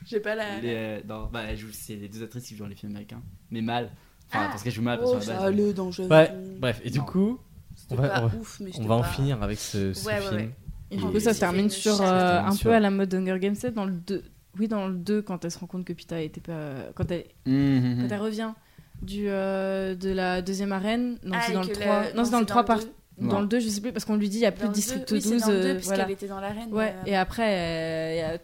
J'ai pas la. les, euh, non, bah, elle joue, c'est les deux actrices qui jouent dans les films américains, mais mal. Enfin, Ah. parce qu'elle joue mal, parce Oh, que sur la ça base. allait dans Jeune Ouais, Fille. bref, et du Non. coup, on C'était va, pas on va- ouf, mais on c'était va en pas- finir avec ce, ce Ouais, ouais, film. ouais. Et du Et- coup, ça C'est se termine une sur chasse. euh, Ça se termine un sur- peu à la mode Hunger Games 7 dans le 2. Oui, dans le 2, quand elle se rend compte que Pita était pas. Quand elle, Mhm. quand elle revient du, euh, de la deuxième arène. Non, Ah, c'est et dans le que 3. la- Non, c'est dans le 3 par. deux. Non. Dans le 2, je sais plus, parce qu'on lui dit il y a Dans plus le de District deux, oui, 12. c'est dans le euh, deux, puisqu'elle voilà. était dans l'arène. Ouais, euh, et après, euh, il y a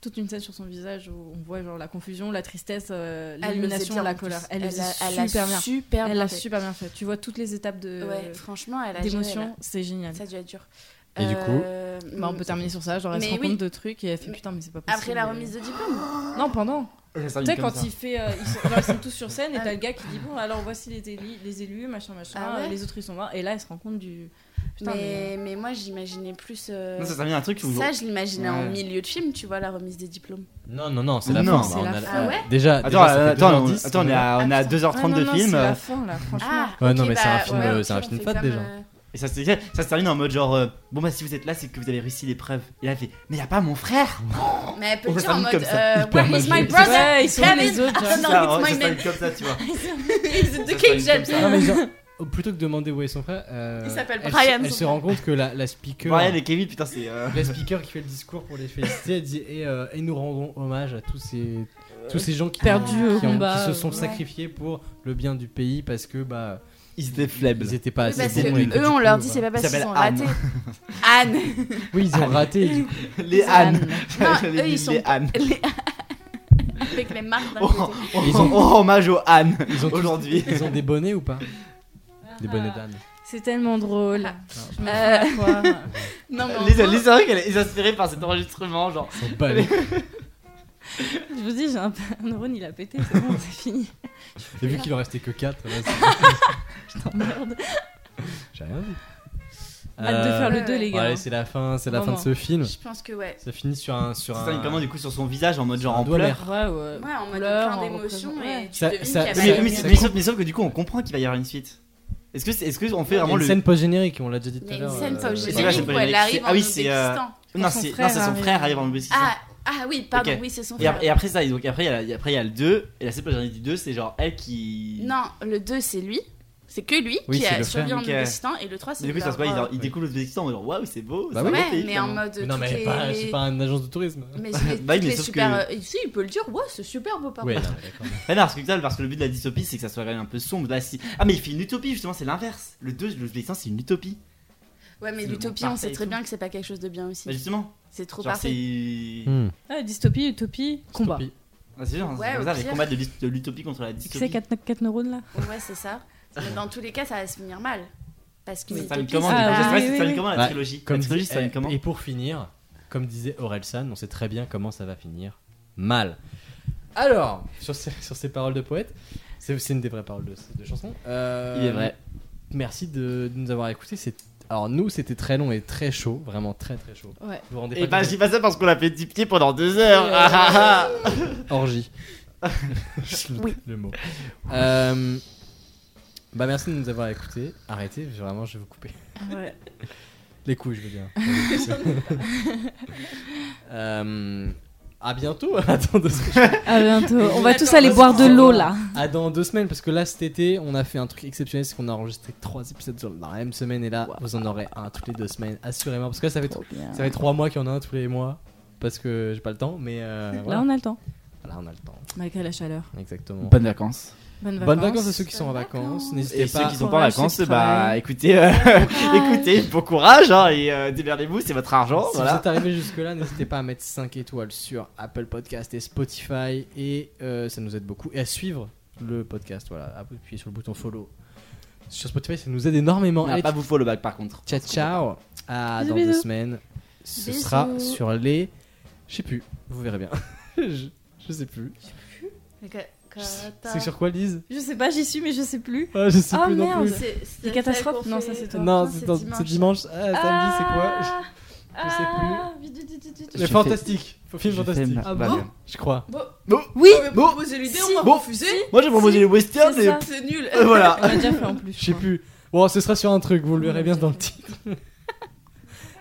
toute une scène sur son visage où on voit genre la confusion, la tristesse, euh, elle le faisait l'illumination, bien, la en plus. colère. Elle, le a- faisait elle a euh, super bien. super Elle bien l'a fait. super bien fait. Tu vois toutes les étapes de Ouais, franchement, elle a géré, d'émotion, c'est génial. là. Ça a dû être dur. Et du coup Euh, Bah, on peut terminer sur ça, genre elle se Mais rend oui. compte de trucs et elle fait putain mais c'est pas possible. Après la remise de diplôme. Non pendant. Elle Tu termine sais comme quand ça. il fait, euh, ils, sont, genre, ils sont tous sur scène et Ah. t'as le gars qui dit bon alors voici les élus, les élus machin machin, Ah ouais les autres ils sont là et là elle se rend compte du putain mais, Mais, mais moi, j'imaginais plus. euh, Non, ça, ça vient d'un truc où. Ça, je l'imaginais en Ouais. milieu de film, tu vois, la remise des diplômes. Non, non, non, c'est la Non, fin. c'est on la a- fin. Ah ouais Déjà, Attends, déjà, ça fait attends, 2h10, attends, on est à, on est à Ah, putain. 2h30 de Ah, non, non, film. C'est euh, la fin là franchement. Ouais, Ah, ok, bah, non, mais c'est un film, ouais, euh, ok, c'est un on film fait fat, comme, déjà. euh, Et ça se, ça se termine en mode genre, euh, bon bah si vous êtes là, c'est que vous avez réussi l'épreuve. Et là, elle fait, mais y a pas mon frère Mais elle peut On le fait dire ça en comme mode ça, euh, Where is my magique. brother ouais, ils sont Travis- les autres. genre. Ah, <laughs> non, Ça, it's ouais, my ça se man. termine comme ça, tu vois. Is it the Ça cage se termine jump comme ça. Non, mais <laughs> genre, au- plutôt que de demander où est son frère, euh, Il s'appelle elle, Brian, se- elle son se rend compte <laughs> que la, la speaker, Brian et Kevin, putain, c'est. euh, la speaker qui fait le discours pour les féliciter, elle dit et, euh, et nous rendons hommage à tous ces tous ces gens qui, Perdus qui au ont- qui combat, se sont ouais. sacrifiés pour le bien du pays parce que bah Ils <laughs> étaient ils faibles. étaient pas assez Oui, parce bons. et que que du eux, on coup, leur dit, bah, c'est pas parce qu'ils s'appelle ont raté. Anne. <laughs> oui ils ont raté. et du coup, <laughs> Les Anne. <laughs> Non, J'avais eux, dit ils sont Les Anne. Les- Avec les marques d'un <laughs> Oh, côté. on Ils ils ont- hommage aux Anne <laughs> ils ont tous- aujourd'hui. ils ont des bonnets ou pas Ah. Des bonnets d'âne. C'est tellement drôle. Je me Euh, <laughs> fais la poire. Non, mais en Les gros, les- c'est vrai qu'elle est inspirée par cet enregistrement, genre. Ils sont pas allés. Je vous dis, j'ai un, un neurone, il a pété, c'est bon, c'est fini. Et vu qu'il en restait que 4 Je t'emmerde. j'ai rien dit. Hâte Euh, de faire ouais, le 2, ouais. les Bon, gars. hein. allez, c'est la fin, c'est la fin Vraiment. de ce film. Je pense que ouais. Ça finit sur un sur Ça termine comment un. du coup sur son visage en mode genre un en doigt pleurs. vert. Ouais, ouais. Ouais, en mode Euh, Couleur, plein en d'émotions représentant- et tu Ça- devines ça- qu'il y a ça- pas Mais, eu- mais- ça mais sauf, mais sauf que du coup on comprend qu'il va y avoir une suite. Est-ce que c'est- est-ce que on fait Il y a vraiment une le scène post générique, on l'a déjà dit Il tout y a à une l'heure. scène euh, pas au c'est générique quoi, où c'est elle pas arrive générique, en ah oui, c'est, euh, Ouzbékistan. Non, son c'est non, frère c'est son arrive. frère arrive en Ouzbékistan. Ah, ah oui, pardon, Ok. oui, c'est son Et, frère. ap- et après ça, donc après il y a, la- après, il y a le 2 et la scène post du 2 c'est genre elle qui. Non, le 2, c'est lui. C'est que lui Oui, qui c'est le a survécu frère. en Ok. Ouzbékistan et le 3, c'est Mais du coup ça se passe, leur- il, il découvre l'Ouzbékistan en mode genre, waouh c'est beau. Bah c'est oui. un beau Ouais, pays, mais en finalement. mode. Non, mais toutes pas- les- c'est pas une agence de tourisme. Mais c'est <laughs> Bah oui, mais toutes les sauf super. euh, Si, il peut le dire, ouais, c'est super beau, papa. Ouais, non, mais d'accord. Ah non, parce que, putain, parce que le but de la dystopie, c'est que ça soit quand même un peu sombre. Là, si... Ah, mais il fait une utopie, justement, c'est l'inverse. Le 2, l'Ouzbékistan, c'est une utopie. Ouais, mais C'est le l'utopie, monde on sait parfait et très tout. bien que c'est pas quelque chose de bien Bah, aussi. justement, C'est trop genre, c'est. parfait. Hmm. Ah, dystopie, utopie, combat. Tant pis. Ah, c'est genre, Ouais, c'est comme au ça, les pire. combats de l'ut- de l'utopie contre la Tu sais, dystopie. 4, neurones là Ouais, c'est ça. Mais dans tous les cas, ça va se finir mal. Parce que Ça termine l'utopie, comment c'est déjà pas- déjà Je sais oui, pas si ça oui, termine oui. comment la Bah, trilogie. La Comme trilogie, dis- ça termine eh, comment et pour finir, comme disait Orelsan, on sait très bien comment ça va finir mal. Alors, sur ces, sur ces paroles de poète, c'est c'est une des vraies paroles de, de chanson. Euh, Il est vrai. Merci de, de nous avoir écoutés. C'est- Alors, nous, c'était très long et très chaud, vraiment très très chaud. Ouais. Vous vous rendez Et pas bah, compte je dis pas ça parce qu'on l'a fait 10 pieds pendant 2 heures. Ah, ah, ah. <laughs> Orgie. Oui. Le mot. Euh, bah merci de nous avoir écoutés. Arrêtez, je- vraiment, je vais vous couper. Ouais. Les couilles, je veux dire. Euh, À bientôt. <laughs> Attends deux secondes. À bientôt. <laughs> On va Attends, tous aller vas-y, boire de prends- l'eau là. À dans deux semaines, parce que là, cet été, on a fait un truc exceptionnel, c'est qu'on a enregistré trois épisodes sur- dans la même semaine, et là, vous en aurez un toutes les deux semaines, assurément. Parce que là, ça fait, tro- ça fait trois mois qu'il y en a un tous les mois, parce que j'ai pas le temps, mais euh, Là voilà. on a le temps. Là, on a le temps, Malgré la chaleur. exactement. Bonnes vacances. Bonnes vacances. Bonnes vacances à ceux qui sont en vacances, n'hésitez Et ceux pas. qui sont pas en Courage, ceux vacances, qui bah travaillent. écoutez, euh, Ah. écoutez, bon courage hein, et euh, démerdez-vous, c'est votre argent. Si vous Oh, voilà. êtes arrivé jusque-là, n'hésitez pas à mettre 5 étoiles sur Apple Podcast et Spotify, et euh, ça nous aide beaucoup. Et à suivre le podcast, voilà, appuyez sur le bouton follow. Sur Spotify, ça nous aide énormément. Ah, Allez, pas vous follow back par contre. Ciao, ciao. À Bisous, dans deux bisous. semaines. Ce Bisous. sera sur les. Je sais plus. Vous verrez bien. <laughs> je, je sais plus. Ah, C'est sur quoi, Lise Je sais pas, j'y suis mais je sais plus. Ah, Je sais Ah, plus non merde. plus. Les Des catastrophes Non, ça c'est Ah. toi. Non, Non, c'est c'est dans- dimanche. c'est dimanche. Ah, samedi, c'est quoi Je sais Ah, sais Mais Je fantastique. Faut film Je fais fantastique. Ah ma- bah, bien. Je crois. Oui Bon, Proposer l'idée, Si. on Bon. va refuser. moi j'ai proposé les westerns c'est et ça. C'est nul. euh, voilà. On l'a déjà fait en plus. <laughs> Je sais plus. Bon, ce sera sur un truc. Vous le verrez bien dans le titre.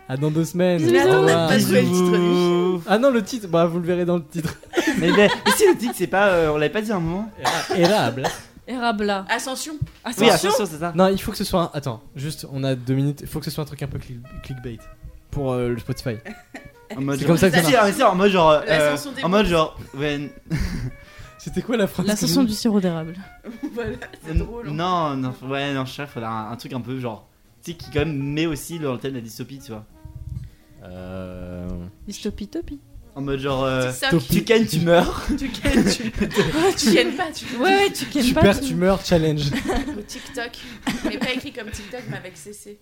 à dans deux semaines. Mais Au attends, on a revoir. pas joué le titre Bisous. Ah non, le titre. Bah, vous le verrez dans le titre. mais, mais- mais si le titre c'est pas, euh, on l'avait pas dit à un moment. Érable. Et Rabla. Ascension. Oui, attention, c'est ça. Non, il faut que ce soit un. Attends, juste, on a deux minutes. Il faut que ce soit un truc un peu click- clickbait pour euh, le Spotify. En mode C'est genre- comme ça que ça Si, si, en mode genre, euh, L'ascension des en mode genre, when- C'était quoi la phrase que L'ascension j'ai- du sirop d'érable. <laughs> Voilà, c'est drôle. hein. non, non, ouais, non, je sais, faudra un, un truc un peu genre, tu sais, qui quand même met aussi dans le thème de la dystopie, tu vois. Euh... Dystopie, topi. En mode genre, euh, Ça, tu gagnes, tu <laughs> meurs. tu gagnes, <laughs> tu tu gagnes pas, tu Ouais, ouais, tu kennes Tu pas. perds, tu- tu meurs, challenge. Ou TikTok. Mais pas écrit comme TikTok, mais avec CC.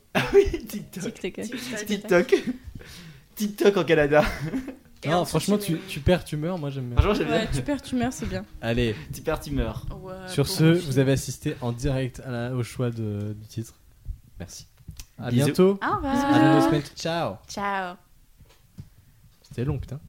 TikTok, Tic, tac, TikTok. TikTok, TikTok en Canada. Et non, ensuite, franchement, tu, mets- tu perds, tu meurs, moi j'aime bien. Franchement, j'aime Ouais, bien. tu perds, tu meurs, c'est bien. Allez, Tu perds, tu meurs. Ouais, sur pour- ce, vous avez assisté en direct à la- au choix de- du titre. Merci. À Bisous. bientôt. Au À dans deux revoir. semaines. Ciao. Ciao. C'était long, putain.